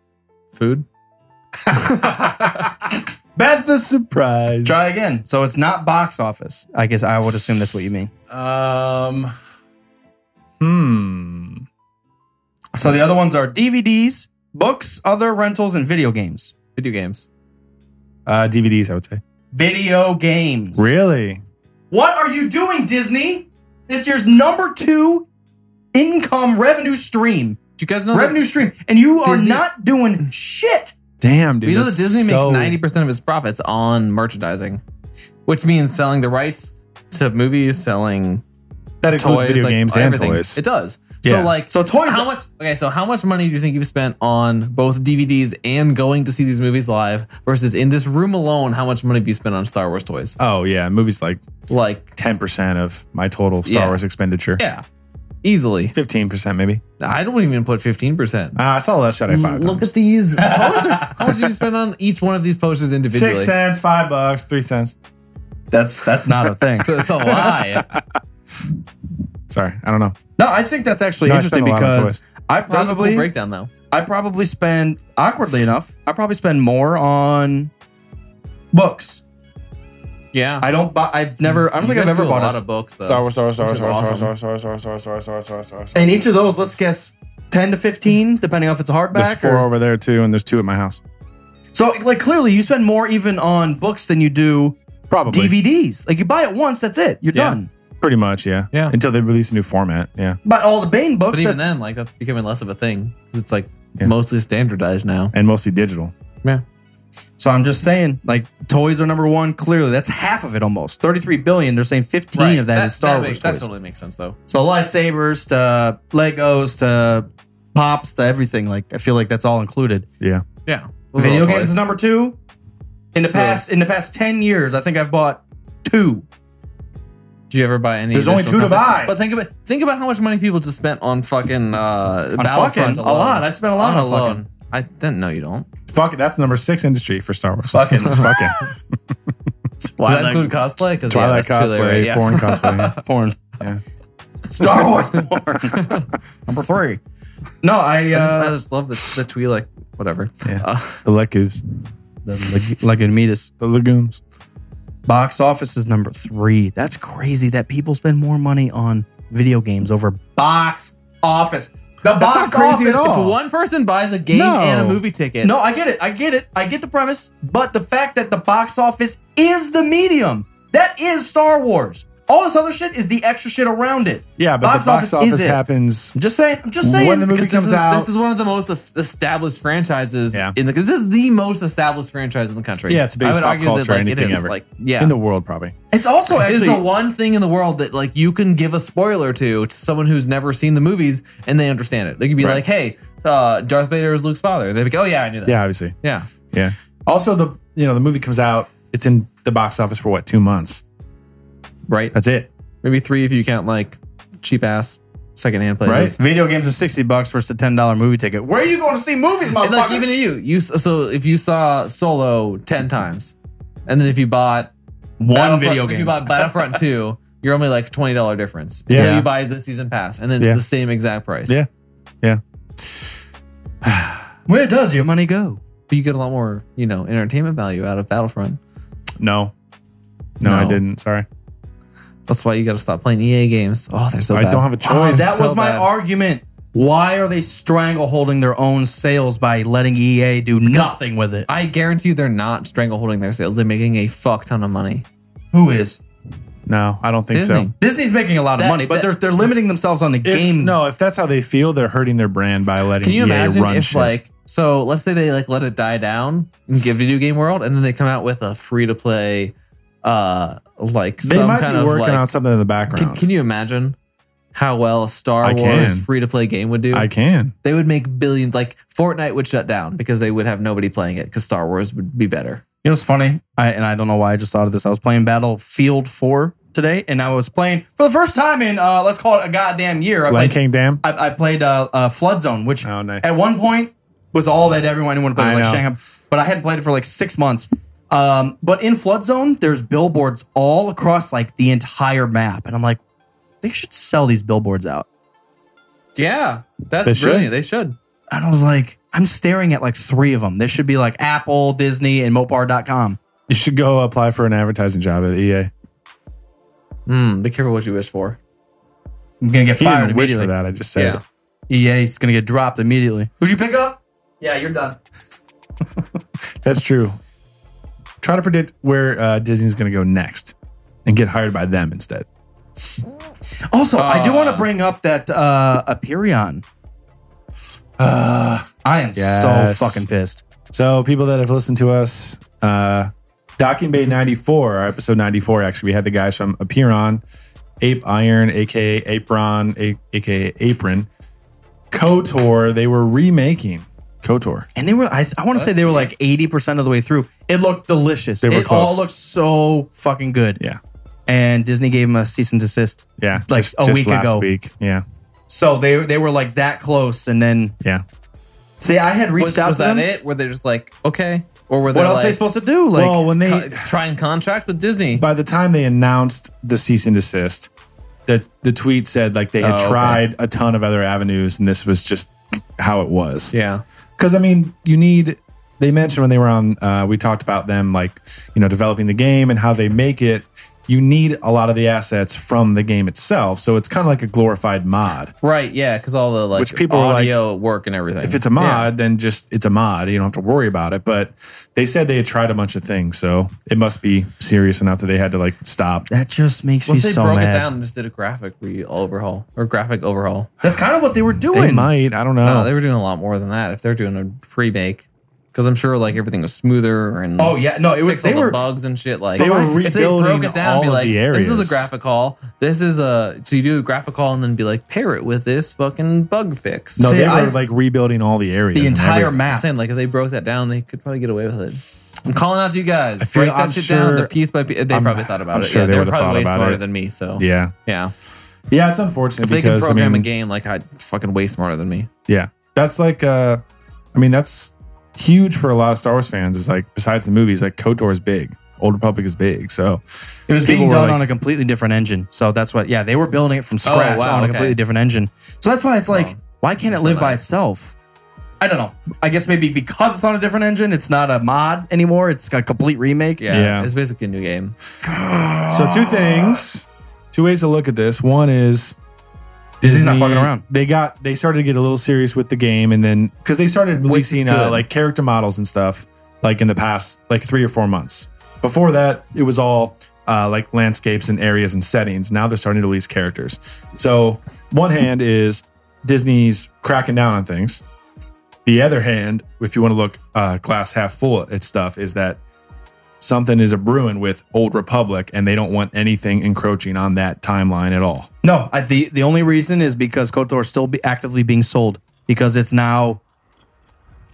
Speaker 5: food.
Speaker 4: That's the surprise.
Speaker 3: try again so it's not box office i guess i would assume that's what you mean
Speaker 4: Um. Hmm.
Speaker 3: So the other ones are DVDs, books, other rentals, and video games.
Speaker 5: Video games.
Speaker 4: Uh, DVDs, I would say.
Speaker 3: Video games.
Speaker 4: Really?
Speaker 3: What are you doing, Disney? This year's number two income revenue stream.
Speaker 5: Do you guys know
Speaker 3: revenue stream. And you are
Speaker 5: Disney-
Speaker 3: not doing shit.
Speaker 4: Damn,
Speaker 5: that,
Speaker 4: dude.
Speaker 5: you know that
Speaker 4: that's
Speaker 5: Disney
Speaker 4: so-
Speaker 5: makes ninety percent of its profits on merchandising, which means selling the rights to movies, selling
Speaker 4: That includes
Speaker 5: toys,
Speaker 4: video
Speaker 5: like,
Speaker 4: games and
Speaker 5: everything.
Speaker 4: toys.
Speaker 5: It does.
Speaker 4: Yeah.
Speaker 5: So like,
Speaker 3: So toys.
Speaker 5: how much? Okay, so how much money do you think you've spent on both DVDs and going to see these movies live versus in this room alone? How much money have you spent on Star Wars toys?
Speaker 4: oh yeah, movies like
Speaker 5: Like,
Speaker 4: ten percent of my total Star
Speaker 5: Yeah.
Speaker 4: Wars expenditure.
Speaker 5: yeah, easily.
Speaker 4: Fifteen percent maybe.
Speaker 5: I don't even put fifteen percent.
Speaker 4: Uh, I saw Last Jedi five
Speaker 5: Mm, Look
Speaker 4: times.
Speaker 5: at these posters. How much did you spend on each one of these posters individually?
Speaker 4: Six cents, five bucks, three cents.
Speaker 3: That's that's not a thing.
Speaker 5: That's a lie.
Speaker 4: Sorry, I don't know.
Speaker 3: no, I think that's actually
Speaker 4: No, I
Speaker 3: interesting
Speaker 4: spent a lot on
Speaker 3: because
Speaker 4: toys.
Speaker 3: I
Speaker 5: That was a cool
Speaker 3: probably
Speaker 5: breakdown, though.
Speaker 3: I probably spend awkwardly enough, I probably spend more on books.
Speaker 5: Yeah,
Speaker 3: I don't buy I've never I don't think I've ever bought
Speaker 5: a
Speaker 3: a
Speaker 5: lot of books. Though.
Speaker 4: Star Wars, Star Wars, Star Wars,
Speaker 5: Which
Speaker 4: Star
Speaker 5: is
Speaker 4: Wars, Star
Speaker 5: awesome.
Speaker 4: Wars, Star Wars, Star Wars, Star Wars, Star Wars, Star Wars, Star Wars, Star Wars, Star Wars.
Speaker 3: And each of those, let's guess, ten to fifteen, depending if it's a
Speaker 4: There's
Speaker 3: hardback.
Speaker 4: four
Speaker 3: Or,
Speaker 4: over there too, and there's two at my house.
Speaker 3: so, like, clearly, you spend more even on books than you do
Speaker 4: Probably.
Speaker 3: DVDs. Like, you buy it once, that's it, you're
Speaker 5: Yeah.
Speaker 3: done.
Speaker 4: Pretty much, yeah.
Speaker 5: Yeah.
Speaker 4: Until they release a new format, yeah.
Speaker 3: But all the Bane books,
Speaker 5: But even
Speaker 3: that's-
Speaker 5: then, like that's becoming less of a thing 'cause it's like
Speaker 4: Yeah.
Speaker 5: mostly standardized now.
Speaker 4: And mostly digital.
Speaker 3: So I'm just saying, like toys are number one. Clearly, that's half of it almost. 33 billion. They're saying 15 of that is Star
Speaker 5: that makes-
Speaker 3: Wars toys.
Speaker 5: That totally makes sense, though.
Speaker 3: So lightsabers to Legos to pops to everything. Like I feel like that's all included.
Speaker 4: Yeah.
Speaker 5: Yeah.
Speaker 3: Video
Speaker 5: Those are
Speaker 3: games is
Speaker 5: toys.
Speaker 3: number two. In the
Speaker 5: So-
Speaker 3: past, in the past ten years, I think I've bought two.
Speaker 5: Do you ever buy any?
Speaker 4: There's only
Speaker 5: additional
Speaker 4: two to
Speaker 5: content?
Speaker 4: buy.
Speaker 5: But think about think about how much money people just spent on fucking uh,
Speaker 3: On
Speaker 5: Battlefront
Speaker 3: fucking, a
Speaker 5: alone.
Speaker 3: lot. I spent a lot on fucking.
Speaker 5: I didn't know you don't.
Speaker 4: Fuck it. That's number six industry for Star Wars.
Speaker 3: Fucking.
Speaker 4: It's fucking.
Speaker 5: Why Does that
Speaker 3: Twilight-
Speaker 5: include cosplay? Because
Speaker 4: Twilight cosplay, foreign cosplay.
Speaker 3: Porn.
Speaker 4: Yeah.
Speaker 3: Star Wars porn.
Speaker 4: number three.
Speaker 3: no, I.
Speaker 5: I, just, I
Speaker 3: Uh,
Speaker 5: just love the the Twi'lek, whatever.
Speaker 4: Yeah.
Speaker 5: Uh,
Speaker 4: The Lecus.
Speaker 3: like in Metis.
Speaker 4: The legumes.
Speaker 3: Box office is number three. That's crazy that people spend more money on video games over box office. The
Speaker 4: not
Speaker 3: box
Speaker 4: crazy at
Speaker 3: office.
Speaker 4: all.
Speaker 5: if one person buys a game
Speaker 4: No.
Speaker 5: and a movie ticket,
Speaker 3: No, I get it. I get it. I get the premise, but the fact that the box office is the medium that is Star Wars. All this other shit is the extra shit around it.
Speaker 4: Yeah, but the box office,
Speaker 3: is it.
Speaker 4: happens.
Speaker 3: I'm just saying. I'm just saying.
Speaker 4: When the movie
Speaker 5: Because this
Speaker 4: comes
Speaker 5: is,
Speaker 4: out,
Speaker 5: this is one of the most es- established franchises
Speaker 4: Yeah.
Speaker 5: in the. Because this is the most established franchise in the country.
Speaker 4: Yeah, it's the
Speaker 5: I
Speaker 4: biggest
Speaker 5: would
Speaker 4: pop
Speaker 5: argue that,
Speaker 4: culture or
Speaker 5: like,
Speaker 4: anything
Speaker 5: it is,
Speaker 4: ever.
Speaker 5: Like, yeah,
Speaker 4: in the world, probably.
Speaker 3: it's also
Speaker 5: It is
Speaker 3: actually
Speaker 5: the one thing in the world that like you can give a spoiler to to someone who's never seen the movies and they understand it. They could be
Speaker 4: Right.
Speaker 5: like, "Hey, uh, Darth Vader is Luke's father." They'd be like, "Oh yeah, I knew that."
Speaker 4: Yeah, obviously.
Speaker 5: yeah.
Speaker 4: Yeah. Also, the you know the movie comes out. It's in the box office for what two months?
Speaker 5: right.
Speaker 4: That's it.
Speaker 5: Maybe three if you count like cheap ass secondhand places.
Speaker 4: Right.
Speaker 3: video games are sixty bucks versus a ten dollar movie ticket. Where are you going to see movies, motherfucker?
Speaker 5: And like even to you, you s- so if you saw Solo ten times, and then if you bought
Speaker 3: one
Speaker 5: Battlefront-
Speaker 3: video
Speaker 5: if you
Speaker 3: game.
Speaker 5: bought Battlefront two, you're only like twenty dollar difference.
Speaker 4: Yeah.
Speaker 5: So you buy the season pass, and then it's
Speaker 4: Yeah.
Speaker 5: the same exact price.
Speaker 4: Yeah.
Speaker 3: Where does your money go?
Speaker 5: But you get a lot more, you know, entertainment value out of Battlefront.
Speaker 4: No. No, I
Speaker 5: No.
Speaker 4: didn't. Sorry.
Speaker 5: That's why you got to stop playing EA games. Oh, they're so
Speaker 4: I
Speaker 5: bad.
Speaker 4: don't have a
Speaker 3: Oh,
Speaker 4: choice.
Speaker 3: that
Speaker 5: so
Speaker 3: was my
Speaker 5: bad.
Speaker 3: argument. Why are they strangleholding their own sales by letting EA do nothing with it?
Speaker 5: I guarantee you, they're not strangleholding their sales. They're making a fuck ton of money.
Speaker 3: Who is?
Speaker 4: no, I don't think
Speaker 5: Disney.
Speaker 4: so.
Speaker 3: Disney's making a lot of
Speaker 5: That-
Speaker 3: money, but
Speaker 5: that-
Speaker 3: they're they're limiting themselves on the
Speaker 4: If,
Speaker 3: game.
Speaker 4: No, if that's how they feel, they're hurting their brand by letting
Speaker 5: Can you
Speaker 4: EA
Speaker 5: imagine
Speaker 4: run
Speaker 5: if
Speaker 4: shit.
Speaker 5: like so? Let's say they like let it die down and give video game world, and then they come out with a free to play, uh, like
Speaker 4: they
Speaker 5: some
Speaker 4: might
Speaker 5: kind
Speaker 4: be
Speaker 5: of
Speaker 4: working
Speaker 5: like.
Speaker 4: on something in the
Speaker 5: can,
Speaker 4: background.
Speaker 5: can you imagine how well a Star
Speaker 4: I
Speaker 5: Wars
Speaker 4: can.
Speaker 5: free to play game would do?
Speaker 4: I can.
Speaker 5: they would make billions. Like Fortnite would shut down because they would have nobody playing it because Star Wars would be better.
Speaker 3: You know what's funny? I, and I don't know why I just thought of this. I was playing Battlefield 4 today, and I was playing for the first time in, uh, let's call it a goddamn year. I
Speaker 4: Lion
Speaker 3: played,
Speaker 4: King Dam.
Speaker 3: I, I played uh, uh, Flood Zone, which
Speaker 4: Oh, nice.
Speaker 3: at one point was all that everyone wanted to play.
Speaker 4: I
Speaker 3: Like
Speaker 4: know.
Speaker 3: Shanghai, but I hadn't played it for like six months. Um, but in Flood Zone, there's billboards all across like the entire map. And I'm like, they should sell these billboards out.
Speaker 5: Yeah, that's
Speaker 4: They should.
Speaker 5: brilliant. They should.
Speaker 3: And I was like, I'm staring at like three of them. There should be like Apple, Disney, and Mopar.com.
Speaker 4: You should go apply for an advertising job at E EA.
Speaker 5: Mm, be careful what you wish for.
Speaker 3: I'm going to get
Speaker 4: He
Speaker 3: fired
Speaker 4: didn't wish for
Speaker 3: immediately.
Speaker 4: that. I just said
Speaker 5: Yeah.
Speaker 4: it.
Speaker 3: EA's gonna get dropped immediately. Who'd you pick up? Yeah, you're done.
Speaker 4: That's true. Try to predict where uh, Disney's going to go next and get hired by them instead.
Speaker 3: Also, I do
Speaker 5: Uh.
Speaker 3: want to bring up that uh Aperion. Uh, I am
Speaker 4: yes.
Speaker 3: so fucking pissed.
Speaker 4: So, people that have listened to us, uh, Docking Bay 94, our episode 94, actually, we had the guys from Apeiron, Ape Iron, aka Apron, a- aka Apron, KOTOR. They were remaking KOTOR.
Speaker 3: And they were I, I want to say they were like 80% of the way through. It looked delicious.
Speaker 4: They were
Speaker 3: it all
Speaker 4: close.
Speaker 3: looked so fucking good.
Speaker 4: Yeah.
Speaker 3: And Disney gave them a cease and desist.
Speaker 4: Yeah.
Speaker 3: Like a week
Speaker 4: last
Speaker 3: ago.
Speaker 4: week. Yeah.
Speaker 3: So they they were like that close and then
Speaker 4: Yeah.
Speaker 3: See, I had reached
Speaker 5: Was,
Speaker 3: out
Speaker 5: was
Speaker 3: to
Speaker 5: that
Speaker 3: them.
Speaker 5: it? Were they just like okay, or were they
Speaker 3: What else
Speaker 5: like
Speaker 3: are they supposed to do? Like
Speaker 4: well, when they.
Speaker 5: co- try and contract with Disney?
Speaker 4: by the time they announced the cease and desist, the the tweet said like they had
Speaker 5: Oh, okay.
Speaker 4: tried a ton of other avenues and this was just how it was.
Speaker 5: yeah,
Speaker 4: Because I mean, you need. They mentioned when they were on, uh, we talked about them like you know developing the game and how they make it. You need a lot of the assets from the game itself, so it's kind of like a glorified mod.
Speaker 5: right. Yeah, because all the like
Speaker 4: Which people are like,
Speaker 5: audio work and everything.
Speaker 4: If it's a mod, then just it's a mod. You don't have to worry about it. But they said they had tried a bunch of things, so it must be serious enough that they had to like stop.
Speaker 3: that just makes
Speaker 5: What
Speaker 3: me
Speaker 5: if they
Speaker 3: so
Speaker 5: broke
Speaker 3: mad.
Speaker 5: it down and just did a graphic re overhaul or graphic overhaul?
Speaker 3: That's kind of what they were doing.
Speaker 4: They might. I don't know.
Speaker 5: No, they were doing a lot more than that. If they're doing a remake, because I'm sure like everything was smoother and
Speaker 3: Oh yeah, no, it was
Speaker 5: fixed all
Speaker 3: they
Speaker 5: the
Speaker 3: were
Speaker 5: bugs and shit. Like
Speaker 4: They were
Speaker 5: if they broke
Speaker 4: rebuilding
Speaker 5: it down,
Speaker 4: all
Speaker 5: be
Speaker 4: of
Speaker 5: like,
Speaker 4: the
Speaker 5: this is a
Speaker 4: areas.
Speaker 5: graphic call. This is a so you do a graphic call and then be like pair it with this fucking bug fix.
Speaker 4: No,
Speaker 3: See,
Speaker 4: they were
Speaker 3: I-
Speaker 4: like rebuilding all the areas.
Speaker 3: the
Speaker 4: and
Speaker 3: entire
Speaker 4: everything.
Speaker 5: I'm
Speaker 3: map.
Speaker 5: saying like if they broke that down, they could probably get away with it. I'm calling out to you guys.
Speaker 4: I feel-
Speaker 5: Break that
Speaker 4: I'm
Speaker 5: shit
Speaker 4: sure-
Speaker 5: down to piece by piece. They
Speaker 4: I'm-
Speaker 5: probably thought about
Speaker 4: I'm
Speaker 5: it.
Speaker 4: sure
Speaker 5: yeah,
Speaker 4: they
Speaker 5: they were
Speaker 4: would've thought
Speaker 5: probably way
Speaker 4: about
Speaker 5: smarter
Speaker 4: it.
Speaker 5: than me. So
Speaker 4: Yeah,
Speaker 5: yeah.
Speaker 4: yeah, it's unfortunate
Speaker 5: If they can
Speaker 4: because I
Speaker 5: program
Speaker 4: mean,
Speaker 5: a game like I fucking way smarter than me.
Speaker 4: yeah, that's like, uh, I mean, that's huge for a lot of Star Wars fans. Is like besides the movies, like Kotor is big, Old Republic is big, so
Speaker 3: It was
Speaker 4: People
Speaker 3: being
Speaker 4: were
Speaker 3: done
Speaker 4: like-
Speaker 3: on a completely different engine. So that's what, yeah, they were building it from scratch
Speaker 5: Oh, wow,
Speaker 3: on a
Speaker 5: okay.
Speaker 3: completely different engine. So that's why it's like,
Speaker 5: Oh,
Speaker 3: why can't it
Speaker 5: that's so
Speaker 3: live by
Speaker 5: nice.
Speaker 3: itself? I don't know. I guess maybe because it's on a different engine, it's not a mod anymore. It's a complete remake.
Speaker 5: Yeah,
Speaker 4: Yeah.
Speaker 5: it's basically a new game.
Speaker 4: So two things, two ways to look at this. One is
Speaker 3: Disney's not fucking around.
Speaker 4: They got they started to get a little serious with the game, and then because they started
Speaker 5: Which is
Speaker 4: releasing uh,
Speaker 5: good.
Speaker 4: like character models and stuff like in the past like three or four months. Before that, it was all uh, like landscapes and areas and settings. Now they're starting to release characters. So one hand is Disney's cracking down on things. The other hand, if you want to look uh, glass half full at stuff, is that something is a brewing with Old Republic, and they don't want anything encroaching on that timeline at all.
Speaker 3: No, I, the, the only reason is because KOTOR is still be actively being sold because it's now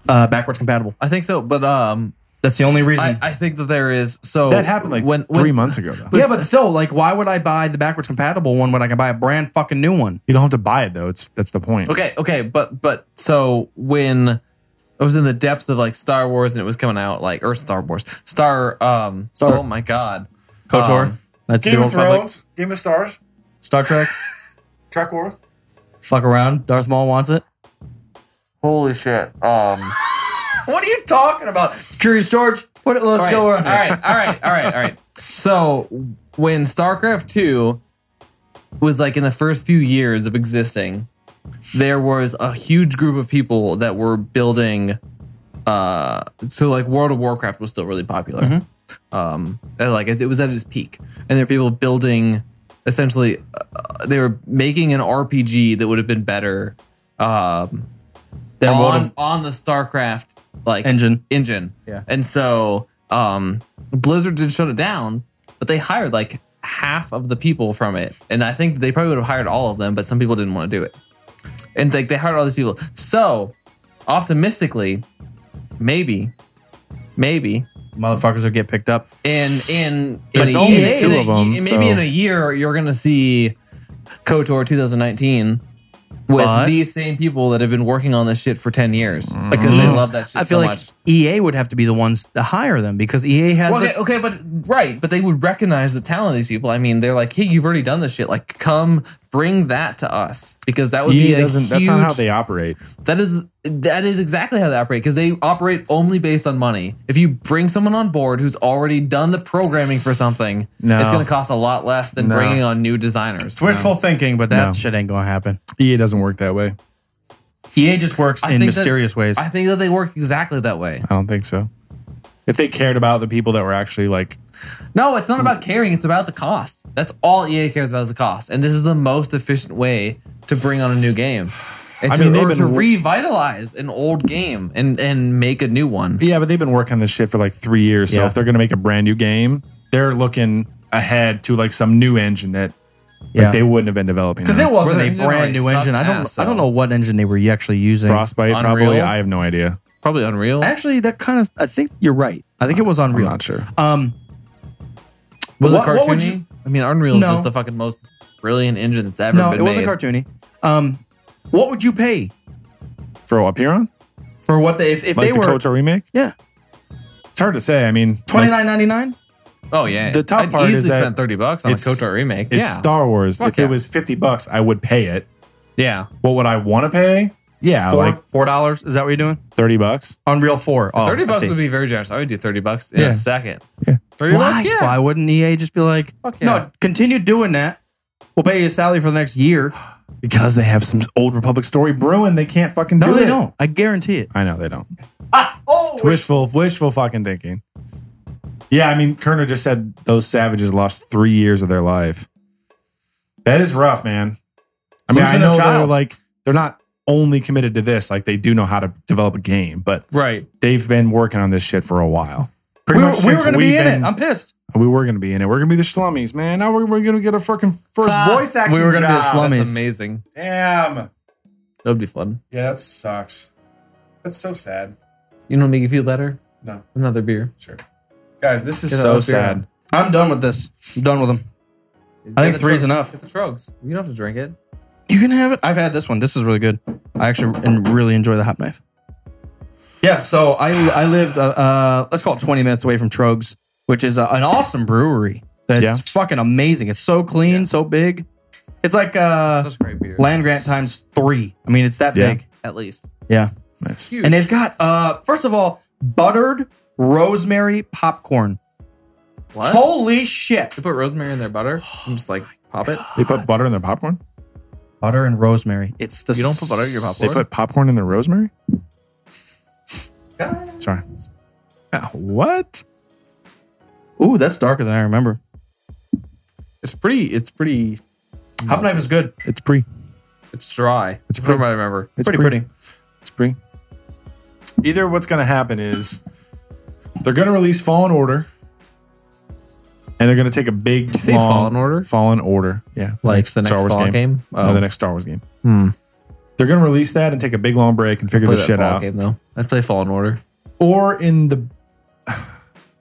Speaker 3: uh, backwards compatible.
Speaker 5: I think so, but um,
Speaker 3: That's the only reason.
Speaker 5: I, I think that there is so
Speaker 4: That happened like
Speaker 5: when,
Speaker 4: three
Speaker 5: when-
Speaker 4: months ago. Though.
Speaker 3: yeah, but still, like, why would I buy the backwards compatible one when I can buy a brand fucking new one?
Speaker 4: You don't have to buy it though. It's that's the point.
Speaker 5: Okay, okay, but but so when I was in the depths of like Star Wars and it was coming out like or Star Wars, Star um,
Speaker 3: Star-
Speaker 5: oh my god,
Speaker 3: KOTOR.
Speaker 5: Um,
Speaker 3: that's the old public.
Speaker 6: Game of Stars,
Speaker 3: Star Trek.
Speaker 6: Trek Wars.
Speaker 3: Fuck around. Darth Maul wants it.
Speaker 5: holy shit, um.
Speaker 3: What are you talking about? Curious George, put it. Let's
Speaker 5: all
Speaker 3: go
Speaker 5: right, all right,
Speaker 3: around.
Speaker 5: all right, all right, all right. So when StarCraft two was like in the first few years of existing, there was a huge group of people that were building. Uh, so like World of Warcraft was still really popular.
Speaker 3: Mm-hmm.
Speaker 5: Um, and, like it was at its peak, and there were people building. Essentially, uh, they were making an RPG that would have been better um,
Speaker 3: Then we'll
Speaker 5: on,
Speaker 3: have-
Speaker 5: on the StarCraft like
Speaker 3: Engine.
Speaker 5: engine.
Speaker 3: Yeah.
Speaker 5: And so um, Blizzard did shut it down, but they hired like half of the people from it, and I think they probably would have hired all of them, but some people didn't want to do it, and like they hired all these people. So optimistically, maybe, maybe
Speaker 3: motherfuckers will get picked up.
Speaker 5: in in
Speaker 4: But
Speaker 5: in
Speaker 4: it's
Speaker 5: a
Speaker 4: only
Speaker 5: year-
Speaker 4: two
Speaker 5: in a-
Speaker 4: of 'em,
Speaker 5: Maybe
Speaker 4: so-
Speaker 5: in a year you're gonna see KOTOR 2019 with
Speaker 3: But-
Speaker 5: these same people that have been working on this shit for 10 years because they
Speaker 3: Mm.
Speaker 5: love that shit
Speaker 3: I feel
Speaker 5: so
Speaker 3: like
Speaker 5: much.
Speaker 3: EA would have to be the ones to hire them because EA has.
Speaker 5: Well, okay,
Speaker 3: the,
Speaker 5: okay, but right, but they would recognize the talent of these people. I mean, they're like, hey, you've already done this shit. Like, come bring that to us because that would
Speaker 4: EA
Speaker 5: be a
Speaker 4: E doesn't.
Speaker 5: huge.
Speaker 4: That's not how they operate.
Speaker 5: That is that is exactly how they operate because they operate only based on money. If you bring someone on board who's already done the programming for something,
Speaker 4: No.
Speaker 5: it's going to cost a lot less than
Speaker 4: No.
Speaker 5: bringing on new designers.
Speaker 3: it's wishful thinking, but that
Speaker 4: No.
Speaker 3: shit ain't gonna happen.
Speaker 4: EA E doesn't work that way.
Speaker 5: E
Speaker 3: EA just works
Speaker 5: I
Speaker 3: in
Speaker 5: think that-
Speaker 3: mysterious ways.
Speaker 5: I think that they work exactly that way.
Speaker 4: I don't think so. If they cared about the people that were actually like,
Speaker 5: No, it's not about caring. It's about the cost. That's all EA cares about is the cost. And this is the most efficient way to bring on a new game. And
Speaker 4: I
Speaker 5: to,
Speaker 4: mean, they've
Speaker 5: or
Speaker 4: been
Speaker 5: to
Speaker 4: wo-
Speaker 5: revitalize an old game and, and make a new one.
Speaker 4: yeah, but they've been working on this shit for like three years. So
Speaker 3: Yeah.
Speaker 4: if they're gonna make a brand new game, they're looking ahead to like some new engine that
Speaker 3: yeah,
Speaker 4: like, they wouldn't have been developing.
Speaker 3: because
Speaker 4: on.
Speaker 3: it wasn't
Speaker 5: Well,
Speaker 3: a
Speaker 5: their engine
Speaker 3: brand new
Speaker 5: already
Speaker 3: engine. I
Speaker 5: sucks
Speaker 3: don't.
Speaker 5: ass,
Speaker 3: I don't
Speaker 5: so.
Speaker 3: know what engine they were actually using.
Speaker 4: Frostbite, probably.
Speaker 5: Unreal?
Speaker 4: I have no idea.
Speaker 5: Probably Unreal.
Speaker 3: Actually, that kind of. I think you're right. I think it was
Speaker 4: I'm
Speaker 3: Unreal.
Speaker 4: not sure.
Speaker 3: Um,
Speaker 5: Was
Speaker 3: What-
Speaker 5: it cartoony?
Speaker 3: what would you-
Speaker 5: I mean, Unreal is
Speaker 3: No.
Speaker 5: just the fucking most brilliant engine that's ever
Speaker 3: no,
Speaker 5: been
Speaker 3: it
Speaker 5: made.
Speaker 3: wasn't cartoony. Um, what would you pay
Speaker 4: For what Piron?
Speaker 3: for what they if, if
Speaker 4: Like
Speaker 3: they
Speaker 4: the
Speaker 3: were
Speaker 4: KOTOR remake?
Speaker 3: yeah
Speaker 4: It's hard to say. I mean,
Speaker 3: twenty
Speaker 4: like,
Speaker 3: nine ninety nine?
Speaker 5: oh yeah,
Speaker 4: The top
Speaker 5: I'd
Speaker 4: part is
Speaker 5: easily
Speaker 4: that
Speaker 5: spent thirty bucks on a
Speaker 4: it's-
Speaker 5: KOTOR remake.
Speaker 4: It's
Speaker 5: yeah,
Speaker 4: Star Wars.
Speaker 5: Fuck
Speaker 4: if
Speaker 5: yeah.
Speaker 4: it was fifty bucks, I would pay it.
Speaker 5: yeah.
Speaker 4: What would I want to pay? Yeah,
Speaker 3: four
Speaker 4: like
Speaker 3: four dollars. Is that what you're doing?
Speaker 4: thirty bucks.
Speaker 3: Unreal Four. Oh,
Speaker 5: Thirty
Speaker 3: I
Speaker 5: bucks
Speaker 3: see.
Speaker 5: would be very generous. I would do thirty bucks in
Speaker 4: Yeah.
Speaker 5: a second.
Speaker 4: Yeah.
Speaker 5: thirty
Speaker 3: why?
Speaker 5: bucks. Yeah,
Speaker 3: Why wouldn't EA just be like,
Speaker 5: Fuck yeah.
Speaker 3: no, continue doing that. We'll pay you a salary for the next year.
Speaker 4: Because they have some old Republic story brewing, they can't fucking do
Speaker 3: No,
Speaker 4: it.
Speaker 3: they don't. I guarantee it.
Speaker 4: I know they don't.
Speaker 3: Oh,
Speaker 4: It's wishful, wishful fucking thinking. Yeah, I mean, Kerner just said those savages lost three years of their life. That is rough, man. I mean,
Speaker 3: Losing
Speaker 4: I
Speaker 3: a
Speaker 4: know they're
Speaker 3: child.
Speaker 4: like they're not only committed to this. Like they do know how to develop a game, but
Speaker 5: Right.
Speaker 4: they've been working on this shit for a while. Pretty
Speaker 3: we were, we were
Speaker 4: since
Speaker 3: going to
Speaker 4: we've
Speaker 3: be in
Speaker 4: been-
Speaker 3: it. I'm pissed.
Speaker 4: we were going to be in it. We're going to be the schlummies, man. Now we're, we're going to get a fucking first voice acting.
Speaker 3: We were gonna be the
Speaker 4: job.
Speaker 3: schlummies.
Speaker 5: That's amazing.
Speaker 4: Damn.
Speaker 5: That would be fun.
Speaker 4: Yeah, that sucks. That's so sad.
Speaker 5: You know, what make you feel better.
Speaker 4: No.
Speaker 5: Another beer.
Speaker 4: Sure. Guys, this is
Speaker 5: Get
Speaker 4: so
Speaker 5: out of here.
Speaker 4: sad.
Speaker 3: I'm done with this. I'm done with them. I
Speaker 5: Get
Speaker 3: think
Speaker 5: the
Speaker 3: three's
Speaker 5: Trogs.
Speaker 3: enough. Uh,
Speaker 5: Get the drugs. You don't have to drink it.
Speaker 3: You can have it. I've had this one. This is really good. I actually and really enjoy the hop knife. Yeah, so I I lived uh, uh let's call it 20 minutes away from Trogs, which is uh an awesome brewery. That's
Speaker 4: Yeah.
Speaker 3: fucking amazing. It's so clean, so big. It's like uh
Speaker 5: Such great beer.
Speaker 3: Land Grant times 3. I mean, it's that
Speaker 4: Yeah.
Speaker 3: big.
Speaker 5: At least.
Speaker 3: Yeah.
Speaker 4: Nice.
Speaker 5: Huge.
Speaker 3: And they've got uh first of all, buttered rosemary popcorn.
Speaker 5: what?
Speaker 3: Holy shit.
Speaker 5: They put rosemary in their butter.
Speaker 3: Oh
Speaker 5: I'm just like pop it.
Speaker 4: They put butter in their popcorn?
Speaker 3: Butter and rosemary. It's the
Speaker 5: You don't put butter in your
Speaker 3: s-
Speaker 4: They
Speaker 5: Popcorn?
Speaker 4: put popcorn in their rosemary? Sorry. Ah, What?
Speaker 3: Ooh, that's darker than I remember.
Speaker 5: It's pretty. It's pretty.
Speaker 3: Hop knife is good.
Speaker 4: It's pre.
Speaker 5: It's dry. It's from what I remember.
Speaker 4: It's
Speaker 3: pretty
Speaker 4: pre.
Speaker 3: pretty.
Speaker 4: It's pre. Either what's going to happen is they're going to release Fallen Order and they're going to take a big
Speaker 5: you say
Speaker 4: long-
Speaker 5: Fallen Order?
Speaker 4: Fallen Order. Yeah.
Speaker 5: Like the next fall game?
Speaker 4: No,
Speaker 5: Oh. Hmm.
Speaker 4: the next Star Wars game. They're going to release that and take a big long break and figure
Speaker 5: Play
Speaker 4: this
Speaker 5: that
Speaker 4: shit
Speaker 5: fall
Speaker 4: out.
Speaker 5: game though. I'd play Fallen Order.
Speaker 4: Or in the.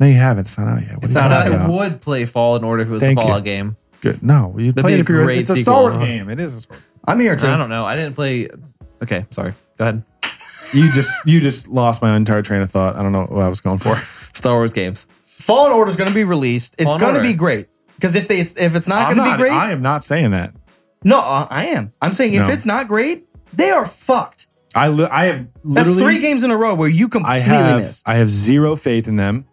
Speaker 4: No, you haven't. It's not out yet. What
Speaker 3: It's
Speaker 4: are you
Speaker 3: not
Speaker 4: talking
Speaker 3: out yet.
Speaker 4: about?
Speaker 5: I would play Fallen Order if it was
Speaker 4: Thank
Speaker 5: a
Speaker 4: you.
Speaker 5: Fallout game.
Speaker 4: Good. No, you
Speaker 5: That'd
Speaker 4: play
Speaker 5: be
Speaker 4: it
Speaker 5: a
Speaker 4: if you're.
Speaker 5: great
Speaker 4: It's a
Speaker 5: sequel,
Speaker 4: Star Wars
Speaker 5: huh?
Speaker 4: game. It is. A Star Wars.
Speaker 3: I'm here
Speaker 5: I
Speaker 3: too.
Speaker 5: don't know. I didn't play. Okay, sorry. Go ahead.
Speaker 4: You just you just lost my entire train of thought. I don't know what I was going for.
Speaker 5: Star Wars games.
Speaker 3: Fallen Order is going to be released. It's
Speaker 5: Fallen
Speaker 3: going to
Speaker 5: Order.
Speaker 3: be great because if they it's, if it's not
Speaker 4: I'm
Speaker 3: going to
Speaker 4: not.
Speaker 3: be great,
Speaker 4: I am not saying that.
Speaker 3: no, uh, I am. I'm saying if
Speaker 4: No.
Speaker 3: it's not great, they are fucked.
Speaker 4: I li- I have
Speaker 3: That's
Speaker 4: literally.
Speaker 3: three games in a row where you completely
Speaker 4: I have
Speaker 3: missed.
Speaker 4: I have zero faith in them.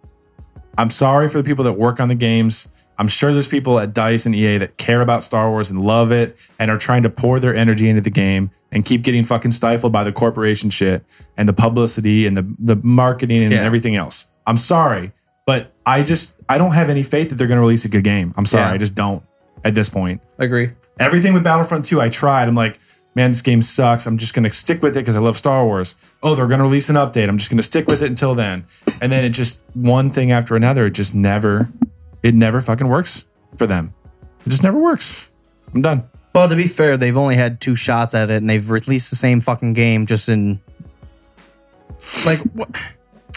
Speaker 4: I'm sorry for the people that work on the games. I'm sure there's people at Dice and EA that care about Star Wars and love it and are trying to pour their energy into the game and keep getting fucking stifled by the corporation shit and the publicity and the the marketing and
Speaker 5: Yeah.
Speaker 4: everything else. I'm sorry, but I just I don't have any faith that they're going to release a good game. I'm sorry,
Speaker 5: Yeah.
Speaker 4: I just don't at this point.
Speaker 5: Agree.
Speaker 4: Everything with Battlefront 2, I tried. I'm like, man, this game sucks. I'm just going to stick with it because I love Star Wars. Oh, they're going to release an update. I'm just going to stick with it until then. And then it just one thing after another. It just never, it never fucking works for them. It just never works. I'm done.
Speaker 3: well, to be fair, they've only had two shots at it and they've released the same fucking game just in like what?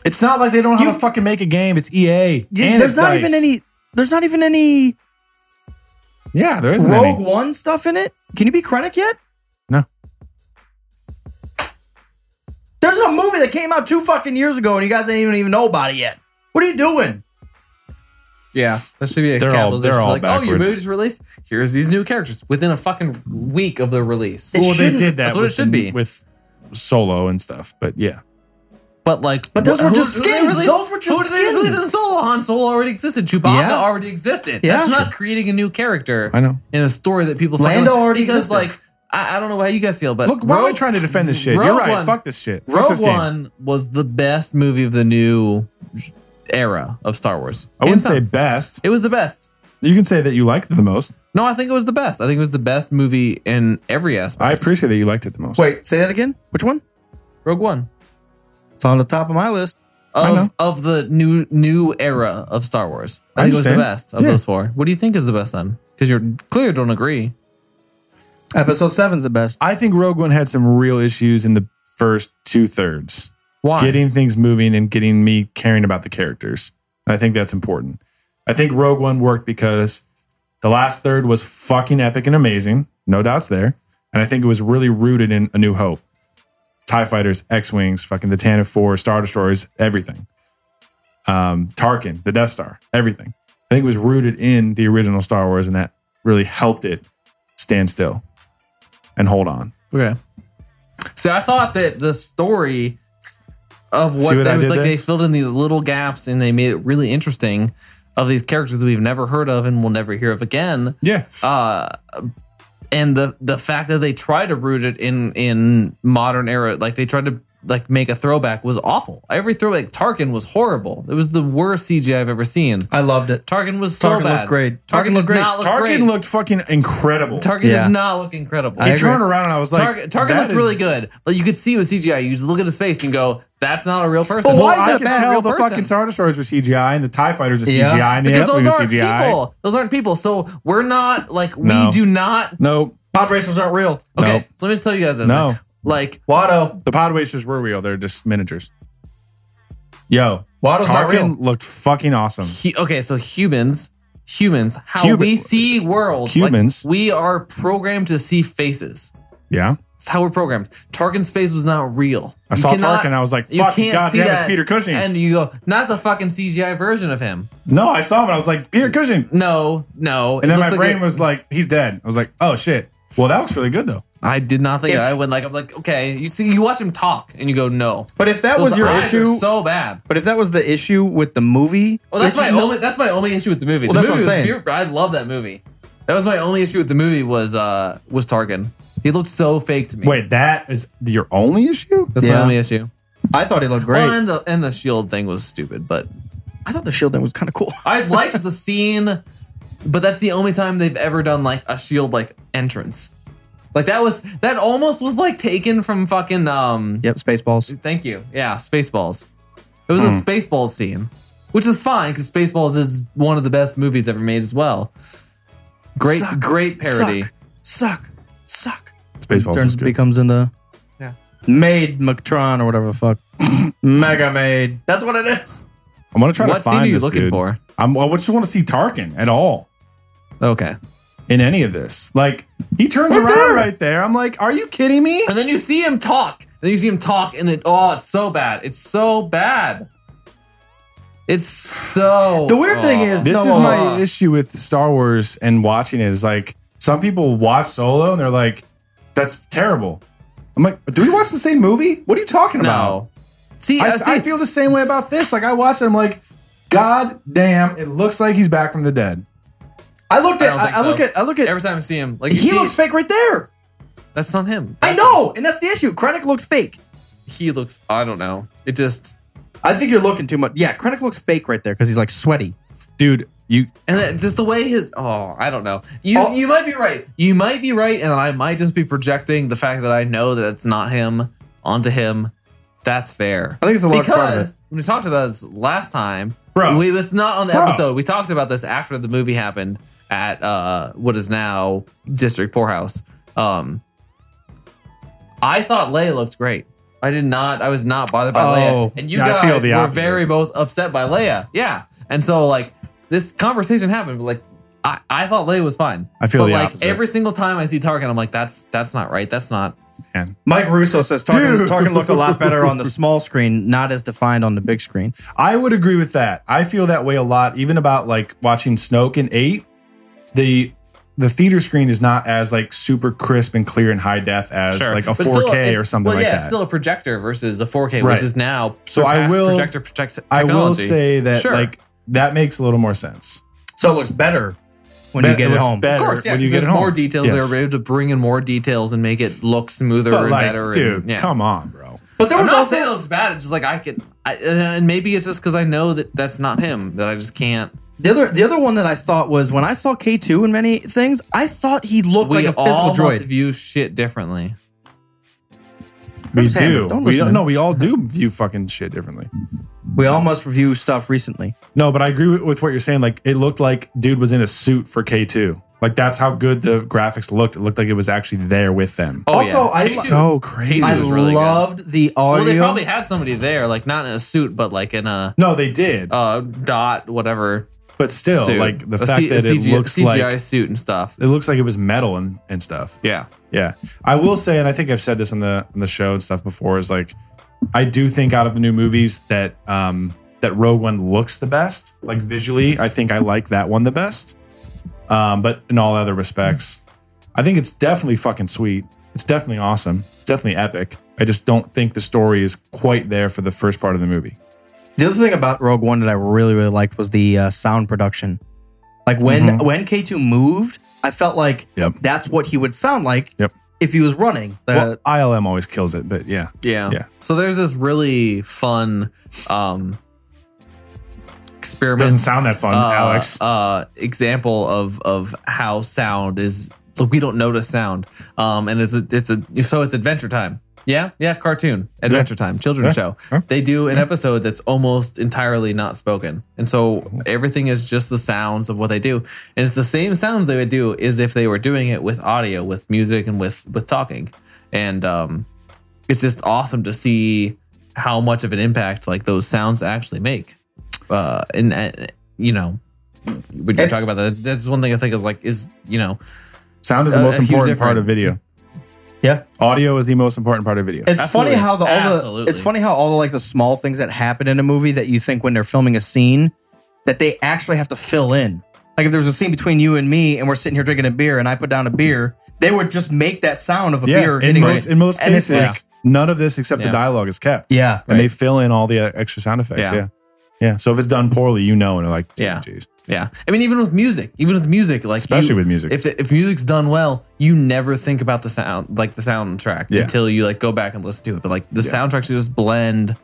Speaker 4: It's not like they don't know how
Speaker 3: You-
Speaker 4: to fucking make a game. It's EA. and
Speaker 3: there's
Speaker 4: it's
Speaker 3: not
Speaker 4: DICE.
Speaker 3: even any there's not even any
Speaker 4: Yeah, there isn't
Speaker 3: Rogue
Speaker 4: any.
Speaker 3: One stuff in it. Can you be Krennic yet?
Speaker 4: No.
Speaker 3: There's a movie that came out two fucking years ago, and you guys didn't even even know about it yet. What are you doing?
Speaker 5: Yeah, that should be a
Speaker 4: They're all-
Speaker 5: capitalization.
Speaker 4: they're all
Speaker 5: like, oh, your
Speaker 4: backwards.
Speaker 5: movie's released. Here's these new characters within a fucking week of their release.
Speaker 3: It
Speaker 4: Well, they
Speaker 3: shouldn't-
Speaker 4: did that
Speaker 5: that's what it
Speaker 4: with
Speaker 5: should
Speaker 4: the-
Speaker 5: be.
Speaker 4: with Solo and stuff. But yeah.
Speaker 5: But like,
Speaker 3: But those
Speaker 5: wh-
Speaker 3: were
Speaker 5: who-
Speaker 3: just
Speaker 5: who did they
Speaker 3: skins.
Speaker 5: release-
Speaker 3: Those were just
Speaker 5: who did they release
Speaker 3: skins.
Speaker 5: in Solo? Han Solo already existed. Chewbacca
Speaker 3: Yeah.
Speaker 5: already existed.
Speaker 3: Yeah.
Speaker 5: That's not creating a new character.
Speaker 4: I know.
Speaker 5: In a story that people fucking
Speaker 3: Lando
Speaker 5: like-
Speaker 3: already
Speaker 5: because
Speaker 3: existed.
Speaker 5: like I, I don't know how you guys feel, but
Speaker 4: Look, why am I
Speaker 5: Rogue-
Speaker 4: trying to defend this shit?
Speaker 5: Rogue
Speaker 4: You're right.
Speaker 5: One-
Speaker 4: Fuck this shit. Fuck
Speaker 5: Rogue
Speaker 4: this game.
Speaker 5: One was the best movie of the new era of Star Wars.
Speaker 4: I wouldn't
Speaker 5: Hands
Speaker 4: say
Speaker 5: down.
Speaker 4: best.
Speaker 5: it was the best.
Speaker 4: You can say that you liked it the most.
Speaker 5: No, I think it was the best. I think it was the best movie in every aspect.
Speaker 4: I appreciate that you liked it the most.
Speaker 3: Wait, say that again. Which one?
Speaker 5: Rogue One
Speaker 3: It's on the top of my list.
Speaker 4: I know.
Speaker 5: of of the new new era of Star Wars. I,
Speaker 4: I
Speaker 5: think it was the
Speaker 4: understand.
Speaker 5: best of
Speaker 4: Yeah.
Speaker 5: those four. What do you think is the best then? Because you're clear don't agree.
Speaker 3: Episode seven's the best.
Speaker 4: I think Rogue One had some real issues in the first two thirds,
Speaker 5: Why?
Speaker 4: getting things moving and getting me caring about the characters. And I think that's important. I think Rogue One worked because the last third was fucking epic and amazing. No doubts there. And I think it was really rooted in A New Hope. TIE fighters, X Wings, fucking the Tantive 4, Star Destroyers, everything. Um, Tarkin, the Death Star, everything. I think it was rooted in the original Star Wars, and that really helped it stand still and hold on.
Speaker 5: Okay. So I thought that the story of what,
Speaker 4: See what
Speaker 5: they
Speaker 4: I
Speaker 5: was
Speaker 4: did
Speaker 5: like
Speaker 4: there?
Speaker 5: they filled in these little gaps and they made it really interesting of these characters that we've never heard of and we'll never hear of again.
Speaker 4: Yeah.
Speaker 5: Uh and the the fact that they try to root it in in modern era, like they tried to like make a throwback was awful. Every throwback, like, Tarkin was horrible. It was the worst CGI I've ever seen.
Speaker 3: I loved it.
Speaker 5: Tarkin was so
Speaker 3: Tarkin looked
Speaker 5: bad. Tarkin,
Speaker 3: great. Tarkin looked
Speaker 5: did
Speaker 3: great.
Speaker 5: Not look
Speaker 4: Tarkin
Speaker 5: great.
Speaker 4: looked fucking incredible.
Speaker 5: Tarkin
Speaker 3: Yeah.
Speaker 5: did not look incredible.
Speaker 4: I
Speaker 3: I agree.
Speaker 4: turned around and I was like,
Speaker 5: Tarkin, Tarkin
Speaker 4: that
Speaker 5: looked
Speaker 4: is-
Speaker 5: really good, but you could see with CGI, you just look at his face and go, "That's not a real person."
Speaker 4: Well,
Speaker 3: Why is
Speaker 4: I
Speaker 3: that
Speaker 4: could
Speaker 3: bad?
Speaker 4: tell
Speaker 5: Real
Speaker 4: the
Speaker 5: person.
Speaker 4: fucking Star Destroyers were CGI and the TIE Fighters are
Speaker 3: Yeah.
Speaker 4: CGI and the
Speaker 5: because
Speaker 4: X-Wing
Speaker 5: those
Speaker 4: are
Speaker 5: aren't
Speaker 4: CGI.
Speaker 5: people. Those aren't people. So we're not like
Speaker 4: No.
Speaker 5: we do not.
Speaker 4: No,
Speaker 3: Pod racers aren't real.
Speaker 5: Okay,
Speaker 4: No.
Speaker 5: so let me just tell you guys this.
Speaker 4: No.
Speaker 5: like
Speaker 3: Watto.
Speaker 4: the pod racers were real. They're just miniatures. Yo,
Speaker 3: Watto's not real.
Speaker 4: Tarkin looked fucking awesome.
Speaker 5: He, okay, so humans, humans, how
Speaker 4: Cuban-
Speaker 5: we see worlds. like,
Speaker 4: Humans.
Speaker 5: we are programmed to see faces.
Speaker 4: Yeah.
Speaker 5: That's how we're programmed. Tarkin's face was not real.
Speaker 4: I
Speaker 5: You
Speaker 4: saw
Speaker 5: cannot-
Speaker 4: Tarkin. I was like,
Speaker 5: you
Speaker 4: fuck,
Speaker 5: can't
Speaker 4: God
Speaker 5: see
Speaker 4: damn, it's
Speaker 5: that.
Speaker 4: Peter Cushing.
Speaker 5: And you go, not the fucking CGI version of him.
Speaker 4: no, I saw him and I was like, Peter Cushing.
Speaker 5: No, no.
Speaker 4: And
Speaker 5: it
Speaker 4: then my
Speaker 5: looked like
Speaker 4: brain
Speaker 5: it-
Speaker 4: was like, he's dead. I was like, oh shit. Well, that looks really good though.
Speaker 5: I did not think
Speaker 3: If-
Speaker 5: I would like. I'm like, okay, you see, you watch him talk, and you go, no.
Speaker 3: But if that
Speaker 5: Those
Speaker 3: was your
Speaker 5: eyes are
Speaker 3: issue,
Speaker 5: so bad.
Speaker 3: but if that was the issue with the movie,
Speaker 5: Well, that's
Speaker 3: did
Speaker 5: my
Speaker 3: you know-
Speaker 5: only. That's my only issue with the movie.
Speaker 3: Well,
Speaker 5: the
Speaker 3: that's
Speaker 5: movie
Speaker 3: what I'm
Speaker 5: was
Speaker 3: saying.
Speaker 5: beau- I love that movie. That was my only issue with the movie was uh was Tarkin. He looked so fake to me.
Speaker 4: Wait, that is your only issue?
Speaker 5: that's my
Speaker 3: Yeah.
Speaker 5: only issue.
Speaker 3: I thought he looked great.
Speaker 5: Well, and the and the shield thing was stupid, but
Speaker 3: I thought the shield thing was kind of cool.
Speaker 5: I liked the scene. But that's the only time they've ever done like a shield like entrance. Like that was that almost was like taken from fucking um
Speaker 3: Yep, Spaceballs.
Speaker 5: Thank you. Yeah, Spaceballs. It was a Spaceballs scene, which is fine because Spaceballs is one of the best movies ever made as well. Great,
Speaker 3: Suck.
Speaker 5: great parody.
Speaker 3: Suck, suck.
Speaker 4: Spaceballs
Speaker 3: Turns
Speaker 4: is good.
Speaker 3: becomes into
Speaker 5: Yeah.
Speaker 3: Made Mactron or whatever the fuck. Mega Made. That's what it is.
Speaker 4: I'm gonna try
Speaker 5: What
Speaker 4: to
Speaker 5: scene
Speaker 4: find
Speaker 5: are you
Speaker 4: this
Speaker 5: looking
Speaker 4: dude.
Speaker 5: for?
Speaker 4: I'm, I just want to see Tarkin at all
Speaker 5: Okay,
Speaker 4: in any of this. Like he turns around right there. I'm like, are you kidding me?
Speaker 5: and then you see him talk. Then you see him talk, and it oh, it's so bad. It's so bad. It's so.
Speaker 3: The weird thing
Speaker 5: oh.
Speaker 3: is-
Speaker 4: This
Speaker 3: No,
Speaker 4: is
Speaker 3: uh,
Speaker 4: my issue with Star Wars and watching it. Is like some people watch Solo and they're like, "That's terrible." I'm like, "Do we watch the same movie? What are you talking about?"
Speaker 5: no. See,
Speaker 4: I,
Speaker 5: uh, see,
Speaker 4: I feel the same way about this. Like I watched it, I'm like, "God damn, it looks like he's back from the dead."
Speaker 3: I looked
Speaker 5: I
Speaker 3: at.
Speaker 5: don't
Speaker 3: I,
Speaker 5: think
Speaker 3: I look
Speaker 5: so.
Speaker 3: at. I look at.
Speaker 5: every time I see him, like you
Speaker 3: He
Speaker 5: see-
Speaker 3: looks fake right there.
Speaker 5: That's not him.
Speaker 3: I know, and that's the issue. Krennic looks fake.
Speaker 5: He looks. I don't know. It just
Speaker 3: I think you're looking too much. Yeah, Krennic looks fake right there because he's like sweaty.
Speaker 4: Dude, you
Speaker 5: And that, just the way his oh, I don't know. You
Speaker 3: Oh.
Speaker 5: you might be right. You might be right, and I might just be projecting the fact that I know that it's not him onto him. That's fair.
Speaker 3: I think it's a large part of
Speaker 5: Because
Speaker 3: it.
Speaker 5: when we talked about this last time,
Speaker 4: Bro.
Speaker 5: we it's not on the
Speaker 4: Bro.
Speaker 5: episode. We talked about this after the movie happened at uh what is now District Poorhouse. Um I thought Leia looked great. I did not. I was not bothered by
Speaker 3: Oh,
Speaker 5: Leia, and you
Speaker 4: yeah, I
Speaker 5: guys
Speaker 4: feel the
Speaker 5: were
Speaker 4: opposite.
Speaker 5: very both upset by Leia. Yeah, and so like this conversation happened, but like I, I thought Leia was fine.
Speaker 4: I feel
Speaker 5: but
Speaker 4: the
Speaker 5: like
Speaker 4: opposite.
Speaker 5: every single time I see Tarkin, I'm like, that's that's not right. That's not.
Speaker 3: Mike Russo says Tarkin,
Speaker 4: Dude.
Speaker 3: Tarkin looked a lot better on the small screen, not as defined on the big screen.
Speaker 4: I would agree with that. I feel that way a lot, even about like watching Snoke in eight. The the theater screen is not as like super crisp and clear and high def as like a
Speaker 5: But
Speaker 4: 4K
Speaker 5: still, it's-
Speaker 4: or something
Speaker 5: well,
Speaker 4: like
Speaker 5: yeah, it's
Speaker 4: that.
Speaker 5: still a projector versus a 4K,
Speaker 4: Right.
Speaker 5: which is now
Speaker 4: So I
Speaker 5: surpassed
Speaker 4: will-
Speaker 5: projector protect.
Speaker 4: I will
Speaker 5: technology.
Speaker 4: say that
Speaker 5: Sure.
Speaker 4: like that makes a little more sense.
Speaker 3: So it looks better when
Speaker 4: Be-
Speaker 3: you get
Speaker 4: looks
Speaker 3: it home.
Speaker 4: better
Speaker 5: Of course, yeah.
Speaker 4: when you
Speaker 5: 'cause
Speaker 4: get it
Speaker 5: there's
Speaker 4: home.
Speaker 5: more details.
Speaker 4: Yes.
Speaker 5: They were able to bring in more details and make it look smoother
Speaker 4: But
Speaker 5: and
Speaker 4: like,
Speaker 5: better.
Speaker 4: dude,
Speaker 5: and, yeah.
Speaker 4: come on, bro.
Speaker 3: But there
Speaker 5: I'm
Speaker 3: was
Speaker 5: not
Speaker 3: also
Speaker 5: saying it looks bad. It's just like I could, I, and maybe it's just because I know that that's not him that I just can't.
Speaker 3: the other the other one that I thought was when I saw K two in many things, I thought he looked
Speaker 5: We
Speaker 3: like a physical
Speaker 5: all must
Speaker 3: droid.
Speaker 5: view shit differently.
Speaker 4: We
Speaker 3: Understand,
Speaker 4: do.
Speaker 3: don't
Speaker 4: we
Speaker 3: listen to
Speaker 4: don't.
Speaker 3: him.
Speaker 4: No, we all do view fucking shit differently.
Speaker 3: we all must review stuff recently.
Speaker 4: No, but I agree with, with what you're saying. Like it looked like dude was in a suit for K2. Like that's how good the graphics looked. It looked like it was actually there with them.
Speaker 5: Oh,
Speaker 3: also,
Speaker 5: yeah.
Speaker 3: I,
Speaker 4: so crazy.
Speaker 3: I
Speaker 5: It was really good.
Speaker 3: loved the
Speaker 5: Well,
Speaker 3: audio.
Speaker 5: they probably had somebody there, like not in a suit, but like in a
Speaker 4: No, they did.
Speaker 5: uh, dot whatever.
Speaker 4: but still,
Speaker 5: suit.
Speaker 4: like the
Speaker 5: A
Speaker 4: fact
Speaker 5: C- a
Speaker 4: that it
Speaker 5: CGI
Speaker 4: looks
Speaker 5: CGI
Speaker 4: like
Speaker 5: suit and stuff.
Speaker 4: it looks like it was metal and, and stuff.
Speaker 5: Yeah,
Speaker 4: Yeah. I will say, and I think I've said this on the on the show and stuff before, is like I do think out of the new movies that um that Rogue One looks the best. Like visually, I think I like that one the best. Um, but in all other respects, I think it's definitely fucking sweet. It's definitely awesome. It's definitely epic. I just don't think the story is quite there for the first part of the movie.
Speaker 3: The other thing about Rogue One that I really really liked was the uh, sound production. Like when when K two moved, I felt like
Speaker 4: Mm-hmm. Yep.
Speaker 3: that's what he would sound like.
Speaker 4: Yep.
Speaker 3: if he was running. The,
Speaker 4: Well, ILM always kills it, but yeah.
Speaker 5: Yeah.
Speaker 4: Yeah.
Speaker 5: So there's this really fun um experiment
Speaker 4: Doesn't sound that fun,
Speaker 5: uh,
Speaker 4: Alex.
Speaker 5: uh example of of how sound is like we don't notice sound. Um and it's a, it's a so it's adventure time. Yeah, yeah, cartoon, adventure time, children's
Speaker 4: Yeah.
Speaker 5: show.
Speaker 4: Yeah.
Speaker 5: They do an episode that's almost entirely not spoken. And so
Speaker 4: Mm-hmm.
Speaker 5: everything is just the sounds of what they do. And it's the same sounds they would do as if they were doing it with audio, with music and with with talking. And um it's just awesome to see how much of an impact like those sounds actually make. Uh, and uh, you know, when you
Speaker 3: It's-
Speaker 5: talk about that, that's one thing I think is like is you know
Speaker 4: Sound is the
Speaker 5: uh,
Speaker 4: most
Speaker 5: a huge
Speaker 4: important part
Speaker 5: difference.
Speaker 4: of video.
Speaker 3: yeah,
Speaker 4: Audio is the most important part of video.
Speaker 3: it's
Speaker 5: Absolutely.
Speaker 3: funny how the all the
Speaker 5: Absolutely.
Speaker 3: it's funny how all the like the small things that happen in a movie that you think when they're filming a scene that they actually have to fill in. Like if there was a scene between you and me and we're sitting here drinking a beer and I put down a beer, they would just make that sound of a
Speaker 4: yeah,
Speaker 3: beer
Speaker 4: in
Speaker 3: hitting
Speaker 4: most,
Speaker 3: it.
Speaker 4: in most
Speaker 3: And it's
Speaker 4: cases,
Speaker 3: like-
Speaker 4: none of this except the
Speaker 5: Yeah.
Speaker 4: dialogue is kept.
Speaker 3: yeah,
Speaker 4: and they fill in all the uh, extra sound effects. Yeah.
Speaker 5: Yeah.
Speaker 4: yeah, So if it's done poorly, you know, and they're like,
Speaker 5: Yeah.
Speaker 4: yeah, geez.
Speaker 5: yeah. I mean, even with music, even with music, like
Speaker 4: especially
Speaker 5: you-
Speaker 4: with music.
Speaker 5: If, if music's done well, you never think about the sound like the soundtrack
Speaker 4: Yeah.
Speaker 5: until you like go back and listen to it. But like the
Speaker 4: Yeah.
Speaker 5: soundtracks just blend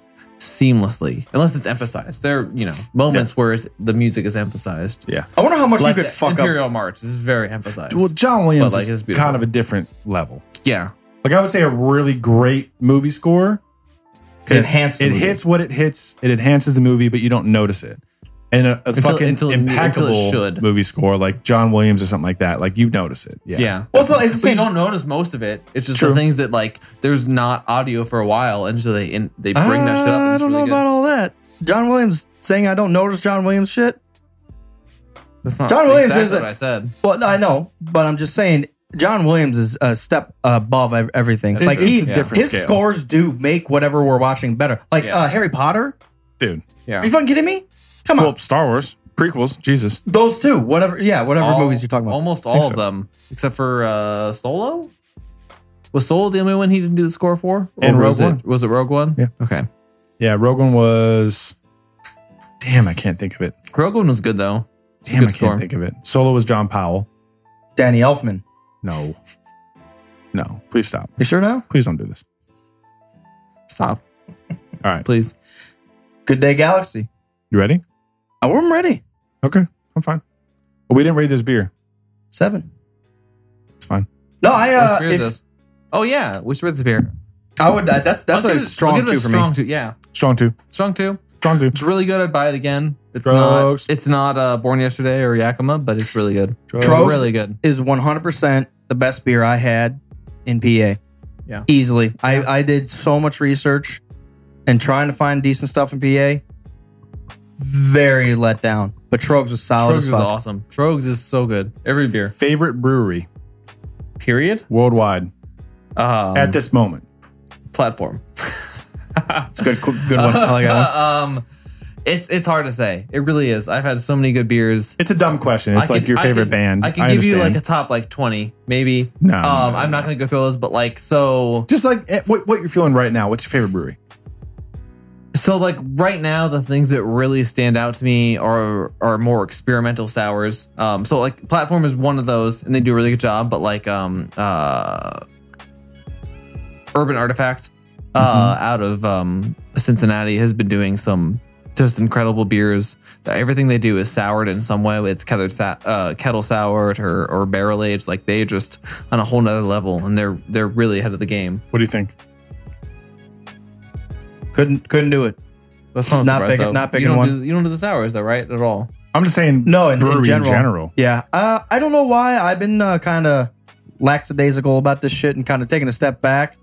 Speaker 5: seamlessly, unless it's emphasized. There, you know, moments where it's, the music is emphasized.
Speaker 4: yeah.
Speaker 3: I wonder how much
Speaker 5: Like
Speaker 3: you could
Speaker 5: the
Speaker 3: fuck up.
Speaker 5: Imperial March is very emphasized.
Speaker 4: Well, John Williams
Speaker 5: But, like, it's
Speaker 4: is
Speaker 5: beautiful.
Speaker 4: kind of a different level.
Speaker 5: yeah,
Speaker 4: Like I would say, a really great movie score.
Speaker 3: Could enhance the
Speaker 4: it
Speaker 3: movie.
Speaker 4: hits what it hits. It enhances the movie, but you don't notice it. And a, a fucking
Speaker 5: until it- until it
Speaker 4: impeccable
Speaker 5: should.
Speaker 4: movie score like John Williams or something like that, like you notice it. Yeah.
Speaker 5: yeah.
Speaker 3: Well, it's, not- it's the
Speaker 5: But you
Speaker 3: same.
Speaker 5: don't notice most of it. It's just
Speaker 4: True.
Speaker 5: the things that like there's not audio for a while, and so they and they bring that shit up. and
Speaker 3: Uh, I
Speaker 5: it's
Speaker 3: don't know
Speaker 5: really good.
Speaker 3: about all that. John Williams saying I don't notice John Williams shit.
Speaker 5: That's not
Speaker 3: John Williams
Speaker 5: exactly
Speaker 3: isn't-
Speaker 5: what I said.
Speaker 3: Well, no, I know, but I'm just saying John Williams is a step above ev- everything.
Speaker 4: It's-
Speaker 3: like
Speaker 4: it's
Speaker 3: he,
Speaker 4: a different
Speaker 3: his
Speaker 4: scale.
Speaker 3: scores do make whatever we're watching better. Like
Speaker 5: Yeah.
Speaker 3: uh, Harry Potter.
Speaker 4: Dude.
Speaker 3: Are you fucking kidding me? Come on,
Speaker 4: Well, Star Wars prequels, Jesus.
Speaker 3: those two, whatever. Yeah, whatever
Speaker 5: All-
Speaker 3: movies you're talking about.
Speaker 5: Almost all
Speaker 4: so.
Speaker 5: of them, except for uh, Solo. Was Solo the only one he didn't do the score for? Or
Speaker 4: And Rogue
Speaker 5: was
Speaker 4: One.
Speaker 5: it was it Rogue One?
Speaker 4: Yeah.
Speaker 5: Okay.
Speaker 4: Yeah, Rogue One was. Damn, I can't think of it.
Speaker 5: Rogue One was good though. It's a
Speaker 4: Damn,
Speaker 5: good
Speaker 4: I can't
Speaker 5: score.
Speaker 4: think of it. Solo was John Powell.
Speaker 3: Danny Elfman.
Speaker 4: No. No. Please stop.
Speaker 3: You sure now?
Speaker 4: Please don't do this.
Speaker 5: Stop.
Speaker 4: All right.
Speaker 5: please.
Speaker 3: Good Day Galaxy.
Speaker 4: You ready?
Speaker 3: Oh, I'm ready.
Speaker 4: Okay. I'm fine. But we didn't rate this beer.
Speaker 3: Seven.
Speaker 4: It's fine.
Speaker 3: No, I. Uh,
Speaker 5: What beer is
Speaker 3: if-
Speaker 5: this? Oh yeah, which red beer?
Speaker 3: I would. Uh, that's that's
Speaker 5: I'll
Speaker 3: a
Speaker 5: give it- I'll
Speaker 3: strong
Speaker 5: give it
Speaker 3: two
Speaker 5: a
Speaker 3: for
Speaker 5: strong
Speaker 3: me.
Speaker 5: two. Yeah,
Speaker 4: Strong two.
Speaker 5: strong two.
Speaker 4: Strong two.
Speaker 5: It's really good. I'd buy it again. It's
Speaker 4: Drugs.
Speaker 5: not. It's not uh, Born Yesterday or Yakima, but it's really good.
Speaker 4: Drugs.
Speaker 5: It's
Speaker 3: Drugs.
Speaker 5: really good.
Speaker 3: Is 100 percent the best beer I had in PA.
Speaker 5: Yeah.
Speaker 3: easily. I I did so much research and trying to find decent stuff in PA. Very let down, but Trogs was solid
Speaker 5: Trogs
Speaker 3: as
Speaker 5: is
Speaker 3: fuck.
Speaker 5: awesome. Trogs is so good. Every beer.
Speaker 4: Favorite brewery
Speaker 5: Period.
Speaker 4: worldwide
Speaker 5: Um,
Speaker 4: at this moment.
Speaker 5: platform.
Speaker 3: It's a good good one. I like that one.
Speaker 5: um, it's it's hard to say. It really is. I've had so many good beers.
Speaker 4: It's a dumb question. It's
Speaker 5: I
Speaker 4: like
Speaker 5: could-
Speaker 4: your
Speaker 5: I
Speaker 4: favorite
Speaker 5: could-
Speaker 4: band.
Speaker 5: I can give you like a
Speaker 4: understand.
Speaker 5: top like twenty, maybe.
Speaker 4: No,
Speaker 5: um,
Speaker 4: no, no,
Speaker 5: I'm
Speaker 4: no.
Speaker 5: not gonna go through those, but like so.
Speaker 4: just like eh, what, what you're feeling right now. What's your favorite brewery?
Speaker 5: So like right now, the things that really stand out to me are are more experimental sours. Um, so like platform is one of those, and they do a really good job. But like um uh, urban artifact uh, out of um Cincinnati has been doing some just incredible beers. Everything they do is soured in some way. It's kettle, sa- uh, kettle soured or, or barrel aged. Like they just on a whole nother level, and they're they're really ahead of the game.
Speaker 4: What do you think?
Speaker 3: Couldn't couldn't do it.
Speaker 5: That's not a
Speaker 3: Not
Speaker 5: surprise,
Speaker 3: big-
Speaker 5: though.
Speaker 3: not big
Speaker 5: You
Speaker 3: in
Speaker 5: don't
Speaker 3: one.
Speaker 5: do, you don't do the sours though, right? At all.
Speaker 4: I'm just saying.
Speaker 3: No, in, in
Speaker 4: brewery
Speaker 3: general. Yeah, uh, I don't know why I've been uh, kind of lackadaisical about this shit and kind of taking a step back.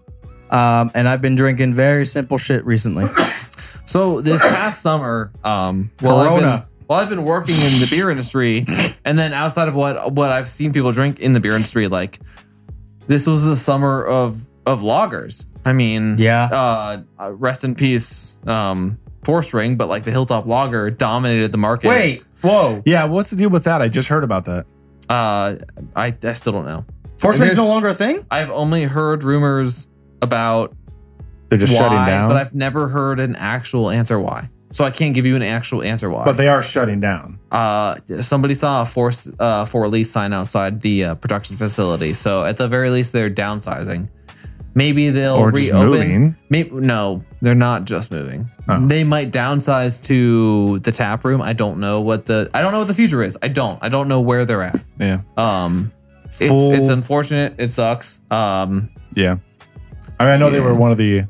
Speaker 3: Um, and I've been drinking very simple shit recently.
Speaker 5: So this past summer, um, while I've
Speaker 3: Corona.
Speaker 5: been while I've been working in the beer industry, and then outside of what what I've seen people drink in the beer industry, like this was the summer of of loggers. I mean,
Speaker 3: Yeah.
Speaker 5: Uh, uh, rest in peace, um, four string, but like the Hilltop Lager dominated the market.
Speaker 3: Wait, whoa!
Speaker 4: Yeah. What's the deal with that? I just heard about that.
Speaker 5: uh, I I still don't know.
Speaker 3: Four
Speaker 5: There's-
Speaker 3: strings no longer a thing.
Speaker 5: I've only heard rumors about
Speaker 4: They're just
Speaker 5: why,
Speaker 4: shutting down.
Speaker 5: but I've never heard an actual answer why. So I can't give you an actual answer why.
Speaker 4: But they are shutting down.
Speaker 5: uh, somebody saw a for uh, for lease sign outside the uh, production facility. So at the very least, they're downsizing. Maybe they'll
Speaker 4: Or just
Speaker 5: reopen.
Speaker 4: moving.
Speaker 5: May- no, they're not just moving.
Speaker 4: Oh.
Speaker 5: They might downsize to the tap room. I don't know what the I don't know what the future is. I don't. I don't know where they're at.
Speaker 4: Yeah.
Speaker 5: Um, it's,
Speaker 4: Full-
Speaker 5: it's unfortunate. It sucks. Um,
Speaker 4: Yeah. I mean, I know they
Speaker 5: Yeah.
Speaker 4: were one of the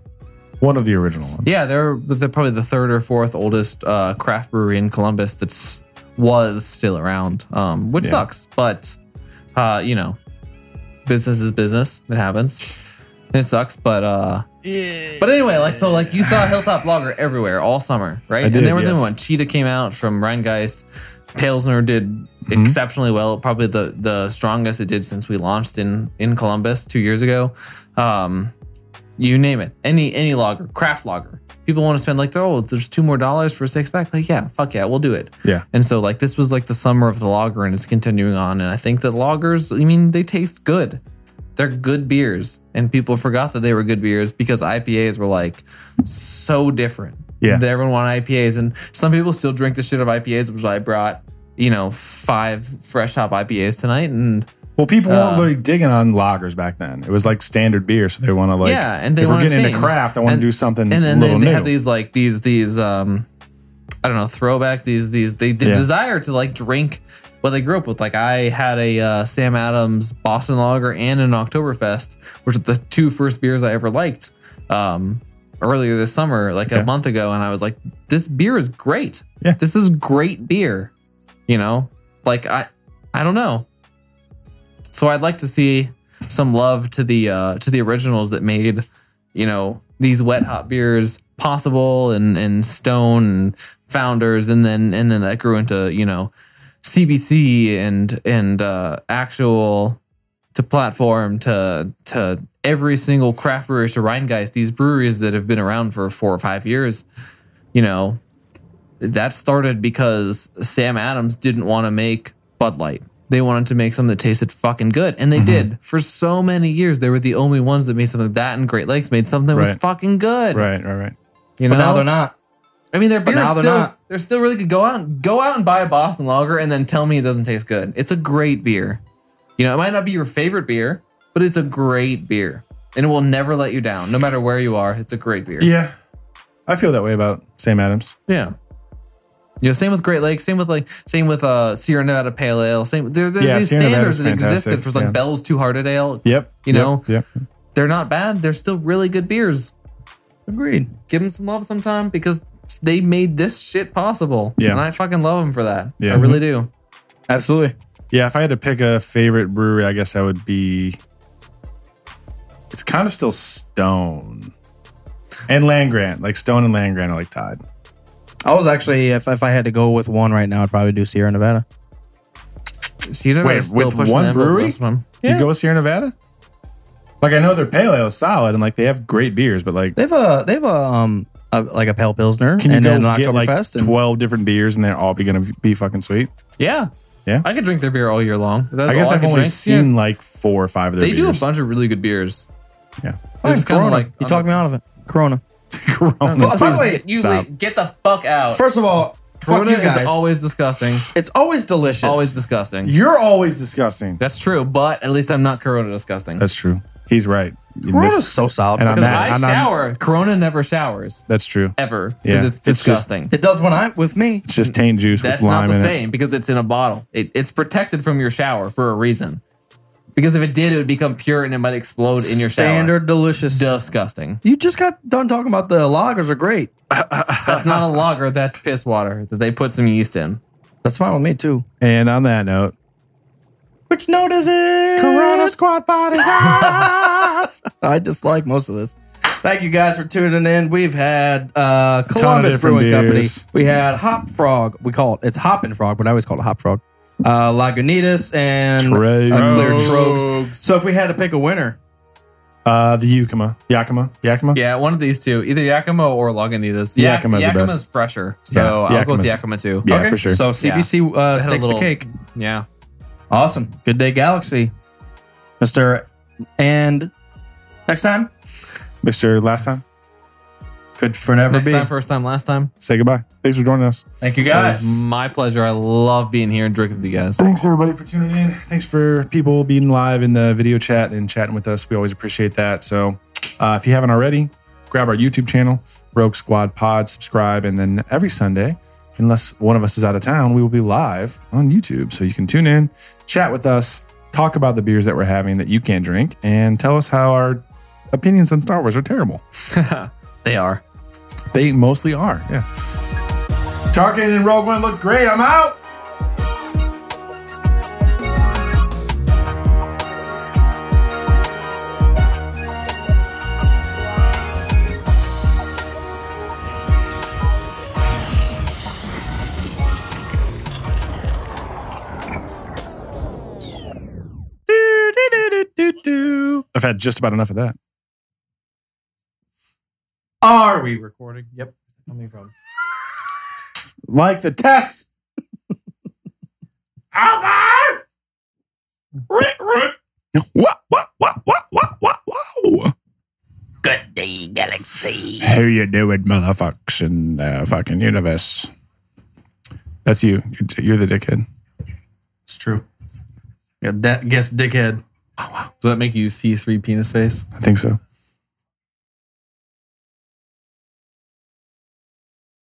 Speaker 4: one of the original ones.
Speaker 5: Yeah, they're they're probably the third or fourth oldest uh, craft brewery in Columbus that's was still around, um, which
Speaker 4: Yeah.
Speaker 5: sucks. But uh, you know, business is business. It happens. It sucks, but uh, but anyway, like so, like you saw Hilltop Lager everywhere all summer, right?
Speaker 4: I did,
Speaker 5: and they were the
Speaker 4: yes.
Speaker 5: one. Cheetah came out from Rheingeist. Pilsner did
Speaker 4: Mm-hmm.
Speaker 5: exceptionally well. Probably the the strongest it did since we launched in in Columbus two years ago. Um, you name it, any any lager, craft lager. People want to spend like, oh, there's two more dollars for a six pack. Like, yeah, fuck yeah, we'll do it.
Speaker 4: Yeah.
Speaker 5: And so like this was like the summer of the lager, and it's continuing on. And I think that lagers, I mean, they taste good. They're good beers, and people forgot that they were good beers because IPAs were like so different.
Speaker 4: Yeah.
Speaker 5: They- everyone wanted IPAs, and some people still drink the shit of IPAs, which I brought, you know, five fresh hop IPAs tonight, and
Speaker 4: Well, people
Speaker 5: Uh,
Speaker 4: weren't really digging on lagers back then. It was like standard beer, so they want to like.
Speaker 5: Yeah, and they
Speaker 4: if we're
Speaker 5: wanna
Speaker 4: getting
Speaker 5: change.
Speaker 4: into craft, I want
Speaker 5: And-
Speaker 4: to do something
Speaker 5: and then
Speaker 4: a
Speaker 5: they,
Speaker 4: little
Speaker 5: they
Speaker 4: new.
Speaker 5: have these like these these um i don't know throwback these these they, they
Speaker 4: Yeah.
Speaker 5: desire to like drink what they grew up with like i had a uh, sam adams boston lager and an oktoberfest which are the two first beers i ever liked um earlier this summer like a
Speaker 4: Okay.
Speaker 5: month ago and i was like this beer is great
Speaker 4: Yeah.
Speaker 5: this is great beer you know like i i don't know so i'd like to see some love to the uh to the originals that made you know these wet hop beers possible and and stone and founders and then and then that grew into you know cbc and and uh actual to platform to to every single craft brewery to rheingeist these breweries that have been around for four or five years you know that started because sam adams didn't want to make bud light they wanted to make something that tasted fucking good and they
Speaker 3: Mm-hmm.
Speaker 5: did for so many years they were the only ones that made something like that and great lakes made something that was
Speaker 4: Right.
Speaker 5: fucking good
Speaker 4: right, right, right.
Speaker 5: you
Speaker 3: But
Speaker 5: know
Speaker 3: now they're not.
Speaker 5: I mean, their beer
Speaker 3: now
Speaker 5: is
Speaker 3: they're
Speaker 5: still
Speaker 3: not.
Speaker 5: they're still really good. Go out and go out and buy a Boston Lager, and then tell me it doesn't taste good. It's a great beer. You know, it might not be your favorite beer, but it's a great beer, and it will never let you down, no matter where you are. It's a great beer.
Speaker 4: Yeah, I feel that way about Sam Adams.
Speaker 5: Yeah. You know, same with Great Lakes, same with like, same with uh Sierra Nevada Pale Ale, same. There, there's
Speaker 4: Yeah,
Speaker 5: these
Speaker 4: Sierra Nevada's
Speaker 5: standards that existed
Speaker 4: fantastic,
Speaker 5: for like
Speaker 4: yeah.
Speaker 5: Bell's Two Hearted Ale.
Speaker 4: Yep.
Speaker 5: You
Speaker 4: yep,
Speaker 5: know?
Speaker 4: Yep.
Speaker 5: They're not bad. They're still really good beers.
Speaker 3: Agreed.
Speaker 5: Give them some love sometime because they made this shit possible.
Speaker 4: Yeah.
Speaker 5: and I fucking love them for that.
Speaker 4: Yeah. Mm-hmm.
Speaker 5: I really do.
Speaker 3: Absolutely.
Speaker 4: Yeah, if I had to pick a favorite brewery, I guess that would be. It's kind of still Stone, and Land Grant. Like Stone and Land Grant are like tied.
Speaker 3: I was actually, if, if I had to go with one right now, I'd probably do Sierra Nevada.
Speaker 5: So you don't
Speaker 4: Wait,
Speaker 5: know, still
Speaker 4: with
Speaker 5: pushing
Speaker 4: one
Speaker 5: the envelope
Speaker 4: brewery?
Speaker 5: on this one.
Speaker 4: You go with Sierra Nevada. Like I know their pale ale is solid, and like they have great beers, but like
Speaker 3: They have a they have a um a, like a pale pilsner
Speaker 4: can you
Speaker 3: and
Speaker 4: go
Speaker 3: then an
Speaker 4: get like
Speaker 3: Oktoberfest and
Speaker 4: twelve different beers, and they're all be gonna be fucking sweet?
Speaker 5: Yeah.
Speaker 4: Yeah.
Speaker 5: I could drink their beer all year long. That's
Speaker 4: I guess
Speaker 5: all I
Speaker 4: I've
Speaker 5: could
Speaker 4: only
Speaker 5: drink.
Speaker 4: seen
Speaker 5: Yeah.
Speaker 4: like four or five of their
Speaker 5: They do a
Speaker 4: beers.
Speaker 5: bunch of really good beers. They're
Speaker 4: Yeah.
Speaker 3: Fine,
Speaker 5: just kinda
Speaker 3: Corona.
Speaker 5: like-
Speaker 3: you talked me out of it. Corona.
Speaker 5: Oh,
Speaker 4: Corona.
Speaker 3: By the way,
Speaker 5: you
Speaker 4: Stop.
Speaker 5: get the fuck out.
Speaker 3: First of all,
Speaker 5: Corona
Speaker 3: fuck you guys.
Speaker 5: is always disgusting.
Speaker 3: it's always delicious.
Speaker 5: Always disgusting.
Speaker 4: You're always disgusting.
Speaker 5: That's true, but at least I'm not Corona disgusting.
Speaker 4: That's true. He's right. You
Speaker 3: Corona's
Speaker 4: missed-
Speaker 3: so solid.
Speaker 4: and I'm
Speaker 5: Because
Speaker 4: not-
Speaker 5: I
Speaker 4: I'm not-
Speaker 5: shower. Corona never showers
Speaker 4: that's true.
Speaker 5: ever. 'Cause
Speaker 4: Yeah.
Speaker 5: It's
Speaker 4: It's just-
Speaker 5: disgusting.
Speaker 3: it does when I with me.
Speaker 4: It's just taint juice
Speaker 5: That's
Speaker 4: with
Speaker 5: not
Speaker 4: lime
Speaker 5: the
Speaker 4: in it.
Speaker 5: same because it's in a bottle. It, it's protected from your shower for a reason. Because if it did, it would become pure and it might explode in your shower.
Speaker 3: Standard delicious.
Speaker 5: Disgusting.
Speaker 3: You just got done talking about the lagers are great.
Speaker 5: That's not a lager. That's piss water that they put some yeast in.
Speaker 3: That's fine with me too.
Speaker 4: And on that note,
Speaker 3: Which note is it?
Speaker 4: Corona Squad Body.
Speaker 3: I dislike most of this. Thank you guys for tuning in. We've had uh,
Speaker 4: of
Speaker 3: Columbus
Speaker 4: different
Speaker 3: Brewing
Speaker 4: beers.
Speaker 3: Company. We had Hop Frog. We call it it's Hop and Frog, but I always call it Hop Frog. Uh, Lagunitas and
Speaker 4: Trogues.
Speaker 3: uh, Clear Trogues. So if we had to pick a winner,
Speaker 4: Uh, the Yakima. Yakima. Yakima.
Speaker 5: Yeah, one of these two, either Yakima or Lagunitas.
Speaker 4: Yeah, Yakima's the
Speaker 5: Yakima's
Speaker 4: best.
Speaker 5: fresher, so
Speaker 4: Yeah,
Speaker 5: I'll go with Yakima
Speaker 4: Yakima's-
Speaker 5: too.
Speaker 4: Yeah, for sure.
Speaker 3: So CBC uh,
Speaker 5: Had a
Speaker 3: takes
Speaker 5: little-
Speaker 3: the cake.
Speaker 5: Yeah,
Speaker 3: Awesome. Good day, Galaxy, Mister. And next time,
Speaker 4: Mr. Last time?
Speaker 3: Could forever
Speaker 5: Next
Speaker 3: be.
Speaker 5: time, first time, last time.
Speaker 4: Say goodbye. Thanks for joining us.
Speaker 3: Thank you
Speaker 5: It
Speaker 3: guys.
Speaker 5: was my pleasure. I love being here and drinking with you guys.
Speaker 4: Thanks everybody for tuning in. Thanks for people being live in the video chat and chatting with us. We always appreciate that. So uh, if you haven't already, grab our YouTube channel, Rogue Squad Pod, subscribe, and then every Sunday, unless one of us is out of town, we will be live on YouTube. So you can tune in, chat with us, talk about the beers that we're having that you can't drink, and tell us how our opinions on Star Wars are terrible.
Speaker 5: They are.
Speaker 4: They mostly are. Yeah. Tarkin and Rogue One look great. I'm out. I've had just about enough of that.
Speaker 3: Are we recording? Yep. No problem.
Speaker 4: Like the test. What? What? What? What? What? What? Whoa.
Speaker 1: Good day, Galaxy.
Speaker 4: How you doing, motherfucks, in uh, fucking universe? That's you. You're- You're the dickhead.
Speaker 3: It's true. Yeah, that guess dickhead.
Speaker 5: Does that make you C three penis face?
Speaker 4: I think so.